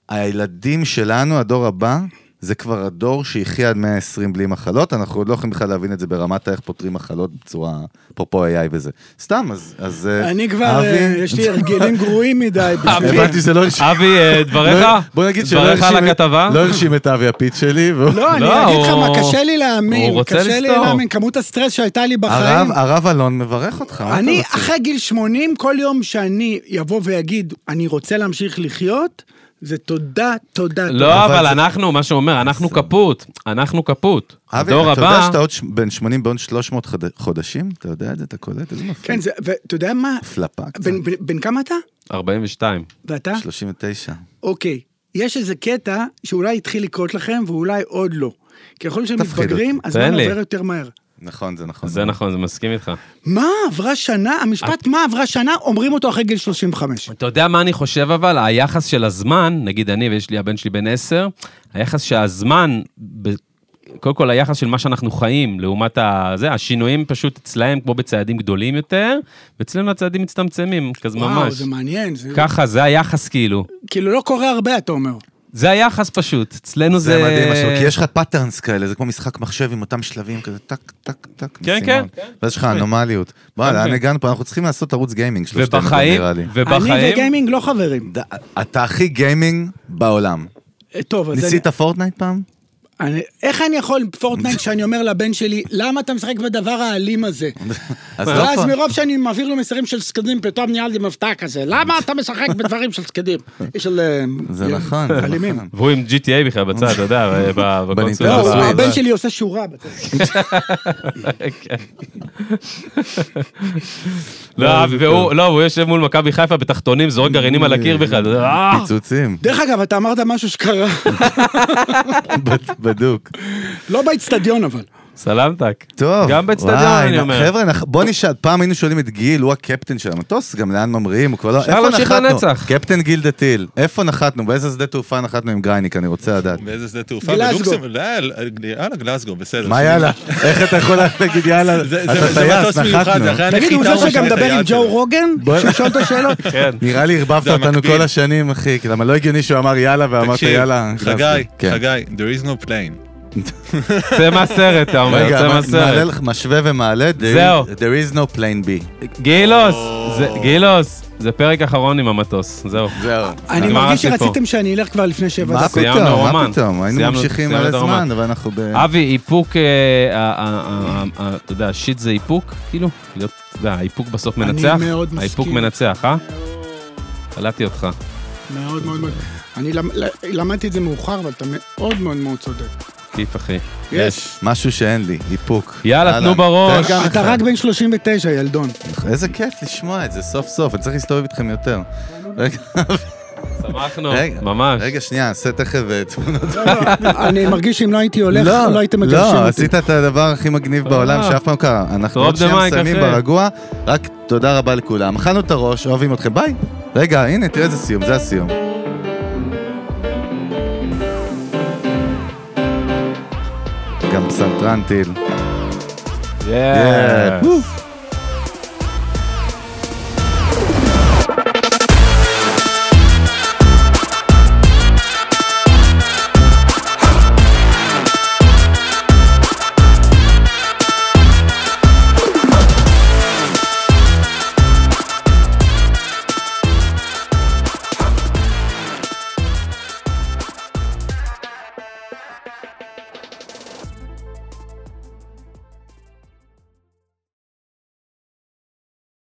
Speaker 3: הילדים שלנו, הדור הבא, זה כבר הדור שיחיה עד 120 בלי מחלות, אנחנו עוד לא יכולים בכלל להבין את זה ברמת איך פותרים מחלות בצורה, אפרופו AI וזה. סתם, אז... אז אה,
Speaker 1: אני כבר, אה,
Speaker 3: אבי-
Speaker 1: יש לי הרגלים גרועים מדי. בשביל-
Speaker 3: הבנתי שזה לא הרשים.
Speaker 2: אבי, אה, דבריך?
Speaker 3: לא- בוא נגיד שלא
Speaker 2: דבריך על
Speaker 3: הרשים את-
Speaker 2: הכתבה?
Speaker 3: לא הרשים את אבי הפיץ שלי. והוא-
Speaker 1: לא,
Speaker 2: לא,
Speaker 1: אני אגיד לך מה,
Speaker 2: הוא-
Speaker 1: קשה לי להאמין.
Speaker 2: הוא רוצה
Speaker 1: קשה לי
Speaker 2: לסתור.
Speaker 1: להאמין, כמות הסטרס שהייתה לי
Speaker 3: הרב
Speaker 1: בחיים.
Speaker 3: הרב אלון מברך אותך. מה אתה
Speaker 1: אני
Speaker 3: רוצה?
Speaker 1: אחרי גיל 80, כל יום שאני אבוא ואגיד, אני רוצה להמשיך לחיות, זה תודה, תודה.
Speaker 2: לא,
Speaker 3: אבל
Speaker 2: אבל
Speaker 3: זה-
Speaker 2: אנחנו, מה שאומר, אנחנו קפוט. אנחנו קפוט.
Speaker 3: אבי,
Speaker 2: הדור
Speaker 3: אתה יודע
Speaker 2: הבא,
Speaker 3: שאתה עוד ש- בן 80 בעוד 300 חד- חודשים? אתה יודע את זה? אתה קולט? איזה מפליא.
Speaker 1: כן, זה- ואתה יודע מה?
Speaker 3: הפלפה קצת.
Speaker 1: בן- בן- בן כמה אתה?
Speaker 2: 42.
Speaker 1: ואתה?
Speaker 3: 39.
Speaker 1: אוקיי, יש איזה קטע שאולי התחיל לקרות לכם ואולי עוד לא. ככל שהם
Speaker 3: תפחיד
Speaker 1: מתבגרים,
Speaker 3: אותי.
Speaker 1: הזמן
Speaker 2: תן לי.
Speaker 1: עובר יותר מהר.
Speaker 3: נכון, זה נכון.
Speaker 2: זה נכון, זה מסכים איתך.
Speaker 1: מה עברה שנה? המשפט מה עברה שנה, אומרים אותו אחרי גיל 35.
Speaker 2: אתה יודע מה אני חושב אבל? היחס של הזמן, נגיד אני ויש לי, הבן שלי בן 10, היחס שהזמן, ב- קודם כל היחס של מה שאנחנו חיים לעומת ה... זה, השינויים פשוט אצלהם כמו בצעדים גדולים יותר, ואצלנו הצעדים מצטמצמים, כזה
Speaker 1: וואו,
Speaker 2: ממש.
Speaker 1: זה מעניין. זה-
Speaker 2: ככה, זה היחס כאילו.
Speaker 1: כאילו לא קורה הרבה, אתה אומר.
Speaker 2: זה היחס פשוט, אצלנו זה...
Speaker 3: זה מדהים, משהו, כי יש לך פאטרנס כאלה, זה כמו משחק מחשב עם אותם שלבים כזה, טק, טק, טק,
Speaker 2: כן,
Speaker 3: משימות.
Speaker 2: כן.
Speaker 3: ואז יש לך אנומליות. וואלה, לאן
Speaker 2: כן.
Speaker 3: הגענו פה? אנחנו צריכים לעשות ערוץ גיימינג שלושתנו, פה,
Speaker 2: ובחיים,
Speaker 3: נראה לי.
Speaker 1: אני
Speaker 2: ובחיים,
Speaker 1: וגיימינג לא חברים.
Speaker 3: ד- אתה הכי גיימינג בעולם.
Speaker 1: אה, טוב, אז...
Speaker 3: ניסית פורטנייט פעם?
Speaker 1: אני- אני- איך אני יכול עם פורטנייט כשאני אומר לבן שלי, למה אתה משחק בדבר האלים הזה?
Speaker 3: אז לא
Speaker 1: ואז
Speaker 3: פה.
Speaker 1: מרוב שאני מעביר לו מסרים של סקדים, פתאום נהיה לי מבטא כזה, למה אתה משחק בדברים של סקדים? של... אה,
Speaker 3: זה נכון, זה
Speaker 1: אלימים.
Speaker 3: נכון.
Speaker 2: והוא עם GTA בכלל בצד, אתה יודע, ב- בקונסולה.
Speaker 3: בניטנדו
Speaker 1: לא,
Speaker 2: הבאה.
Speaker 3: סוויץ'.
Speaker 1: הבן שלי עושה שורה.
Speaker 2: כן. לא, והוא, לא, הוא יושב מול מכבי חיפה בתחתונים, זורק גרעינים על הקיר בכלל. אה,
Speaker 3: פיצוצים,
Speaker 1: דרך אגב, אתה אמרת משהו שקרה,
Speaker 3: בד- בדוק.
Speaker 1: לא באיצטדיון אבל.
Speaker 2: סלמתק.
Speaker 3: טוב.
Speaker 2: גם באצטדיון,
Speaker 3: וואי,
Speaker 2: אני אומר.
Speaker 3: חבר'ה, נח- בוא נשאל, פעם היינו שואלים את גיל, הוא הקפטן של המטוס, גם לאן ממריאים, הוא כבר לא...
Speaker 2: אפשר
Speaker 3: איפה
Speaker 2: להמשיך
Speaker 3: נחתנו?
Speaker 2: לנצח.
Speaker 3: קפטן גיל דתיל, איפה נחתנו? באיזה שדה תעופה נחתנו עם גרייניק, אני רוצה לדעת.
Speaker 4: באיזה שדה תעופה?
Speaker 1: גלזגו.
Speaker 4: בלוקסמבורג. יאללה, גלזגו, בסדר.
Speaker 3: מה יאללה? איך אתה יכול רק להגיד יאללה?
Speaker 4: זה-
Speaker 3: אתה
Speaker 4: זה- זה
Speaker 3: טייס,
Speaker 4: מטוס מיוחד, זה
Speaker 3: נחתנו.
Speaker 4: אחרי הנחיתה.
Speaker 1: תגיד, הוא
Speaker 4: משנה
Speaker 1: זה
Speaker 4: את
Speaker 1: שגם מדבר עם
Speaker 4: היעד
Speaker 1: ג'ו
Speaker 4: שלו.
Speaker 1: רוגן? שהוא שואל אותו שאלות?
Speaker 2: כן.
Speaker 3: נראה לי ערבבת
Speaker 4: זה
Speaker 3: אותנו
Speaker 4: המקביל.
Speaker 3: כל השנים, אחי, כי למה לא הגיוני שהוא אמר יאללה ואמרת
Speaker 4: תקשיב,
Speaker 3: יאללה.
Speaker 4: חגי,
Speaker 3: גלזגו. כן.
Speaker 4: חגי, there is no plane.
Speaker 2: צא מהסרט, אתה אומר,
Speaker 3: רגע,
Speaker 2: צא
Speaker 3: מה- מעלה
Speaker 2: מהסרט.
Speaker 3: לך- משווה ומעלה, there
Speaker 2: זהו.
Speaker 3: is- there is no plane B.
Speaker 2: גילוס, זה- גילוס, זה פרק אחרון עם המטוס, זהו.
Speaker 3: זהו.
Speaker 1: אני
Speaker 2: נגמר
Speaker 1: מרגיש
Speaker 2: הסיפור.
Speaker 1: שרציתם שאני אלך כבר לפני שבע
Speaker 3: מה
Speaker 1: דקות.
Speaker 2: סיימנו
Speaker 3: פתאום, מה
Speaker 2: רומן.
Speaker 3: פתאום, היינו
Speaker 2: סיימנו-
Speaker 3: ממשיכים
Speaker 2: סיימנו
Speaker 3: על
Speaker 2: את הרומן.
Speaker 3: הזמן, אבל אנחנו
Speaker 1: כן.
Speaker 3: ב...
Speaker 2: אבי, איפוק, אה, ה- ה- ה- ה- אתה יודע, שיט זה איפוק, כאילו? להיות, אתה יודע, האיפוק בסוף
Speaker 1: אני
Speaker 2: מנצח?
Speaker 1: מאוד מסכים. לא.
Speaker 2: האיפוק מנצח, אה? קלטתי אותך.
Speaker 1: מאוד מאוד מאוד. אני למ- ל- למדתי את זה מאוחר, אבל אתה מאוד מאוד מאוד צודק.
Speaker 2: כיף, אחי.
Speaker 1: יש.
Speaker 3: משהו שאין לי, איפוק.
Speaker 2: יאללה,
Speaker 3: אהלן.
Speaker 2: תנו בראש.
Speaker 3: תן גם
Speaker 1: אתה
Speaker 3: אחד.
Speaker 1: רק בן 39, ילדון.
Speaker 3: איזה כיף לשמוע את זה סוף סוף, אני צריך להסתובב איתכם יותר. רגע,
Speaker 2: שמחנו,
Speaker 3: רגע,
Speaker 2: ממש.
Speaker 3: רגע, שנייה, עשה תכף אה, תמונות.
Speaker 1: אני מרגיש שאם לא הייתי הולך, לא הייתם מגרשים
Speaker 3: לא,
Speaker 1: אותי.
Speaker 3: עשית את הדבר הכי מגניב
Speaker 2: אה.
Speaker 3: בעולם שאף פעם קרה. אנחנו
Speaker 2: Drop
Speaker 3: עוד
Speaker 2: the
Speaker 3: שנייה
Speaker 2: mic,
Speaker 3: מסיימים
Speaker 2: אחי.
Speaker 3: ברגוע, רק תודה רבה לכולם. אכלנו את הראש, אוהבים אתכם, ביי. רגע, הנה, תראה איזה סיום, זה הסיום. גם פסנתרן טיל.
Speaker 2: Yeah.
Speaker 3: Yeah.